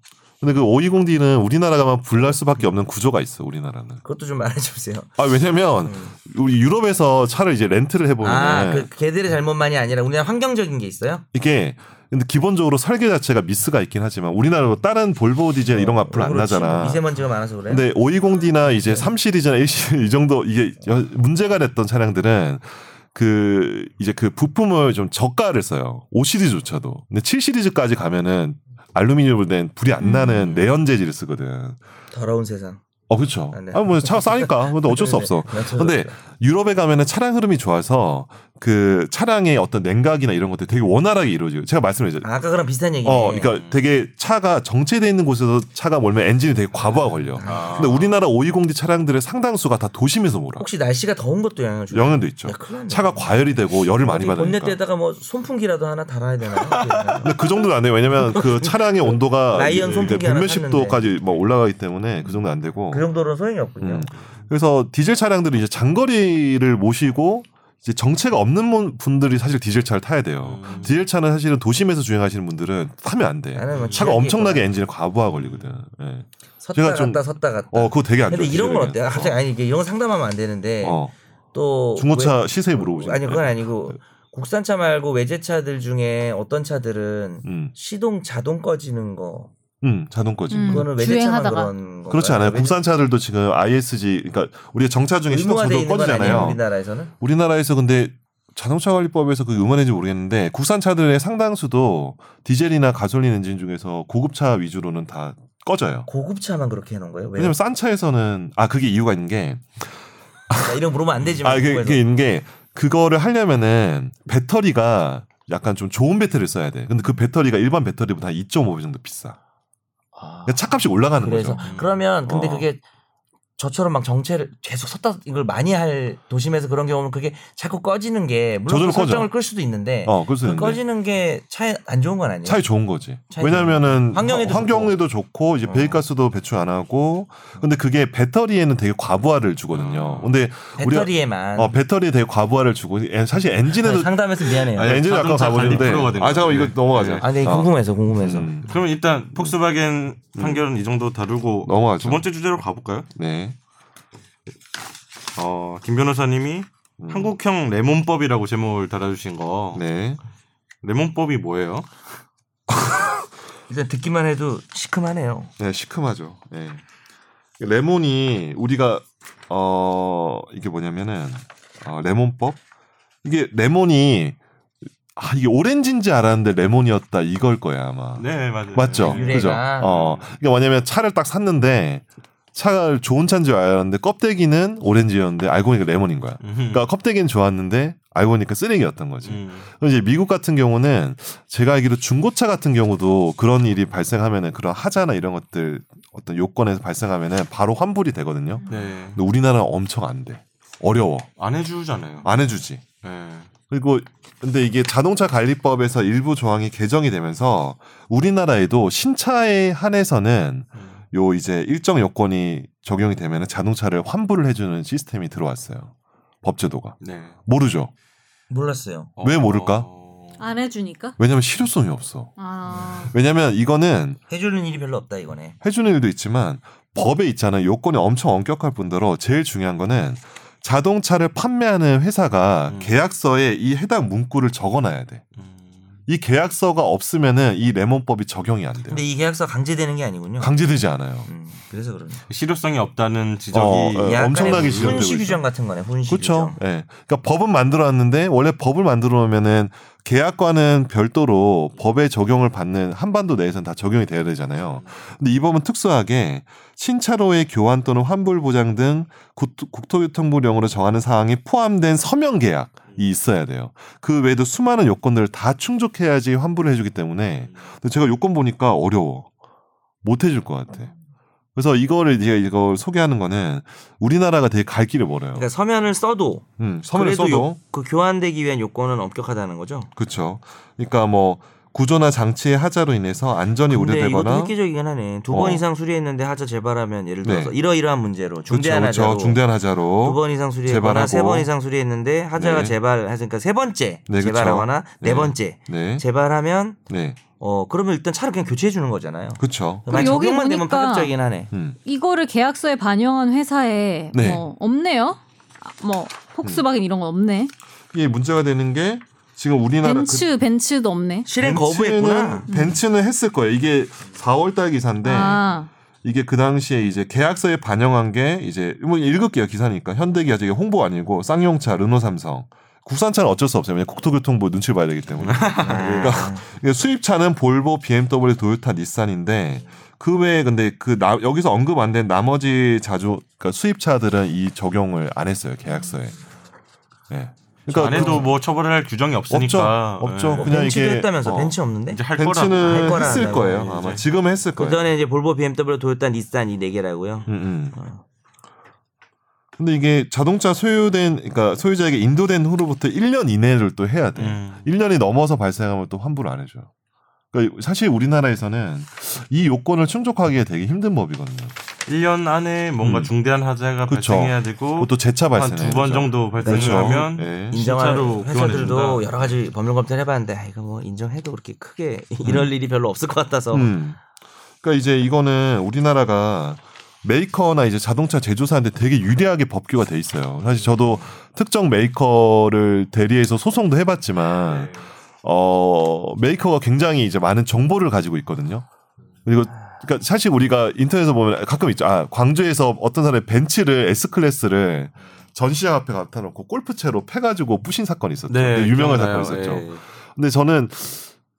[SPEAKER 4] 근데 그 520D는 우리나라가만 불날 수밖에 없는 구조가 있어. 우리나라는.
[SPEAKER 3] 그것도 좀 말해주세요.
[SPEAKER 4] 아 왜냐면 우리 유럽에서 차를 이제 렌트를 해보면
[SPEAKER 3] 음. 아그
[SPEAKER 4] 네.
[SPEAKER 3] 걔들의 잘못만이 아니라 우리나라 환경적인 게 있어요?
[SPEAKER 4] 이게 근데 기본적으로 설계 자체가 미스가 있긴 하지만 우리나라로 다른 볼보 디젤 이런 거 앞으로 안
[SPEAKER 3] 어, 그렇지. 뭐 네.
[SPEAKER 4] 나잖아.
[SPEAKER 3] 미세먼지가 많아서 그래.
[SPEAKER 4] 근데 520D나 이제 3시 디젤, 1시 이 정도 이게 여- 문제가 됐던 차량들은 그 이제 그 부품을 좀 저가를 써요. 5시리즈조차도. 근데 7시리즈까지
[SPEAKER 3] 음.
[SPEAKER 4] 가면은 알루미늄으로 된 불이 안 나는 내연 재질을 쓰거든.
[SPEAKER 3] 더러운 세상. 네,
[SPEAKER 4] 어, 그렇죠.
[SPEAKER 3] 아, 네.
[SPEAKER 4] 아, 뭐 차가 싸니까. 근데 어쩔 수 없어. 근데
[SPEAKER 3] 그렇죠.
[SPEAKER 4] 유럽에 가면은 차량 흐름이 좋아서 그 차량의 어떤 냉각이나 이런 것들 되게 원활하게 이루어져요. 제가 말씀드렸죠.
[SPEAKER 3] 아, 아까 그랑 비슷한 얘기네.
[SPEAKER 4] 어, 그러니까 되게 차가 정체돼 있는 곳에서 차가 몰면 엔진이 되게 과부하 걸려.
[SPEAKER 3] 아.
[SPEAKER 4] 근데 우리나라 520D 차량들의 상당수가 다 도심에서 몰아.
[SPEAKER 3] 혹시 날씨가 더운 것도 영향을 주나?
[SPEAKER 4] 영향도 있죠.
[SPEAKER 3] 야, 큰일 났네.
[SPEAKER 4] 차가 과열이 되고 열을 많이
[SPEAKER 3] 어떻게
[SPEAKER 4] 받으니까.
[SPEAKER 3] 본네트에다가 뭐 손풍기라도 하나 달아야 되나?
[SPEAKER 4] 근데 그 정도는 안 돼요. 왜냐면 그 차량의 온도가
[SPEAKER 3] 라이언
[SPEAKER 4] 이제
[SPEAKER 3] 손풍기 하나
[SPEAKER 4] 몇몇십
[SPEAKER 3] 샀는데.
[SPEAKER 4] 도까지 뭐 올라가기 때문에 그 정도 안 되고.
[SPEAKER 3] 그 정도로는 소용이 없군요.
[SPEAKER 4] 음. 그래서 디젤 차량들은 이제 장거리를 모시고 이제 정체가 없는 분- 분들이 사실 디젤 차를 타야 돼요. 디젤 차는 사실은 도심에서 주행하시는 분들은 타면 안 돼.
[SPEAKER 3] 음. 나는 뭐
[SPEAKER 4] 차가
[SPEAKER 3] 취향이
[SPEAKER 4] 엄청나게
[SPEAKER 3] 있구나.
[SPEAKER 4] 엔진에 과부하 걸리거든. 예.
[SPEAKER 3] 섰다
[SPEAKER 4] 제가
[SPEAKER 3] 갔다
[SPEAKER 4] 좀-
[SPEAKER 3] 섰다 갔다.
[SPEAKER 4] 어, 그거 되게 안 좋아.
[SPEAKER 3] 근데 이런 건
[SPEAKER 4] 디젤에는.
[SPEAKER 3] 어때? 요 갑자기 아니 이게 영어 상담하면 안 되는데
[SPEAKER 4] 어.
[SPEAKER 3] 또
[SPEAKER 4] 중고차 시세에 물어보지.
[SPEAKER 3] 아니 그건 아니고 국산차 말고 외제차들 중에 어떤 차들은
[SPEAKER 4] 음,
[SPEAKER 3] 시동 자동 꺼지는 거
[SPEAKER 4] 음, 자동 꺼지.
[SPEAKER 2] 음.
[SPEAKER 3] 그거는 외제차만
[SPEAKER 2] 주행하다가.
[SPEAKER 3] 그런 거
[SPEAKER 4] 그렇지 않아요. 국산차들도 지금 ISG, 그러니까 우리가 정차 중에 시동
[SPEAKER 3] 의무화돼
[SPEAKER 4] 자동
[SPEAKER 3] 있는 건 아니에요
[SPEAKER 4] 꺼지잖아요.
[SPEAKER 3] 우리나라에서는
[SPEAKER 4] 우리나라에서 근데 자동차 관리법에서 그게 음원인지 모르겠는데 국산차들의 상당수도 디젤이나 가솔린 엔진 중에서 고급차 위주로는 다 꺼져요.
[SPEAKER 3] 고급차만 그렇게 해놓은 거예요? 왜?
[SPEAKER 4] 왜냐면 싼 차에서는 아 그게 이유가 있는 게
[SPEAKER 3] 나 이런 거 물으면 안 되지만
[SPEAKER 4] 아, 그게, 그게 있는 게 그거를 하려면은 배터리가 약간 좀 좋은 배터리를 써야 돼. 근데 그 배터리가 일반 배터리보다 한 2.5배 정도 비싸. 그러니까 차값이 올라가는
[SPEAKER 3] 그래서
[SPEAKER 4] 거죠.
[SPEAKER 3] 그러면 근데
[SPEAKER 4] 어.
[SPEAKER 3] 그게 저처럼 막 정체를 계속 섰다 이걸 많이 할 도심에서 그런 경우는 그게 자꾸 꺼지는 게 물론
[SPEAKER 4] 저절로
[SPEAKER 3] 그 설정을
[SPEAKER 4] 꺼져.
[SPEAKER 3] 끌 수도 있는데
[SPEAKER 4] 어, 그래서
[SPEAKER 3] 그
[SPEAKER 4] 근데
[SPEAKER 3] 꺼지는 게 차에 안 좋은 건 아니에요.
[SPEAKER 4] 차이 좋은 거지.
[SPEAKER 3] 차이
[SPEAKER 4] 왜냐면은
[SPEAKER 3] 환경에도
[SPEAKER 4] 환경에도 좋고, 이제
[SPEAKER 3] 어.
[SPEAKER 4] 배기가스도 배출 안 하고 근데 그게 배터리에는 되게 과부하를 주거든요. 근데 우리가
[SPEAKER 3] 배터리에만 네,
[SPEAKER 4] 어, 배터리에 되게 과부하를 주고 에, 사실 엔진에도
[SPEAKER 3] 상담해서 미안해요.
[SPEAKER 4] 아, 엔진은 아까
[SPEAKER 1] 자동차
[SPEAKER 4] 가보는데
[SPEAKER 1] 관리 프로가 된
[SPEAKER 4] 아 잠깐
[SPEAKER 1] 거죠.
[SPEAKER 4] 이거 넘어가자.
[SPEAKER 3] 아, 근데
[SPEAKER 4] 어.
[SPEAKER 3] 궁금해서 궁금해서.
[SPEAKER 4] 음,
[SPEAKER 1] 그러면 일단 폭스바겐 판결은 이 정도 다루고
[SPEAKER 4] 넘어가죠.
[SPEAKER 1] 두 번째 주제로 가볼까요?
[SPEAKER 4] 네.
[SPEAKER 1] 어, 김 변호사님이
[SPEAKER 4] 음.
[SPEAKER 1] 한국형 레몬법이라고 제목을 달아주신 거.
[SPEAKER 4] 네.
[SPEAKER 1] 레몬법이 뭐예요?
[SPEAKER 3] 일단 듣기만 해도 시큼하네요.
[SPEAKER 4] 네, 시큼하죠. 네. 레몬이 우리가 어 이게 뭐냐면은 어, 레몬법 이게 레몬이 아 이게 오렌지인지 알았는데 레몬이었다 이걸 거야 아마
[SPEAKER 1] 네, 맞아요.
[SPEAKER 4] 맞죠?
[SPEAKER 3] 유래가.
[SPEAKER 4] 그죠? 어 이게 뭐냐면 차를 딱 샀는데 차를 좋은 차인 줄 알았는데 껍데기는 오렌지였는데 알고 보니까 레몬인 거야.
[SPEAKER 3] 음.
[SPEAKER 4] 그러니까 껍데기는 좋았는데 알고 보니까 쓰레기였던 거지. 그럼 이제 미국 같은 경우는 제가 알기로 중고차 같은 경우도 그런 일이 발생하면은 그런 하자나 이런 것들 어떤 요건에서 발생하면은 바로 환불이 되거든요.
[SPEAKER 1] 네.
[SPEAKER 4] 근데 우리나라는 엄청 안 돼. 어려워.
[SPEAKER 1] 안 해주잖아요.
[SPEAKER 4] 안 해주지.
[SPEAKER 1] 네.
[SPEAKER 4] 그리고 근데 이게 자동차 관리법에서 일부 조항이 개정이 되면서 우리나라에도 신차에 한해서는
[SPEAKER 1] 음.
[SPEAKER 4] 요 이제 일정 요건이 적용이 되면은 자동차를 환불을 해주는 시스템이 들어왔어요. 법제도가
[SPEAKER 1] 네.
[SPEAKER 4] 모르죠.
[SPEAKER 3] 몰랐어요.
[SPEAKER 4] 왜 모를까?
[SPEAKER 1] 어,
[SPEAKER 2] 안 해주니까.
[SPEAKER 4] 왜냐면 실효성이 없어.
[SPEAKER 2] 아.
[SPEAKER 4] 왜냐면 이거는
[SPEAKER 3] 해주는 일이 별로 없다 이거네.
[SPEAKER 4] 해주는 일도 있지만 법에 있잖아요. 요건이 엄청 엄격할 뿐더러 제일 중요한 거는 자동차를 판매하는 회사가
[SPEAKER 1] 음.
[SPEAKER 4] 계약서에 이 해당 문구를 적어놔야 돼.
[SPEAKER 1] 음.
[SPEAKER 4] 이 계약서가 없으면은 이 레몬법이 적용이 안 돼요.
[SPEAKER 3] 근데 이 계약서 강제되는 게 아니군요.
[SPEAKER 4] 강제되지 않아요.
[SPEAKER 3] 음, 그래서 그러네.
[SPEAKER 1] 실효성이 없다는 지적이
[SPEAKER 4] 어, 어.
[SPEAKER 3] 약간의 뭐
[SPEAKER 4] 엄청나게 지연되고
[SPEAKER 3] 훈시
[SPEAKER 4] 있죠.
[SPEAKER 3] 규정 같은 거네. 훈시
[SPEAKER 4] 그렇죠.
[SPEAKER 3] 규정.
[SPEAKER 4] 예. 그러니까 법은 만들어 놨는데 원래 법을 만들어 놓으면은 계약과는 별도로 법의 적용을 받는 한반도 내에서는 다 적용이 돼야 되잖아요. 근데 이 법은 특수하게 신차로의 교환 또는 환불 보장 등 국- 국토교통부령으로 정하는 사항이 포함된 서명 계약이 있어야 돼요. 그 외에도 수많은 요건들을 다 충족해야지 환불을 해주기 때문에 근데 제가 요건 보니까 어려워. 못 해줄 것 같아. 그래서 이거를 제가 이걸 소개하는 거는 우리나라가 되게 갈 길을 멀어요.
[SPEAKER 3] 그러니까 서면을 써도
[SPEAKER 4] 음, 서면을
[SPEAKER 3] 그래도
[SPEAKER 4] 써도
[SPEAKER 3] 요- 그 교환되기 위한 요건은 엄격하다는 거죠.
[SPEAKER 4] 그렇죠. 그러니까 뭐 구조나 장치의 하자로 인해서 안전이
[SPEAKER 3] 근데 이것도
[SPEAKER 4] 우려되거나
[SPEAKER 3] 획기적이긴 하네. 두 번
[SPEAKER 4] 어.
[SPEAKER 3] 이상 수리했는데 하자 재발하면 예를
[SPEAKER 4] 네.
[SPEAKER 3] 들어서 이러이러한 문제로
[SPEAKER 4] 그렇죠,
[SPEAKER 3] 중대한
[SPEAKER 4] 그렇죠.
[SPEAKER 3] 하자로
[SPEAKER 4] 중대한 하자로
[SPEAKER 3] 두 번 이상 수리했거나
[SPEAKER 4] 재발하고.
[SPEAKER 3] 세 번 이상 수리했는데 하자가
[SPEAKER 4] 네.
[SPEAKER 3] 재발해서 그러니까 세 번째
[SPEAKER 4] 네, 그쵸.
[SPEAKER 3] 재발하거나 네,
[SPEAKER 4] 네.
[SPEAKER 3] 번째
[SPEAKER 4] 네,
[SPEAKER 3] 재발하면
[SPEAKER 4] 네,
[SPEAKER 3] 어 그러면 일단 차를 그냥 교체해 주는 거잖아요.
[SPEAKER 4] 그렇죠.
[SPEAKER 3] 만
[SPEAKER 2] 여기
[SPEAKER 3] 적용만 되면
[SPEAKER 2] 보니까
[SPEAKER 3] 파격적인 하네.
[SPEAKER 4] 음,
[SPEAKER 2] 이거를 계약서에 반영한 회사에
[SPEAKER 4] 네.
[SPEAKER 2] 뭐 없네요. 아, 뭐 폭스바겐 이런 건
[SPEAKER 4] 음.
[SPEAKER 2] 없네.
[SPEAKER 4] 이게 문제가 되는 게 지금 우리나라 그
[SPEAKER 2] 벤츠 벤츠도 없네.
[SPEAKER 3] 실행 거부했구나.
[SPEAKER 4] 벤츠는, 벤츠는 했을 거예요. 이게 4월달 기사인데
[SPEAKER 2] 아
[SPEAKER 4] 이게 그 당시에 이제 계약서에 반영한 게 이제 뭐 읽을게요 기사니까 현대기아 이게 홍보 아니고 쌍용차 르노 삼성 국산차는 어쩔 수 없어요. 왜냐 국토교통부 뭐 눈치를 봐야 되기 때문에.
[SPEAKER 3] 아,
[SPEAKER 4] 그러니까 수입차는 볼보, BMW, 도요타, 닛산인데 그 외에 근데 그 나- 여기서 언급 안 된 나머지 자주 그러니까 수입차들은 이 적용을 안 했어요 계약서에. 예.
[SPEAKER 1] 안 해도 뭐 처벌할 규정이 없으니까
[SPEAKER 4] 없죠.
[SPEAKER 1] 예.
[SPEAKER 4] 없죠. 그냥
[SPEAKER 5] 벤츠도
[SPEAKER 4] 이게-
[SPEAKER 5] 했다면서
[SPEAKER 4] 어.
[SPEAKER 5] 벤츠 없는데?
[SPEAKER 1] 이제 할 거라.
[SPEAKER 5] 할
[SPEAKER 4] 벤츠는
[SPEAKER 5] 거라
[SPEAKER 4] 했을
[SPEAKER 5] 한다고
[SPEAKER 4] 거예요
[SPEAKER 1] 이제.
[SPEAKER 4] 아마 지금 은 했을
[SPEAKER 5] 그
[SPEAKER 4] 거예요.
[SPEAKER 5] 전에 이제 볼보, BMW, 도요타, 니산 이 네 개라고요.
[SPEAKER 4] 음, 음.
[SPEAKER 5] 어.
[SPEAKER 4] 근데 이게 자동차 소유된 그러니까 소유자에게 인도된 후로부터 1년 이내를 또 해야 돼.
[SPEAKER 1] 음.
[SPEAKER 4] 1년이 넘어서 발생하면 또 환불을 안 해줘요. 그러니까 사실 우리나라에서는 이 요건을 충족하기에 되게 힘든 법이거든요.
[SPEAKER 1] 1년 안에 뭔가
[SPEAKER 4] 음.
[SPEAKER 1] 중대한 하자가
[SPEAKER 4] 그쵸.
[SPEAKER 1] 발생해야 되고
[SPEAKER 4] 그것도 재차
[SPEAKER 1] 한
[SPEAKER 4] 발생.
[SPEAKER 1] 두 번 정도 발생하면
[SPEAKER 4] 예.
[SPEAKER 5] 인정할
[SPEAKER 1] 진짜로
[SPEAKER 5] 회사들도
[SPEAKER 1] 교환해준다.
[SPEAKER 5] 여러 가지 법률 검토를 해봤는데 아, 이거 뭐 인정해도 그렇게 크게 이럴 일이 별로 없을 것 같아서
[SPEAKER 4] 음. 그러니까 이제 이거는 우리나라가 메이커나 이제 자동차 제조사한테 되게 유리하게 법규가 돼 있어요. 사실 저도 특정 메이커를 대리해서 소송도 해봤지만
[SPEAKER 1] 네.
[SPEAKER 4] 어, 메이커가 굉장히 이제 많은 정보를 가지고 있거든요. 그리고 그러니까 사실 우리가 인터넷에서 보면 가끔 있죠. 아, 광주에서 어떤 사람이 벤츠를 S 클래스를 전시장 앞에 갖다 놓고 골프채로 패가지고 부신 사건이 있었죠. 되게 네, 유명한 사건이
[SPEAKER 1] 기억나요.
[SPEAKER 4] 있었죠.
[SPEAKER 1] 네, 예.
[SPEAKER 4] 근데 저는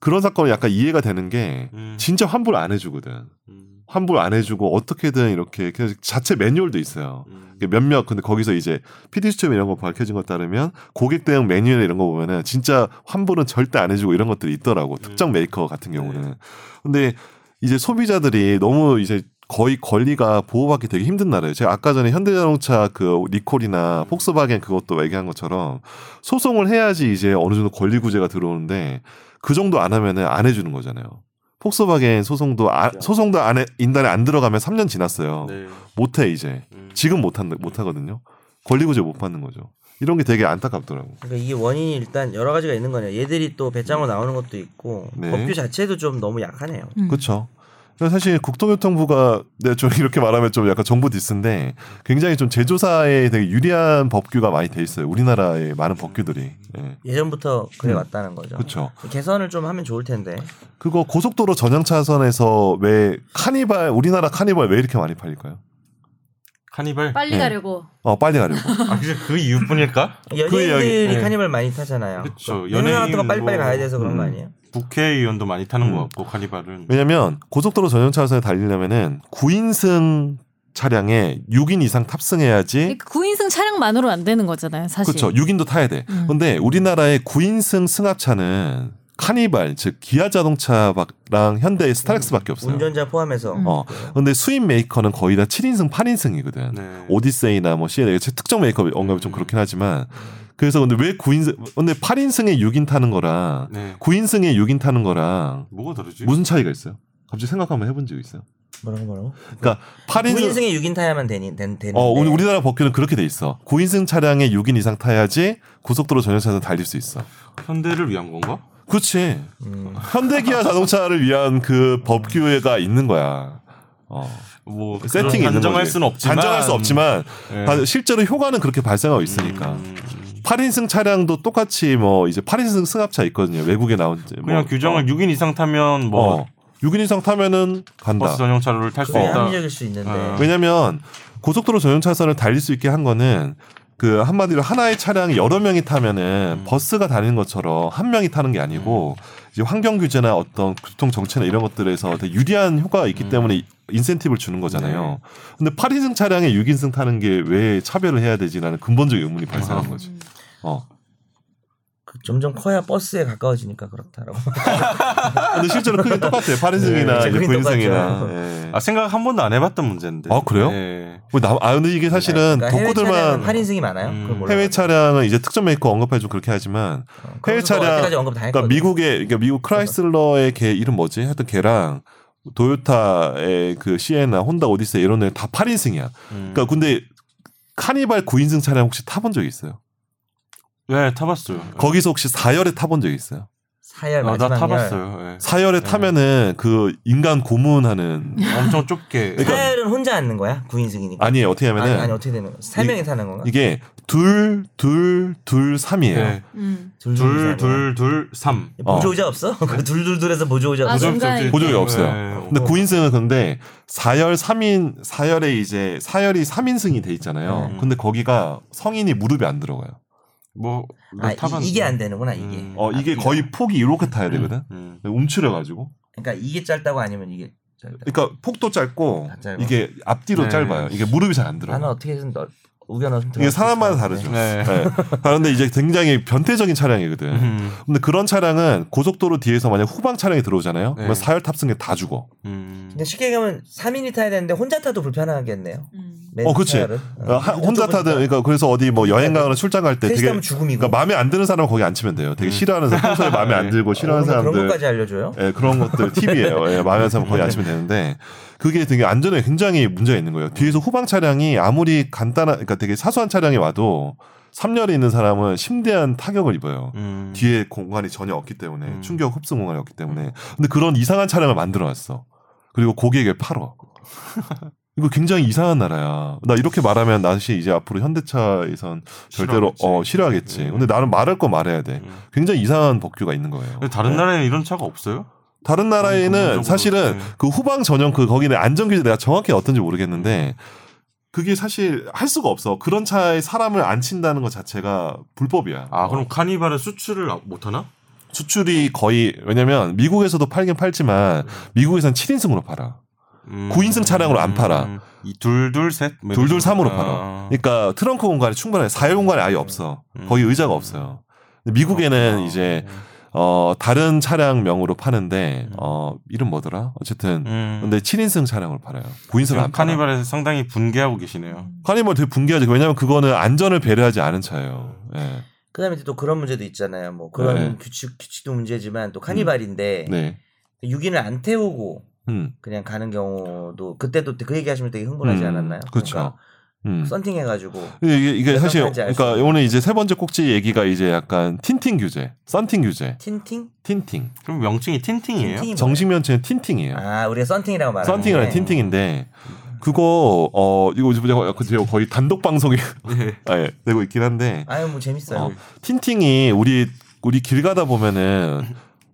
[SPEAKER 4] 그런 사건이 약간 이해가 되는 게
[SPEAKER 1] 음.
[SPEAKER 4] 진짜 환불 안 해주거든.
[SPEAKER 1] 음.
[SPEAKER 4] 환불 안 해주고 어떻게든 이렇게 그냥 자체 매뉴얼도 있어요.
[SPEAKER 1] 음.
[SPEAKER 4] 이게 그 몇몇 근데 거기서 이제 PD 수첩 이런 거 밝혀진 것 따르면 고객 대응 매뉴얼 이런 거 보면은 진짜 환불은 절대 안 해주고 이런 것들이 있더라고 특정 메이커 같은 경우는 근데 이제 소비자들이 너무 이제 거의 권리가 보호받기 되게 힘든 나라예요. 제가 아까 전에 현대자동차 그 리콜이나 폭스바겐 그것도 얘기한 것처럼 소송을 해야지 이제 어느 정도 권리 구제가 들어오는데 그 정도 안 하면은 안 해주는 거잖아요. 폭스바겐 소송도 아- 소송도 안에 인단에 안 들어가면 3년 지났어요.
[SPEAKER 1] 네.
[SPEAKER 4] 못해 이제
[SPEAKER 1] 음.
[SPEAKER 4] 지금 못한 못 하거든요. 권리구제 못 받는 거죠. 이런 게 되게 안타깝더라고.
[SPEAKER 5] 그러니까 이게 원인이 일단 여러 가지가 있는 거네요. 얘들이 또 배짱으로 나오는 것도 있고
[SPEAKER 4] 네.
[SPEAKER 5] 법규 자체도 좀 너무 약하네요.
[SPEAKER 2] 음.
[SPEAKER 4] 그렇죠. 사실 국토교통부가 네, 좀 이렇게 말하면 좀 약간 정부 디스인데 굉장히 좀 제조사에 되게 유리한 법규가 많이 돼 있어요. 우리나라의 많은 법규들이. 예.
[SPEAKER 5] 예전부터 그래 왔다는 거죠.
[SPEAKER 4] 그렇죠.
[SPEAKER 5] 개선을 좀 하면 좋을 텐데.
[SPEAKER 4] 그거 고속도로 전용 차선에서 왜 카니발 우리나라 카니발 왜 이렇게 많이 팔릴까요?
[SPEAKER 1] 카니발.
[SPEAKER 2] 빨리
[SPEAKER 4] 네.
[SPEAKER 2] 가려고.
[SPEAKER 4] 어 빨리 가려고.
[SPEAKER 1] 아, 그게 그 이유뿐일까?
[SPEAKER 5] 연예인들이
[SPEAKER 1] 이야기. 네.
[SPEAKER 5] 카니발 많이 타잖아요. 그러니까
[SPEAKER 1] 그쵸.
[SPEAKER 5] 연예인 가
[SPEAKER 1] 연예인
[SPEAKER 5] 빨리빨리
[SPEAKER 1] 뭐-
[SPEAKER 5] 가야 돼서 그런 거
[SPEAKER 4] 음.
[SPEAKER 5] 아니에요?
[SPEAKER 1] 국회의원도 많이 타는
[SPEAKER 4] 음.
[SPEAKER 1] 것 같고 카니발은.
[SPEAKER 4] 왜냐면 고속도로 전용 차선에 달리려면은 9인승 차량에 6인 이상 탑승해야지
[SPEAKER 2] 그러니까 구인승 차량만으로 안 되는 거잖아요, 사실.
[SPEAKER 4] 네. 그렇죠. 6인도 타야 돼.
[SPEAKER 2] 음.
[SPEAKER 4] 근데 우리나라의 9인승 승합차는 카니발 즉 기아 자동차랑 현대의 스타렉스밖에 없어요.
[SPEAKER 5] 운전자 포함해서.
[SPEAKER 2] 음.
[SPEAKER 4] 어. 근데 수입 메이커는 거의 다 7인승, 8인승이거든.
[SPEAKER 1] 네.
[SPEAKER 4] 오디세이나 뭐 CLA 특정 메이커 언급이 좀 그렇긴 하지만 그래서 근데 왜 9인승 근데 8인승에 6인 타는 거랑
[SPEAKER 1] 네.
[SPEAKER 4] 9인승에 6인 타는 거랑
[SPEAKER 1] 뭐가 다르지?
[SPEAKER 4] 무슨 차이가 있어요? 갑자기 생각 한번 해본 적 있어요?
[SPEAKER 5] 뭐라고 뭐라고?
[SPEAKER 4] 그러니까 8인승
[SPEAKER 5] 9인승에 6인 타야만 되니 된 되는데.
[SPEAKER 4] 어, 오늘 우리나라 법규는 그렇게 돼 있어. 9인승 차량에 6인 이상 타야지 고속도로 전용차선 달릴 수 있어.
[SPEAKER 1] 현대를 위한 건가?
[SPEAKER 4] 그렇지.
[SPEAKER 5] 음.
[SPEAKER 4] 현대기아 자동차를 위한 그 법규가 있는 거야. 어.
[SPEAKER 1] 뭐
[SPEAKER 4] 세팅이 있는
[SPEAKER 1] 단정할
[SPEAKER 4] 거지.
[SPEAKER 1] 수는 없지만
[SPEAKER 4] 단정할 수 없지만
[SPEAKER 1] 예.
[SPEAKER 4] 다- 실제로 효과는 그렇게 발생하고 있으니까.
[SPEAKER 1] 음.
[SPEAKER 4] 8인승 차량도 똑같이 뭐 이제 8인승 승합차 있거든요. 외국에 나온 이제 뭐
[SPEAKER 1] 그냥 규정을 6인 이상 타면 뭐
[SPEAKER 4] 어. 6인 이상 타면은 간다.
[SPEAKER 1] 버스 전용차로를 탈 수
[SPEAKER 5] 그게
[SPEAKER 1] 있다.
[SPEAKER 5] 합리적일 수 있는데.
[SPEAKER 4] 아.
[SPEAKER 1] 어.
[SPEAKER 4] 왜냐면 고속도로 전용 차선을 달릴 수 있게 한 거는 그 한마디로 하나의 차량이 여러 명이 타면은
[SPEAKER 1] 음.
[SPEAKER 4] 버스가 다니는 것처럼 한 명이 타는 게 아니고
[SPEAKER 5] 음.
[SPEAKER 4] 이제 환경 규제나 어떤 교통 정체나 이런 것들에서 되게 유리한 효과가 있기
[SPEAKER 1] 음.
[SPEAKER 4] 때문에 인센티브를 주는 거잖아요.
[SPEAKER 5] 네.
[SPEAKER 4] 근데 8인승 차량에 6인승 타는 게 왜 차별을 해야 되지라는 근본적인 의문이
[SPEAKER 5] 아.
[SPEAKER 4] 발생한 거지. 어.
[SPEAKER 5] 그 점점 커야 버스에 가까워지니까 그렇다라고.
[SPEAKER 4] 아, 근데 실제로 크게 똑같아요. 8인승이나
[SPEAKER 5] 네,
[SPEAKER 4] 이제
[SPEAKER 5] 크긴 네.
[SPEAKER 4] 9인승이나.
[SPEAKER 5] 똑같죠.
[SPEAKER 4] 예.
[SPEAKER 1] 아 생각 한 번도 안 해봤던 문제인데.
[SPEAKER 4] 아, 그래요?
[SPEAKER 1] 예.
[SPEAKER 4] 뭐 남- 아 근데 이게 사실은
[SPEAKER 5] 네, 그러니까
[SPEAKER 4] 독고들만
[SPEAKER 5] 8인승이 많아요.
[SPEAKER 1] 음.
[SPEAKER 5] 그걸 몰라요.
[SPEAKER 4] 해외 차량은 이제 특정 메이커 언급해 좀 그렇게 하지만
[SPEAKER 5] 어,
[SPEAKER 4] 해외
[SPEAKER 5] 그래서
[SPEAKER 4] 차량-
[SPEAKER 5] 여태까지 언급 다
[SPEAKER 4] 그러니까
[SPEAKER 5] 했거든요.
[SPEAKER 4] 미국의 그러니까 미국 크라이슬러의 걔 이름 뭐지? 하여튼 걔랑 도요타의 그 시에나 혼다 오디세 이런 애 다 8인승이야.
[SPEAKER 1] 음.
[SPEAKER 4] 그러니까 근데 카니발 9인승 차량 혹시 타본 적 있어요?
[SPEAKER 1] 예, 타봤어요.
[SPEAKER 4] 거기서 혹시 4열에 타본 적 있어요?
[SPEAKER 5] 사열
[SPEAKER 1] 아,
[SPEAKER 5] 마지막
[SPEAKER 1] 나
[SPEAKER 5] 열.
[SPEAKER 1] 타봤어요. 예.
[SPEAKER 4] 4열에 타면은 그 인간 고문하는
[SPEAKER 1] 네. 엄청 좁게.
[SPEAKER 4] 그러니까
[SPEAKER 5] 사열은 혼자 앉는 거야? 구인승이니까.
[SPEAKER 4] 아니에요. 어떻게
[SPEAKER 5] 아니, 아니,
[SPEAKER 4] 하면은
[SPEAKER 5] 어떻게 되는 거야? 세
[SPEAKER 4] 이-
[SPEAKER 5] 명이 타는 건가?
[SPEAKER 4] 이게 둘, 둘, 둘, 삼이에요
[SPEAKER 1] 예.
[SPEAKER 2] 음.
[SPEAKER 1] 둘, 둘, 둘, 삼.
[SPEAKER 5] 보조 의자 없어? 그 둘둘둘에서 보조 의자
[SPEAKER 2] 아,
[SPEAKER 5] 없어?
[SPEAKER 2] 좀- 중간에
[SPEAKER 4] 보조가 없어요.
[SPEAKER 1] 예.
[SPEAKER 4] 근데 9인승은 근데 4열 3인 4열에 이제 4열이 3인승이 돼 있잖아요.
[SPEAKER 1] 음.
[SPEAKER 4] 근데 거기가 성인이 무릎이 안 들어가요.
[SPEAKER 1] 뭐,
[SPEAKER 5] 아, 이-
[SPEAKER 1] 타봤는데.
[SPEAKER 5] 이게 안 되는구나 이게.
[SPEAKER 1] 음.
[SPEAKER 4] 어 이게 거의 폭이 이렇게 타야 되거든.
[SPEAKER 1] 음.
[SPEAKER 4] 움츠려 가지고.
[SPEAKER 5] 그러니까 이게 짧다고 아니면 이게
[SPEAKER 4] 그러니까 폭도 짧고
[SPEAKER 3] 다 짧아.
[SPEAKER 4] 이게 앞뒤로
[SPEAKER 1] 네.
[SPEAKER 4] 짧아요. 이게 무릎이 잘 안
[SPEAKER 3] 나는
[SPEAKER 4] 들어.
[SPEAKER 3] 어떻게든 넓- 우겨넣으면
[SPEAKER 4] 이게 사람마다 다르죠.
[SPEAKER 1] 네.
[SPEAKER 4] 네. 그런데 이제 굉장히 변태적인 차량이거든.
[SPEAKER 1] 음.
[SPEAKER 4] 근데 그런 차량은 고속도로 뒤에서 만약 후방 차량이 들어오잖아요.
[SPEAKER 1] 네.
[SPEAKER 4] 그러면 사열 탑승에 다 죽어.
[SPEAKER 1] 음.
[SPEAKER 3] 근데 쉽게 얘기하면 3인이 타야 되는데 혼자 타도 불편하겠네요. 맨
[SPEAKER 4] 어, 그치.
[SPEAKER 3] 네. 타이어를.
[SPEAKER 4] 어, 하- 혼자 타든 그러니까 그래서 어디 뭐
[SPEAKER 3] 네.
[SPEAKER 4] 여행 가거나 출장 갈 때
[SPEAKER 3] 되게
[SPEAKER 4] 되게
[SPEAKER 3] 하면 죽음이고. 음.
[SPEAKER 4] 그러니까 마음에 안 드는 사람은 거기 앉히면 돼요. 되게 싫어하는 사람, 평소에 마음에 안 들고 싫어하는
[SPEAKER 3] 오늘 네. 그런
[SPEAKER 4] 사람들
[SPEAKER 3] 것까지 알려줘요.
[SPEAKER 4] 예, 그런 것들 팁이에요. 예, 마음에 안 사면
[SPEAKER 1] 네.
[SPEAKER 4] 거의 아시면 되는데 그게 되게 안전에 굉장히 문제가 있는 거예요. 뒤에서 후방 차량이 아무리 간단한 그러니까 되게 사소한 차량이 와도 3열에 있는 사람은 심대한 타격을 입어요.
[SPEAKER 1] 음.
[SPEAKER 4] 뒤에 공간이 전혀 없기 때문에
[SPEAKER 1] 음.
[SPEAKER 4] 충격 흡수 공간이 없기 때문에 근데 그런 이상한 차량을 만들어놨어. 그리고 고객에게 팔어. 이거 굉장히 이상한 나라야. 나 이렇게 말하면 나시 이제 앞으로 현대차에선 절대로
[SPEAKER 1] 싫어하겠지.
[SPEAKER 4] 어 싫어하겠지.
[SPEAKER 1] 음.
[SPEAKER 4] 근데 나는 말할 거 말해야 돼.
[SPEAKER 1] 음.
[SPEAKER 4] 굉장히 이상한 법규가 있는 거예요.
[SPEAKER 1] 근데 다른
[SPEAKER 4] 네.
[SPEAKER 1] 나라에는 이런 차가 없어요?
[SPEAKER 4] 다른 나라에는
[SPEAKER 1] 근본적으로,
[SPEAKER 4] 사실은
[SPEAKER 1] 네.
[SPEAKER 4] 그 후방 전용 그 거기는 안전 규제 내가 정확히 어떤지 모르겠는데 그게 사실 할 수가 없어. 그런 차에 사람을 안 친다는 것 자체가 불법이야.
[SPEAKER 1] 아 그럼 카니발은 수출을 아- 못하나?
[SPEAKER 4] 수출이 거의 왜냐면 미국에서도 팔긴 팔지만 미국에선 7인승으로 팔아.
[SPEAKER 1] 음.
[SPEAKER 4] 구인승 차량으로 안 팔아.
[SPEAKER 1] 음. 이 둘둘 셋? 뭐
[SPEAKER 4] 둘둘
[SPEAKER 1] 이런
[SPEAKER 4] 삼으로
[SPEAKER 1] 거.
[SPEAKER 4] 팔아.
[SPEAKER 1] 아.
[SPEAKER 4] 그러니까 트렁크 공간이 충분해. 사열 공간이 아예 없어.
[SPEAKER 1] 음.
[SPEAKER 4] 거의 의자가 없어요. 근데 미국에는
[SPEAKER 1] 아.
[SPEAKER 4] 이제 어 다른 차량명으로 파는데
[SPEAKER 1] 음.
[SPEAKER 4] 어 이름 뭐더라? 어쨌든
[SPEAKER 1] 음.
[SPEAKER 4] 근데 7인승 차량을 팔아요. 9인승 안 팔아.
[SPEAKER 1] 카니발에서 상당히 분개하고 계시네요.
[SPEAKER 2] 음.
[SPEAKER 4] 카니발 뭐 되게 분개하지. 왜냐면 그거는 안전을 배려하지 않은 차예요. 예.
[SPEAKER 3] 그다음에 이제 또 그런 문제도 있잖아요. 뭐 그런
[SPEAKER 4] 네. 음.
[SPEAKER 3] 규칙 규칙도 문제지만 또 카니발인데
[SPEAKER 4] 네.
[SPEAKER 3] 유기를 안 태우고
[SPEAKER 4] 음.
[SPEAKER 3] 그냥 가는 경우도 그때도 그 얘기하시면 되게 흥분하지
[SPEAKER 4] 음,
[SPEAKER 3] 않았나요?
[SPEAKER 4] 그렇죠. 음.
[SPEAKER 3] 그러니까 썬팅해가지고
[SPEAKER 4] 근데 이게, 이게 사실
[SPEAKER 3] 예상하지 않을
[SPEAKER 4] 그러니까
[SPEAKER 3] 수 있는.
[SPEAKER 4] 오늘 이제 세 번째 꼭지 얘기가 이제 약간 틴팅 규제, 썬팅 규제,
[SPEAKER 3] 틴팅?
[SPEAKER 4] 틴팅.
[SPEAKER 1] 그럼 명칭이 틴팅이에요?
[SPEAKER 3] 틴팅이
[SPEAKER 4] 정식 명칭은 틴팅이에요.
[SPEAKER 3] 뭐예요? 아 우리가 썬팅이라고 말하는
[SPEAKER 4] 썬팅을 한 틴팅인데 그거 어 이거 이제 제가 그제 거의 단독 방송이
[SPEAKER 3] 네.
[SPEAKER 4] 아, 예, 되고 있긴 한데
[SPEAKER 3] 아유 뭐 재밌어요.
[SPEAKER 4] 어, 틴팅이 우리 우리 길 가다 보면은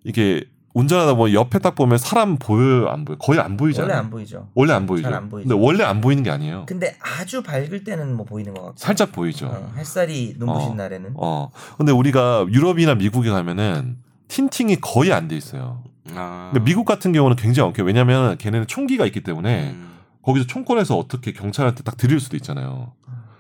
[SPEAKER 4] 이게 운전하다 보면 옆에 딱 보면 사람 보여 안 보여 거의 안 보이잖아요.
[SPEAKER 3] 원래 안 보이죠.
[SPEAKER 4] 원래 안 보이죠.
[SPEAKER 3] 잘안 보이죠.
[SPEAKER 4] 근데 원래 안 보이는 게 아니에요.
[SPEAKER 3] 근데 아주 밝을 때는 뭐 보이는 것 같고
[SPEAKER 4] 살짝 보이죠.
[SPEAKER 3] 어, 햇살이 눈부신
[SPEAKER 4] 어.
[SPEAKER 3] 날에는
[SPEAKER 4] 어. 근데 우리가 유럽이나 미국에 가면은 틴팅이 거의 안 돼 있어요.
[SPEAKER 1] 아.
[SPEAKER 4] 근데 미국 같은 경우는 굉장히 없게 왜냐면 걔네는 총기가 있기 때문에
[SPEAKER 1] 음.
[SPEAKER 4] 거기서 총권에서 어떻게 경찰한테 딱 드릴 수도 있잖아요.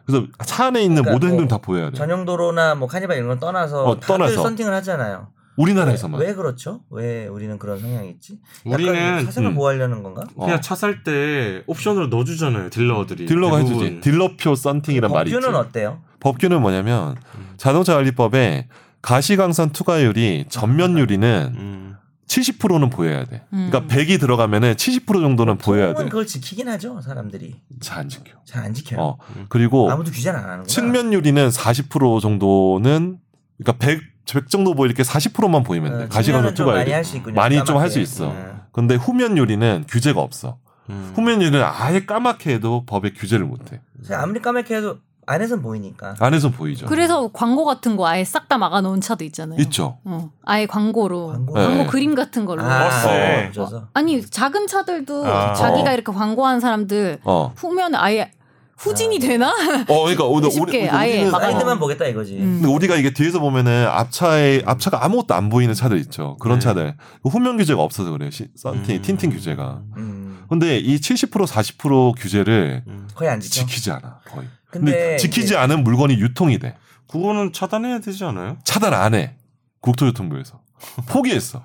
[SPEAKER 4] 그래서 차 안에 있는
[SPEAKER 3] 그러니까
[SPEAKER 4] 모든
[SPEAKER 3] 뭐
[SPEAKER 4] 행동 다 보여야 돼. 요
[SPEAKER 3] 전용 도로나 뭐 카니발 이런 걸 떠나서
[SPEAKER 4] 어,
[SPEAKER 3] 다들
[SPEAKER 4] 떠나서.
[SPEAKER 3] 썬팅을 하잖아요.
[SPEAKER 4] 우리나라에서만.
[SPEAKER 3] 왜, 왜 그렇죠? 왜 우리는 그런 성향이 있지? 약간
[SPEAKER 1] 우리는
[SPEAKER 3] 사생을
[SPEAKER 4] 음.
[SPEAKER 3] 보호하려는 건가?
[SPEAKER 4] 어.
[SPEAKER 1] 그냥 차 살 때 옵션으로 넣어주잖아요 딜러들이.
[SPEAKER 4] 딜러가
[SPEAKER 1] 대부분.
[SPEAKER 4] 해주지. 딜러표 썬팅이란 말이 있지.
[SPEAKER 3] 그러니까 법규는 어때요?
[SPEAKER 4] 법규는 뭐냐면
[SPEAKER 1] 음.
[SPEAKER 4] 자동차 관리법에 가시광선 투과율이 전면유리는
[SPEAKER 1] 음.
[SPEAKER 4] 70%는 보여야 돼. 그러니까
[SPEAKER 2] 음.
[SPEAKER 4] 100이 들어가면은 70% 정도는 보여야
[SPEAKER 3] 법은
[SPEAKER 4] 돼.
[SPEAKER 3] 그걸 지키긴 하죠. 사람들이
[SPEAKER 4] 잘 안 지켜.
[SPEAKER 3] 잘 안 지켜요.
[SPEAKER 4] 어.
[SPEAKER 1] 음.
[SPEAKER 4] 그리고
[SPEAKER 3] 아무도 규제는 안 하는 거야.
[SPEAKER 4] 측면유리는 40% 정도는 그러니까 100, 100 정도 보일 게 40%만 보이면 돼. 네, 가시광선
[SPEAKER 3] 어, 네, 좀 많이
[SPEAKER 4] 투과율이.
[SPEAKER 3] 할 수 있군요.
[SPEAKER 4] 많이 좀
[SPEAKER 3] 까맣게.
[SPEAKER 4] 할수 있어.
[SPEAKER 3] 음.
[SPEAKER 4] 근데 후면유리는 규제가 없어.
[SPEAKER 1] 음.
[SPEAKER 4] 후면유리는 아예 까맣게 해도 법에 규제를 못 해.
[SPEAKER 3] 사실 아무리 까맣게 해도 안에선 보이니까.
[SPEAKER 4] 안에서 보이죠.
[SPEAKER 2] 그래서 광고 같은 거 아예 싹 다 막아놓은 차도 있잖아요.
[SPEAKER 4] 있죠.
[SPEAKER 2] 어, 아예 광고로
[SPEAKER 3] 광고.
[SPEAKER 4] 네.
[SPEAKER 2] 광고 그림 같은 걸로.
[SPEAKER 1] 버스.
[SPEAKER 3] 아, 붙여서.
[SPEAKER 2] 아니 작은 차들도
[SPEAKER 1] 아.
[SPEAKER 2] 자기가
[SPEAKER 4] 어.
[SPEAKER 2] 이렇게 광고한 사람들
[SPEAKER 4] 어.
[SPEAKER 2] 후면 아예 후진이 되나?
[SPEAKER 4] 어, 그러니까 오늘 우리,
[SPEAKER 2] 쉽게
[SPEAKER 4] 그러니까
[SPEAKER 2] 아예
[SPEAKER 4] 우리는
[SPEAKER 2] 막-
[SPEAKER 4] 어.
[SPEAKER 3] 사이드만 보겠다 이거지.
[SPEAKER 2] 음.
[SPEAKER 4] 근데 우리가 이게 뒤에서 보면은 앞차에 앞차가 아무것도 안 보이는 차들 있죠. 그런
[SPEAKER 1] 네.
[SPEAKER 4] 차들 후면 규제가 없어서 그래요. 시- 썬팅,
[SPEAKER 1] 음.
[SPEAKER 4] 틴팅 규제가.
[SPEAKER 3] 음.
[SPEAKER 4] 근데 이 70% 40% 규제를
[SPEAKER 1] 음.
[SPEAKER 3] 거의 안 지켜.
[SPEAKER 4] 지키지 않아 거의. 근데,
[SPEAKER 3] 근데
[SPEAKER 4] 지키지
[SPEAKER 3] 이제
[SPEAKER 4] 않은 물건이 유통이 돼.
[SPEAKER 1] 그거는 차단해야 되지 않아요?
[SPEAKER 4] 차단 안 해. 국토교통부에서 포기했어.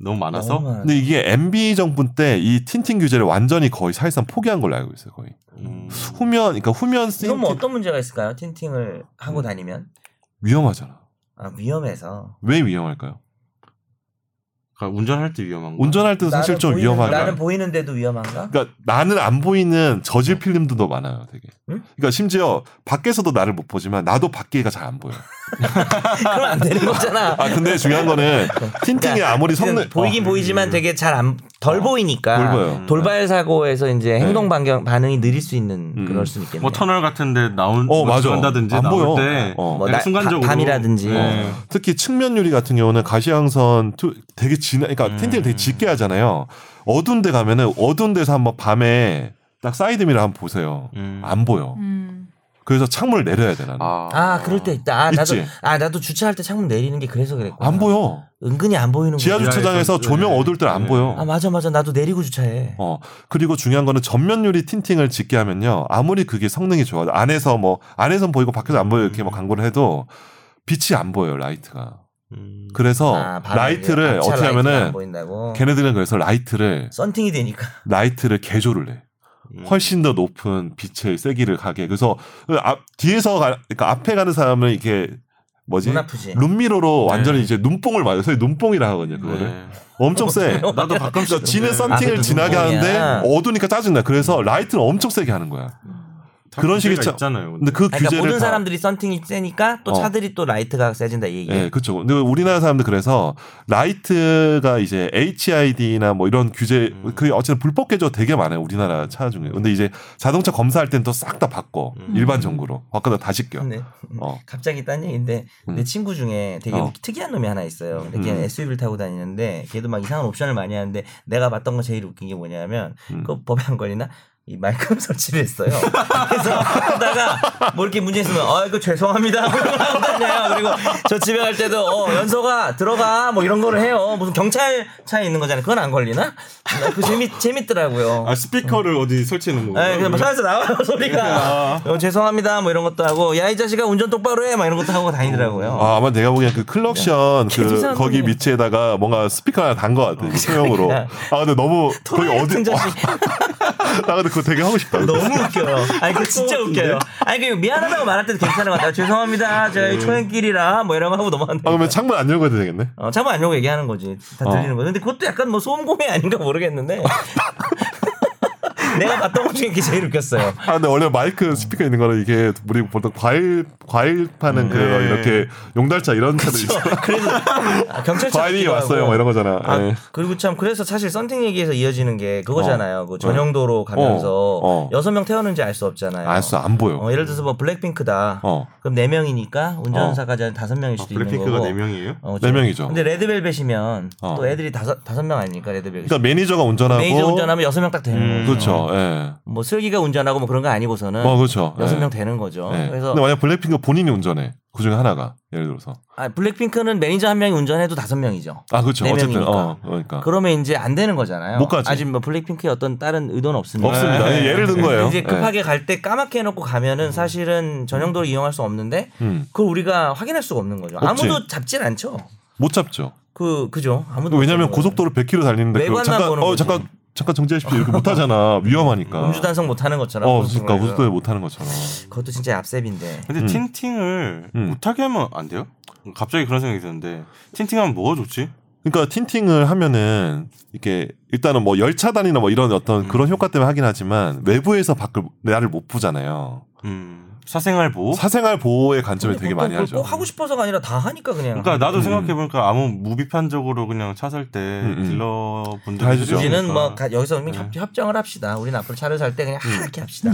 [SPEAKER 1] 너무 많아서.
[SPEAKER 3] 너무 많아.
[SPEAKER 4] 근데 이게 MB 정부 때 이 틴팅 규제를 완전히 거의 사실상 포기한 걸로 알고 있어요. 거의
[SPEAKER 1] 음.
[SPEAKER 4] 후면 그러니까 후면 쓰임
[SPEAKER 3] 이건 뭐 어떤 문제가 있을까요? 틴팅을
[SPEAKER 4] 음.
[SPEAKER 3] 하고 다니면
[SPEAKER 4] 위험하잖아.
[SPEAKER 3] 아, 위험해서
[SPEAKER 4] 왜 위험할까요?
[SPEAKER 1] 그러니까 운전할 때 위험한 거.
[SPEAKER 4] 운전할 때는 사실
[SPEAKER 3] 나는
[SPEAKER 4] 좀
[SPEAKER 3] 보이는-
[SPEAKER 4] 위험한
[SPEAKER 3] 나는
[SPEAKER 4] 거야.
[SPEAKER 3] 보이는데도 위험한가?
[SPEAKER 4] 그러니까 나는 안 보이는 저질 필름도 더 많아요, 되게.
[SPEAKER 3] 응?
[SPEAKER 4] 그러니까 심지어 밖에서도 나를 못 보지만 나도 밖에가 잘 안 보여.
[SPEAKER 3] 그럼 안 되는 거잖아.
[SPEAKER 4] 아 근데 중요한 거는 틴팅이 아무리 성능 어, 아,
[SPEAKER 3] 보이긴 보이지만 되게 잘 덜 보이니까
[SPEAKER 4] 덜 보여요. 네.
[SPEAKER 3] 돌발 사고에서 이제 행동 반경 반응이 느릴 수 있는
[SPEAKER 4] 음.
[SPEAKER 3] 그럴 수 있겠네요.
[SPEAKER 1] 뭐 터널 같은데 나온
[SPEAKER 3] 음.
[SPEAKER 4] 어, 맞아.
[SPEAKER 1] 간다든지
[SPEAKER 4] 안
[SPEAKER 1] 나올
[SPEAKER 4] 보여.
[SPEAKER 1] 때
[SPEAKER 4] 어.
[SPEAKER 3] 뭐
[SPEAKER 1] 약간
[SPEAKER 3] 나-
[SPEAKER 1] 순간적으로
[SPEAKER 3] 밤- 밤이라든지.
[SPEAKER 1] 네.
[SPEAKER 4] 특히 측면 유리 같은 경우는 가시광선 투- 되게 진하, 그러니까
[SPEAKER 1] 음.
[SPEAKER 4] 틴팅을 되게 짙게 하잖아요. 어두운 데 가면은 어두운 데서 한번 밤에 딱 사이드미러 한번 보세요.
[SPEAKER 1] 음.
[SPEAKER 4] 안 보여.
[SPEAKER 2] 음.
[SPEAKER 4] 그래서 창문을 내려야 돼 나는.
[SPEAKER 1] 아,
[SPEAKER 3] 아 그럴 때 있다. 아, 나도
[SPEAKER 4] 있지.
[SPEAKER 3] 아 나도 주차할 때 창문 내리는 게 그래서 그랬고.
[SPEAKER 4] 안 보여.
[SPEAKER 3] 은근히 안 보이는 거.
[SPEAKER 4] 지하 주차장에서
[SPEAKER 6] 네.
[SPEAKER 4] 조명 어두울 때는 안
[SPEAKER 6] 네.
[SPEAKER 4] 보여.
[SPEAKER 3] 아 맞아 맞아 나도 내리고 주차해.
[SPEAKER 4] 어 그리고 중요한 거는 전면 유리 틴팅을 짓게 하면요 아무리 그게 성능이 좋아도 안에서 뭐 안에선 보이고 밖에서 안 보여 이렇게
[SPEAKER 3] 음.
[SPEAKER 4] 막 광고를 해도 빛이 안 보여요 라이트가
[SPEAKER 1] 음.
[SPEAKER 4] 그래서
[SPEAKER 3] 아, 밤에 앞차
[SPEAKER 4] 라이트를 어떻게
[SPEAKER 3] 라이트가
[SPEAKER 4] 하면은
[SPEAKER 3] 안 보인다고.
[SPEAKER 4] 걔네들은 그래서 라이트를
[SPEAKER 3] 썬팅이 되니까.
[SPEAKER 4] 라이트를 개조를 해
[SPEAKER 1] 음.
[SPEAKER 4] 훨씬 더 높은 빛의 세기를 가게 그래서 그 앞 뒤에서 가, 그러니까 앞에 가는 사람은 이렇게 뭐지
[SPEAKER 3] 눈 아프지.
[SPEAKER 4] 룸미러로 완전히
[SPEAKER 1] 네.
[SPEAKER 4] 이제 눈뽕을 맞아요. 소위 눈뽕이라 하거든요. 그거를
[SPEAKER 1] 네.
[SPEAKER 4] 엄청 세.
[SPEAKER 1] 나도 가끔씩 네.
[SPEAKER 4] 그러니까 지는
[SPEAKER 3] 아,
[SPEAKER 4] 썬팅을
[SPEAKER 3] 그래도
[SPEAKER 4] 진하게
[SPEAKER 1] 뭐
[SPEAKER 3] 눈뽕이야.
[SPEAKER 4] 하는데 어두우니까 짜증나. 그래서 라이트를 엄청 세게 하는 거야.
[SPEAKER 1] 다
[SPEAKER 4] 그런
[SPEAKER 1] 규제가
[SPEAKER 4] 식의 차-
[SPEAKER 1] 있잖아요.
[SPEAKER 4] 근데 그
[SPEAKER 3] 그러니까
[SPEAKER 4] 규제를
[SPEAKER 3] 모든
[SPEAKER 4] 다-
[SPEAKER 3] 사람들이 썬팅이 세니까 또
[SPEAKER 4] 어.
[SPEAKER 3] 차들이 또 라이트가 세진다 이 얘기.
[SPEAKER 4] 예, 그렇죠. 근데 우리나라 사람들 그래서 라이트가 이제 HID나 뭐 이런 규제
[SPEAKER 1] 음.
[SPEAKER 4] 그 어쨌든 불법 개조 되게 많아요. 우리나라 차 중에. 근데 이제 자동차 검사할 때는 또 싹 다 바꿔.
[SPEAKER 1] 음.
[SPEAKER 4] 일반 정부로. 바꿔다 다시 껴.
[SPEAKER 3] 근데
[SPEAKER 4] 어.
[SPEAKER 3] 갑자기 딴 얘기인데 내
[SPEAKER 4] 음.
[SPEAKER 3] 친구 중에 되게
[SPEAKER 4] 어.
[SPEAKER 3] 특이한 놈이 하나 있어요. 근데
[SPEAKER 4] 음.
[SPEAKER 3] 걔는 SUV를 타고 다니는데 걔도 막 이상한 옵션을 많이 하는데 내가 봤던 거 제일 웃긴 게 뭐냐면
[SPEAKER 4] 음.
[SPEAKER 3] 그 법에 안 걸리나 이 말끔 설치를 했어요. 그래서 하다가 뭐 이렇게 문제 있으면 아 이거 죄송합니다. 하고 다녀요. 그리고 저 집에 갈 때도 어 연서가 들어가 뭐 이런 거를 해요. 무슨 경찰 차에 있는 거잖아요. 그건 안 걸리나? 그 재미 재밌더라고요.
[SPEAKER 1] 아 스피커를 어디 설치해
[SPEAKER 4] 아,
[SPEAKER 1] 놓은
[SPEAKER 3] 예, 그냥
[SPEAKER 1] 거예요? 아,
[SPEAKER 3] 뭐 차에서 나와요 소리가. 어, 죄송합니다 뭐 이런 것도 하고 야 이 자식아 운전 똑바로 해 막 이런 것도 하고 다니더라고요.
[SPEAKER 4] 아, 아마 내가 보기엔 그 클럭션 그
[SPEAKER 3] 네. 개조사는
[SPEAKER 4] 거기
[SPEAKER 3] 해.
[SPEAKER 4] 밑에다가 뭔가 스피커 하나 단 것 같아. 소형으로.
[SPEAKER 3] 그냥.
[SPEAKER 4] 아, 근데 너무 거기
[SPEAKER 3] 토라이
[SPEAKER 4] 어디
[SPEAKER 3] 같은 자식.
[SPEAKER 4] 나 근데 그거 되게 하고 싶다.
[SPEAKER 3] 너무 웃겨요. 아니 그 진짜 웃겨요. 아니 그 미안하다고 말할 때도 괜찮은 것 같아요. 죄송합니다. 저희 초행길이라 뭐 이런 거 하고
[SPEAKER 4] 네. 아,
[SPEAKER 3] 넘어갔는데.
[SPEAKER 4] 그러면 창문 안 열고 해도 되겠네.
[SPEAKER 3] 어, 참아 안려고 얘기하는 거지. 다
[SPEAKER 4] 어.
[SPEAKER 3] 들리는 거. 근데 그것도 약간 뭐 소음공해 아닌가 모르겠는데. 내가 봤던 것 중에 그게 제일 웃겼어요.
[SPEAKER 4] 아, 근데 원래 마이크 스피커 있는 거는 이게 우리 보통 과일, 과일 파는 그
[SPEAKER 1] 네.
[SPEAKER 4] 이렇게 용달차 이런 차들 있어.
[SPEAKER 3] 음, 그래서 아, 경찰차
[SPEAKER 4] 과일이
[SPEAKER 3] 기도 하고.
[SPEAKER 4] 왔어요. 뭐 이런 거잖아.
[SPEAKER 3] 아,
[SPEAKER 4] 예.
[SPEAKER 3] 그리고 참 그래서 사실 썬팅 얘기에서 이어지는 게 그거잖아요. 그 전용도로
[SPEAKER 4] 어,
[SPEAKER 3] 가면서
[SPEAKER 4] 어.
[SPEAKER 3] 여섯 명 태웠는지 알 수 없잖아요.
[SPEAKER 4] 알수 안 보여.
[SPEAKER 3] 어, 예를 들어서 뭐 블랙핑크다.
[SPEAKER 4] 어.
[SPEAKER 3] 그럼 네 명이니까 운전사가 한 다섯 명일
[SPEAKER 1] 아,
[SPEAKER 3] 수도 있는
[SPEAKER 1] 블랙핑크가
[SPEAKER 3] 거고.
[SPEAKER 1] 네 명이에요?
[SPEAKER 3] 어,
[SPEAKER 4] 네 명이죠.
[SPEAKER 3] 근데 레드벨벳이면
[SPEAKER 4] 어.
[SPEAKER 3] 또 애들이 다섯 다섯 명 아닙니까 레드벨벳.
[SPEAKER 4] 그러니까 매니저가 운전하고
[SPEAKER 3] 메이저 운전하면 여섯 명 딱 되는
[SPEAKER 1] 음.
[SPEAKER 3] 거죠.
[SPEAKER 4] 그렇죠. 예.
[SPEAKER 3] 뭐 슬기가 운전하고 뭐 그런 거 아니고서는
[SPEAKER 4] 어, 그렇죠.
[SPEAKER 3] 여섯
[SPEAKER 4] 예.
[SPEAKER 3] 명 되는 거죠.
[SPEAKER 4] 예.
[SPEAKER 3] 그래서
[SPEAKER 4] 근데 만약 블랙핑크 본인이 운전해. 그 중에 하나가 예를 들어서.
[SPEAKER 3] 아, 블랙핑크는 매니저 한 명이 운전해도 다섯 명이죠.
[SPEAKER 4] 아, 그렇죠.
[SPEAKER 3] 네
[SPEAKER 4] 어쨌든
[SPEAKER 3] 명이니까.
[SPEAKER 4] 어, 그러니까.
[SPEAKER 3] 그러면 이제 안 되는 거잖아요.
[SPEAKER 4] 못 가지.
[SPEAKER 3] 아직 뭐 블랙핑크의 어떤 다른 의도는 없습니다. 네.
[SPEAKER 4] 없습니다. 예, 예를 든 거예요.
[SPEAKER 3] 이제
[SPEAKER 4] 예.
[SPEAKER 3] 급하게 갈 때 까맣게 해놓고 가면은 사실은 전용도로 이용할 수 없는데
[SPEAKER 4] 음.
[SPEAKER 3] 그걸 우리가 확인할 수가 없는 거죠.
[SPEAKER 4] 없지.
[SPEAKER 3] 아무도 잡진 않죠.
[SPEAKER 4] 못 잡죠.
[SPEAKER 3] 그 그죠. 아무도
[SPEAKER 4] 그러니까 왜냐면
[SPEAKER 3] 못 잡는 거예요.
[SPEAKER 4] 고속도로 100km 달리는데 그거
[SPEAKER 3] 외관만
[SPEAKER 4] 잠깐
[SPEAKER 3] 보는
[SPEAKER 4] 어
[SPEAKER 3] 거지.
[SPEAKER 4] 잠깐 잠깐 정지하십시오 이렇게 못 하잖아 위험하니까.
[SPEAKER 3] 음주 단속 못 하는 것처럼.
[SPEAKER 4] 어,
[SPEAKER 3] 고속도로에서.
[SPEAKER 4] 그러니까 고속도로에 못 하는 것처럼.
[SPEAKER 3] 그것도 진짜 얍셉인데.
[SPEAKER 1] 근데
[SPEAKER 4] 음.
[SPEAKER 1] 틴팅을
[SPEAKER 4] 음.
[SPEAKER 1] 못하게 하면 안 돼요? 갑자기 그런 생각이 드는데 틴팅하면 뭐가 좋지?
[SPEAKER 4] 그러니까 틴팅을 하면은 이렇게 일단은 뭐 열차단이나 뭐 이런
[SPEAKER 3] 음.
[SPEAKER 4] 어떤 그런 효과 때문에 하긴 하지만 외부에서 밖을 나를 못 보잖아요.
[SPEAKER 1] 음, 사생활 보호?
[SPEAKER 4] 사생활 보호의 관점을
[SPEAKER 3] 뭐? 근데
[SPEAKER 4] 되게
[SPEAKER 3] 보통
[SPEAKER 4] 많이
[SPEAKER 3] 그걸
[SPEAKER 4] 하죠.
[SPEAKER 3] 꼭 하고 싶어서가 아니라 다 하니까 그냥.
[SPEAKER 1] 그러니까 나도
[SPEAKER 4] 음.
[SPEAKER 1] 생각해보니까 아무 무비판적으로 그냥 차 살 때
[SPEAKER 4] 음.
[SPEAKER 1] 딜러
[SPEAKER 4] 다
[SPEAKER 1] 분들이
[SPEAKER 4] 해주죠.
[SPEAKER 3] 우리는 뭐
[SPEAKER 1] 그러니까.
[SPEAKER 3] 가- 여기서
[SPEAKER 4] 네.
[SPEAKER 3] 그냥 협- 협정을 합시다. 우리는 앞으로 차를 살 때 그냥
[SPEAKER 4] 음.
[SPEAKER 3] 하얗게 합시다.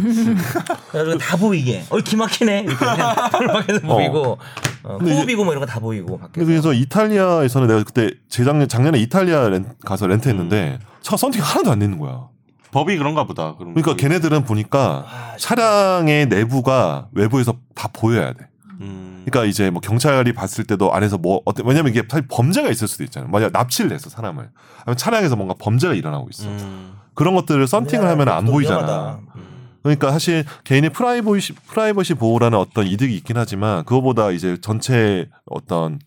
[SPEAKER 3] 그래가지고 다 보이게. 어이 기막히네. 이렇게 그냥 밖에서 보이고 어,
[SPEAKER 4] 근데 이제-
[SPEAKER 3] 호흡이고 뭐 이런 거 다 보이고 밖에서.
[SPEAKER 4] 그래서 이탈리아에서는 내가 그때 재작년 작년에 이탈리아 렌, 가서
[SPEAKER 3] 음.
[SPEAKER 4] 렌트했는데 차 선택이 하나도 안 되는 거야.
[SPEAKER 1] 법이 그런가 보다. 그럼
[SPEAKER 4] 그러니까
[SPEAKER 3] 음.
[SPEAKER 1] 거기.
[SPEAKER 4] 걔네들은
[SPEAKER 3] 아,
[SPEAKER 4] 보니까 차량의 내부가 외부에서 다 보여야 돼.
[SPEAKER 1] 음.
[SPEAKER 4] 그러니까 이제 뭐 경찰이 봤을 때도 안에서 뭐 어때 왜냐면 이게 사실 범죄가 있을 수도 있잖아요. 만약 납치를 했어 사람을 아니면 차량에서 뭔가 범죄가 일어나고 있어.
[SPEAKER 1] 음.
[SPEAKER 4] 그런 것들을 썬팅을 하면 안
[SPEAKER 3] 네, 그것도
[SPEAKER 4] 보이잖아.
[SPEAKER 3] 위험하다.
[SPEAKER 1] 음.
[SPEAKER 4] 그러니까 사실 개인의 프라이버시 프라이버시 보호라는 어떤 이득이 있긴 하지만 그거보다 이제 전체 어떤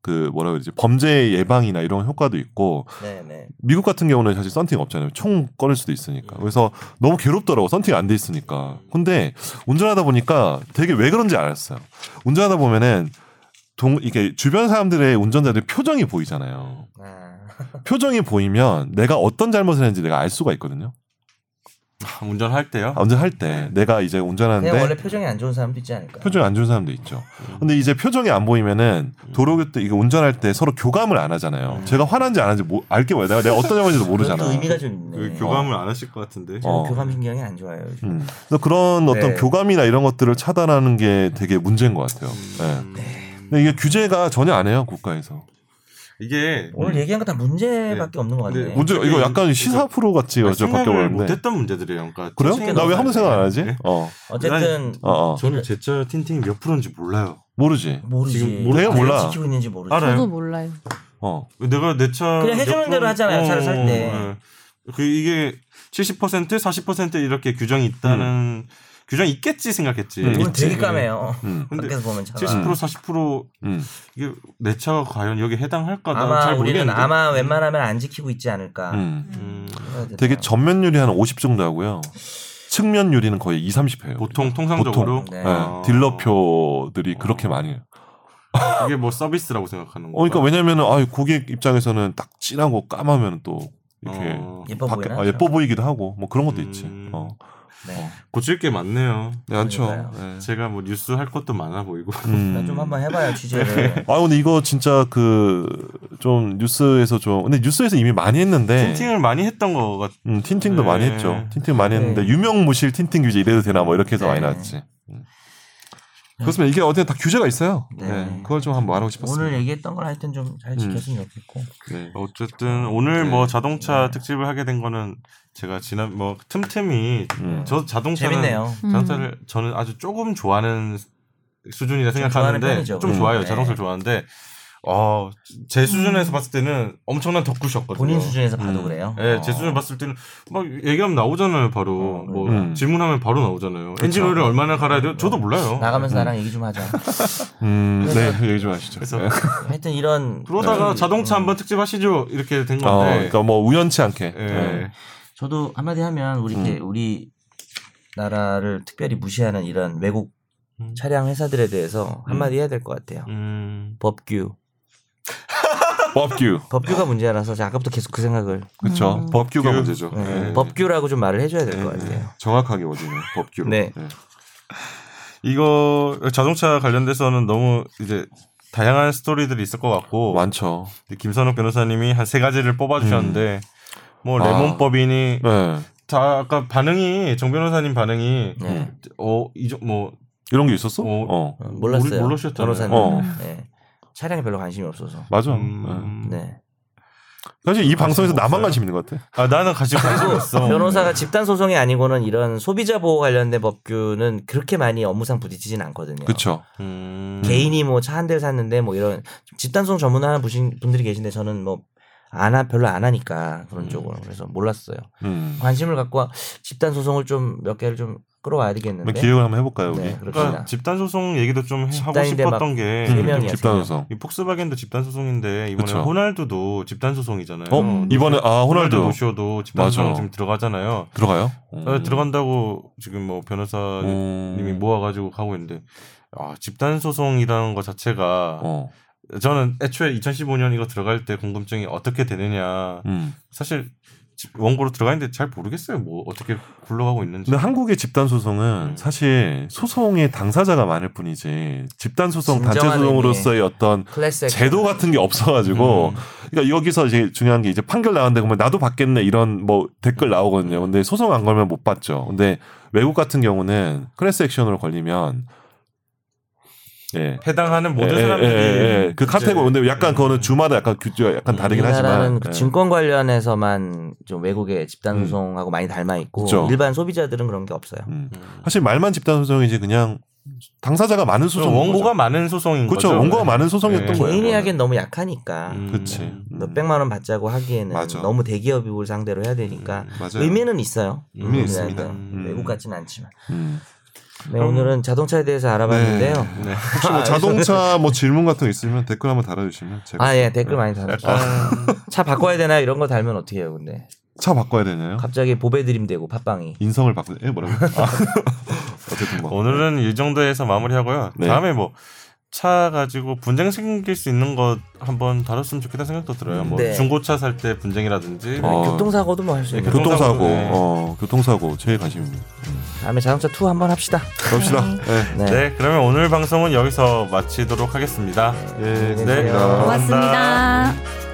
[SPEAKER 4] 그 뭐라 그러지 범죄 예방이나 이런 효과도 있고
[SPEAKER 3] 네네.
[SPEAKER 4] 미국 같은 경우는 사실 썬팅 없잖아요 총 꺼낼 수도
[SPEAKER 3] 예.
[SPEAKER 4] 있으니까 그래서 너무 괴롭더라고 썬팅 안 돼 있으니까 근데 운전하다 보니까 되게 왜 그런지 알았어요 운전하다 보면은 동 이게 주변 사람들의 운전자들 표정이 보이잖아요
[SPEAKER 3] 아,
[SPEAKER 4] 표정이 보이면 내가 어떤 잘못을 했는지 내가 알 수가 있거든요
[SPEAKER 1] 아, 운전할 때요?
[SPEAKER 4] 아, 운전할 때 내가 이제 운전하는데
[SPEAKER 3] 그냥 예. 원래 음. 표정이 안 좋은 사람도 있지 않을까.
[SPEAKER 4] 표정이 안 좋은 사람도 있죠. 근데 이제 표정이 안 보이면은
[SPEAKER 3] 음.
[SPEAKER 4] 도로 때 이게 운전할 때 서로 교감을 안 하잖아요. 제가 화난지 안 하는지 알게 뭐야. 내가, 내가 어떤 영화인지도 모르잖아.
[SPEAKER 3] 그것도 의미가 좀 있네.
[SPEAKER 1] 교감을 안 하실 것 같은데.
[SPEAKER 3] 어.
[SPEAKER 4] 어.
[SPEAKER 3] 교감 신경이 안 좋아요. 요즘.
[SPEAKER 4] 음. 그래서 그런 어떤
[SPEAKER 3] 네.
[SPEAKER 4] 교감이나 이런 것들을 차단하는
[SPEAKER 1] 음.
[SPEAKER 4] 네.
[SPEAKER 1] 네.
[SPEAKER 4] 게 되게 문제인 것 같아요. 예. 근데 이게 규제가 전혀 안 해요 국가에서.
[SPEAKER 1] 이게
[SPEAKER 3] 오늘 얘기한 거 다 문제밖에 없는 것 같아요.
[SPEAKER 1] 네,
[SPEAKER 4] 문제 이거
[SPEAKER 1] 이게
[SPEAKER 4] 약간 시사 프로 같이 여자
[SPEAKER 1] 생각을
[SPEAKER 4] 바뀌어버렸는데.
[SPEAKER 1] 못했던 문제들이에요. 그러니까
[SPEAKER 4] 네. 그래요?
[SPEAKER 3] 솔직히
[SPEAKER 4] 나 왜 아무도
[SPEAKER 3] 나와요.
[SPEAKER 4] 생각 안 하지?
[SPEAKER 1] 네.
[SPEAKER 4] 어,
[SPEAKER 3] 어쨌든
[SPEAKER 4] 어, 어.
[SPEAKER 1] 저는 제자 틴팅이 몇 프로인지 몰라요.
[SPEAKER 4] 모르지.
[SPEAKER 3] 모르지.
[SPEAKER 1] 지금
[SPEAKER 4] 모르- 내가 몰라.
[SPEAKER 3] 지키고 있는지 모르지.
[SPEAKER 1] 알아요.
[SPEAKER 2] 저도 몰라요.
[SPEAKER 4] 어,
[SPEAKER 1] 내가 내 차.
[SPEAKER 3] 그냥 해주는
[SPEAKER 1] 몇
[SPEAKER 3] 대로 하잖아요, 차를 살 때.
[SPEAKER 1] 예. 그 이게 70% 40% 이렇게 규정이 있다는 규정이 있겠지 생각했지.
[SPEAKER 4] 음.
[SPEAKER 3] 이건 되게
[SPEAKER 1] 예.
[SPEAKER 3] 까매요.
[SPEAKER 4] 음,
[SPEAKER 1] 근데
[SPEAKER 3] 밖에서 보면 참.
[SPEAKER 1] 70% 40%
[SPEAKER 4] 음.
[SPEAKER 1] 이게 내 차가 과연 여기 해당할까?
[SPEAKER 3] 아마
[SPEAKER 1] 나는 잘
[SPEAKER 3] 우리는
[SPEAKER 1] 모르겠는데.
[SPEAKER 3] 아마 웬만하면 안 지키고 있지 않을까.
[SPEAKER 4] 음.
[SPEAKER 1] 음,
[SPEAKER 3] 생각이 드네요.
[SPEAKER 4] 되게 전면율이 한 50 정도 하고요. 측면율이는 거의 2, 30회예요.
[SPEAKER 1] 보통 통상적으로
[SPEAKER 3] 보통.
[SPEAKER 4] 네.
[SPEAKER 1] 아.
[SPEAKER 4] 딜러표들이 그렇게 많이 해요.
[SPEAKER 1] 이게 뭐 서비스라고 생각하는
[SPEAKER 4] 어,
[SPEAKER 1] 거.
[SPEAKER 4] 그러니까 왜냐면은 아, 고객 입장에서는 딱 진한 거 까마면 또 이렇게
[SPEAKER 3] 예뻐
[SPEAKER 4] 밖에-
[SPEAKER 3] 보이나?
[SPEAKER 4] 아, 예뻐 보이기도 하고 뭐 그런 것도
[SPEAKER 1] 어. 음.
[SPEAKER 4] 있지. 어.
[SPEAKER 3] 네.
[SPEAKER 1] 고칠 게 많네요.
[SPEAKER 4] 네, 안죠
[SPEAKER 3] 그러니까요.
[SPEAKER 1] 제가 뭐 뉴스 할 것도 많아 보이고.
[SPEAKER 3] 나좀 한번 해봐요 취재를.
[SPEAKER 4] 음. 아 근데 이거 진짜 그 좀 뉴스에서 좀 근데 뉴스에서 이미 많이 했는데
[SPEAKER 1] 틴팅을 많이 했던 거 같.
[SPEAKER 4] 음, 틴팅도
[SPEAKER 1] 네.
[SPEAKER 4] 많이 했죠. 틴팅 많이 했는데
[SPEAKER 3] 네.
[SPEAKER 4] 유명무실 틴팅 규제 이래도 되나 뭐 이렇게 해서 많이
[SPEAKER 3] 네.
[SPEAKER 4] 나왔지. 음. 그렇습니다. 이게 어쨌든 다 규제가 있어요.
[SPEAKER 3] 네.
[SPEAKER 4] 네. 그걸 좀 한번 말하고 싶었습니다.
[SPEAKER 3] 오늘 얘기했던 걸 하여튼 좀
[SPEAKER 1] 음.
[SPEAKER 3] 잘 지켰으면 좋겠고.
[SPEAKER 4] 네.
[SPEAKER 1] 어쨌든 오늘
[SPEAKER 4] 네.
[SPEAKER 1] 뭐 자동차 특집을 하게 된 거는 제가 지난 뭐 틈틈이
[SPEAKER 4] 음.
[SPEAKER 1] 저 자동차는
[SPEAKER 3] 재밌네요.
[SPEAKER 2] 음.
[SPEAKER 1] 자동차를 저는 아주 조금 좋아하는 수준이라
[SPEAKER 3] 좋아하는
[SPEAKER 1] 생각하는데
[SPEAKER 3] 편이죠.
[SPEAKER 1] 좀
[SPEAKER 3] 음.
[SPEAKER 1] 좋아요.
[SPEAKER 3] 네.
[SPEAKER 1] 자동차를 좋아하는데 어, 제 수준에서 봤을 때는 엄청난 덕후셨거든요.
[SPEAKER 3] 본인 수준에서 봐도
[SPEAKER 4] 음.
[SPEAKER 3] 그래요.
[SPEAKER 1] 예,
[SPEAKER 3] 어.
[SPEAKER 1] 제 수준 봤을 때는 막 얘기하면 나오잖아요, 바로.
[SPEAKER 3] 어,
[SPEAKER 1] 뭐
[SPEAKER 4] 음.
[SPEAKER 1] 질문하면 바로 나오잖아요. 엔진 오일을 얼마나 갈아야 돼요? 저도 몰라요.
[SPEAKER 3] 나가면서 나랑 얘기 좀 하자.
[SPEAKER 4] 음, 네,
[SPEAKER 3] 그래서-
[SPEAKER 4] 얘기 좀 하시죠.
[SPEAKER 1] 그래서
[SPEAKER 4] 네.
[SPEAKER 3] 하여튼 이런
[SPEAKER 1] 그러다가
[SPEAKER 3] 음,
[SPEAKER 1] 자동차
[SPEAKER 3] 음.
[SPEAKER 1] 한번 특집 하시죠. 이렇게 된
[SPEAKER 4] 어,
[SPEAKER 1] 건데.
[SPEAKER 4] 그러니까 뭐 우연치 않게.
[SPEAKER 1] 예.
[SPEAKER 4] 네.
[SPEAKER 3] 음. 저도 한마디 하면 우리 이렇게
[SPEAKER 1] 음.
[SPEAKER 3] 우리 나라를 특별히 무시하는 이런 외국
[SPEAKER 1] 음.
[SPEAKER 3] 차량 회사들에 대해서 한마디 해야 될 것 같아요.
[SPEAKER 1] 음.
[SPEAKER 3] 법규.
[SPEAKER 4] 법규.
[SPEAKER 3] 법규가 문제라서 제가 아까부터 계속 그 생각을
[SPEAKER 4] 그렇죠. 법규가 문제죠.
[SPEAKER 3] 네,
[SPEAKER 4] 네.
[SPEAKER 3] 법규라고 좀 말을 해줘야 될
[SPEAKER 4] 네,
[SPEAKER 3] 것
[SPEAKER 4] 네.
[SPEAKER 3] 같아요.
[SPEAKER 4] 정확하게 오지는 법규로.
[SPEAKER 3] 네.
[SPEAKER 1] 이거 자동차 관련돼서는 너무 이제 다양한 스토리들이 있을 것 같고
[SPEAKER 4] 뭐 많죠.
[SPEAKER 1] 김선욱 변호사님이 한 세 가지를
[SPEAKER 3] 음.
[SPEAKER 1] 뽑아주셨는데 뭐
[SPEAKER 4] 아.
[SPEAKER 1] 레몬법이니
[SPEAKER 4] 네.
[SPEAKER 1] 다 아까 반응이 정 변호사님 반응이
[SPEAKER 3] 네.
[SPEAKER 1] 어 이정 뭐
[SPEAKER 4] 이런 게 있었어?
[SPEAKER 1] 어.
[SPEAKER 4] 어.
[SPEAKER 3] 어, 몰랐어요.
[SPEAKER 1] 모르- 몰랐었잖아요.
[SPEAKER 3] 변호사님.
[SPEAKER 4] 어.
[SPEAKER 3] 네. 차량에 별로 관심이 없어서.
[SPEAKER 4] 맞아. 네.
[SPEAKER 1] 음,
[SPEAKER 3] 네.
[SPEAKER 4] 사실 이 방송에서 나만
[SPEAKER 1] 없어요?
[SPEAKER 4] 관심 있는 것 같아.
[SPEAKER 1] 아 나는 관심 관심 없어 음.
[SPEAKER 3] 변호사가 집단 소송이 아니고는 이런 소비자 보호 관련된 법규는 그렇게 많이 업무상 부딪히진 않거든요.
[SPEAKER 4] 그렇죠.
[SPEAKER 1] 음.
[SPEAKER 3] 개인이 뭐 차 한 대를 샀는데 뭐 이런 집단 소송 전문하는 부신 분들이 계신데 저는 뭐안 하, 별로 안 하니까 그런 쪽으로 그래서 몰랐어요.
[SPEAKER 4] 음.
[SPEAKER 3] 관심을 갖고 와- 집단 소송을 좀 몇 개를 좀 끌어와야
[SPEAKER 4] 한번
[SPEAKER 3] 되겠는데.
[SPEAKER 4] 뭐 기획을 한번 해볼까요 우리?
[SPEAKER 3] 네, 그렇습니다.
[SPEAKER 1] 그러니까 집단 소송 얘기도 좀 해- 하고
[SPEAKER 3] 집단인데 막
[SPEAKER 1] 싶었던 게
[SPEAKER 3] 세
[SPEAKER 4] 음,
[SPEAKER 3] 명이야, 세 명.
[SPEAKER 4] 집단소송.
[SPEAKER 1] 이 폭스바겐도 집단 소송인데 이번에
[SPEAKER 4] 그쵸.
[SPEAKER 1] 호날두도 집단 소송이잖아요.
[SPEAKER 4] 어 이번에 아 호날두
[SPEAKER 1] 노쇼도 집단 소송
[SPEAKER 4] 맞아. 음.
[SPEAKER 1] 지금 들어가잖아요.
[SPEAKER 4] 들어가요?
[SPEAKER 1] 어, 들어간다고 지금 뭐 변호사님이 뭐
[SPEAKER 4] 음.
[SPEAKER 1] 모아가지고 가고 있는데 아 집단 소송이라는 것 자체가
[SPEAKER 4] 어.
[SPEAKER 1] 저는 애초에 2015년 이거 들어갈 때 궁금증이 어떻게 되느냐
[SPEAKER 4] 음.
[SPEAKER 1] 사실 집- 원고로 들어가 있는데 잘 모르겠어요. 뭐 어떻게 굴러가고 있는지.
[SPEAKER 4] 근데 한국의 집단 소송은
[SPEAKER 1] 그렇죠. 음.
[SPEAKER 4] 사실 소송의 당사자가 많을 뿐이지 집단 소송, 단체
[SPEAKER 3] 진정한 네.
[SPEAKER 4] 소송으로서의 어떤
[SPEAKER 3] 클래스
[SPEAKER 4] 제도 같은 게
[SPEAKER 1] 음.
[SPEAKER 4] 없어가지고 그러니까 여기서 이제 중요한 게 이제 판결 나왔는데 그러면 나도 받겠네 이런 뭐 댓글 나오거든요. 근데 소송 안 걸면 못 받죠. 근데 외국 같은 경우는 클래스 액션으로 걸리면 예.
[SPEAKER 1] 해당하는 모든
[SPEAKER 4] 예,
[SPEAKER 1] 사람들이
[SPEAKER 4] 예, 예, 예. 그
[SPEAKER 1] 이제-
[SPEAKER 4] 카테고리 근데 약간
[SPEAKER 1] 음.
[SPEAKER 4] 그거는 주마다 약간 규제가 약간 다르긴 하지만
[SPEAKER 3] 우리나라는 그
[SPEAKER 4] 예.
[SPEAKER 3] 증권 관련해서만 좀 외국의 집단
[SPEAKER 4] 음.
[SPEAKER 3] 소송하고 많이 닮아 있고
[SPEAKER 4] 그쵸.
[SPEAKER 3] 일반 소비자들은 그런 게 없어요.
[SPEAKER 4] 음.
[SPEAKER 1] 음.
[SPEAKER 4] 사실 말만 집단 소송이지 그냥 당사자가 많은 소송
[SPEAKER 1] 그렇죠. 원고가 많은 소송인
[SPEAKER 4] 그렇죠.
[SPEAKER 1] 거죠.
[SPEAKER 4] 원고가 많은 소송이었던
[SPEAKER 1] 네.
[SPEAKER 4] 거예요.
[SPEAKER 3] 개인이
[SPEAKER 4] 그거는.
[SPEAKER 3] 하기엔 너무 약하니까
[SPEAKER 1] 음.
[SPEAKER 4] 그치. 음.
[SPEAKER 3] 몇 백만 원 받자고 하기에는
[SPEAKER 4] 맞아. 음.
[SPEAKER 3] 너무 대기업을 상대로 해야 되니까
[SPEAKER 4] 맞아요.
[SPEAKER 3] 의미는 있어요.
[SPEAKER 1] 의미
[SPEAKER 4] 있습니다.
[SPEAKER 3] 우리나라는. 네,
[SPEAKER 4] 음.
[SPEAKER 3] 외국 같지는 않지만.
[SPEAKER 4] 음.
[SPEAKER 3] 네, 오늘은 자동차에 대해서 알아봤는데요.
[SPEAKER 1] 네.
[SPEAKER 4] 혹시 뭐 자동차 뭐 질문 같은 거 있으면 댓글 네. 한번 달아주시면 제가
[SPEAKER 3] 아 예 댓글 많이 달아주세요.
[SPEAKER 4] 음.
[SPEAKER 3] 차 바꿔야 되나 이런 거 달면 어떻게 해요 근데
[SPEAKER 4] 차 바꿔야 되나요?
[SPEAKER 3] 갑자기 보배드림 되고 팟빵이
[SPEAKER 4] 인성을 바꾸 예 뭐라고? 아. 어쨌든 뭐
[SPEAKER 1] 오늘은 이 정도에서 마무리하고요.
[SPEAKER 4] 네.
[SPEAKER 1] 다음에 뭐 차 가지고 분쟁 생길 수 있는 것 한번 다뤘으면 좋겠다 는 생각도 들어요. 뭐
[SPEAKER 3] 네.
[SPEAKER 1] 중고차 살 때 분쟁이라든지
[SPEAKER 4] 어.
[SPEAKER 3] 교통사고도 뭐 할 수 있는 거.
[SPEAKER 4] 교통사고,
[SPEAKER 1] 교통사고, 네.
[SPEAKER 4] 어 교통사고 제일 관심입니다.
[SPEAKER 3] 다음에 자동차 투 한번 합시다.
[SPEAKER 4] 갑시다. 예.
[SPEAKER 1] 네, 그러면 오늘 방송은 여기서 마치도록 하겠습니다.
[SPEAKER 4] 예,
[SPEAKER 1] 네,
[SPEAKER 3] 감사합니다.
[SPEAKER 2] 고맙습니다.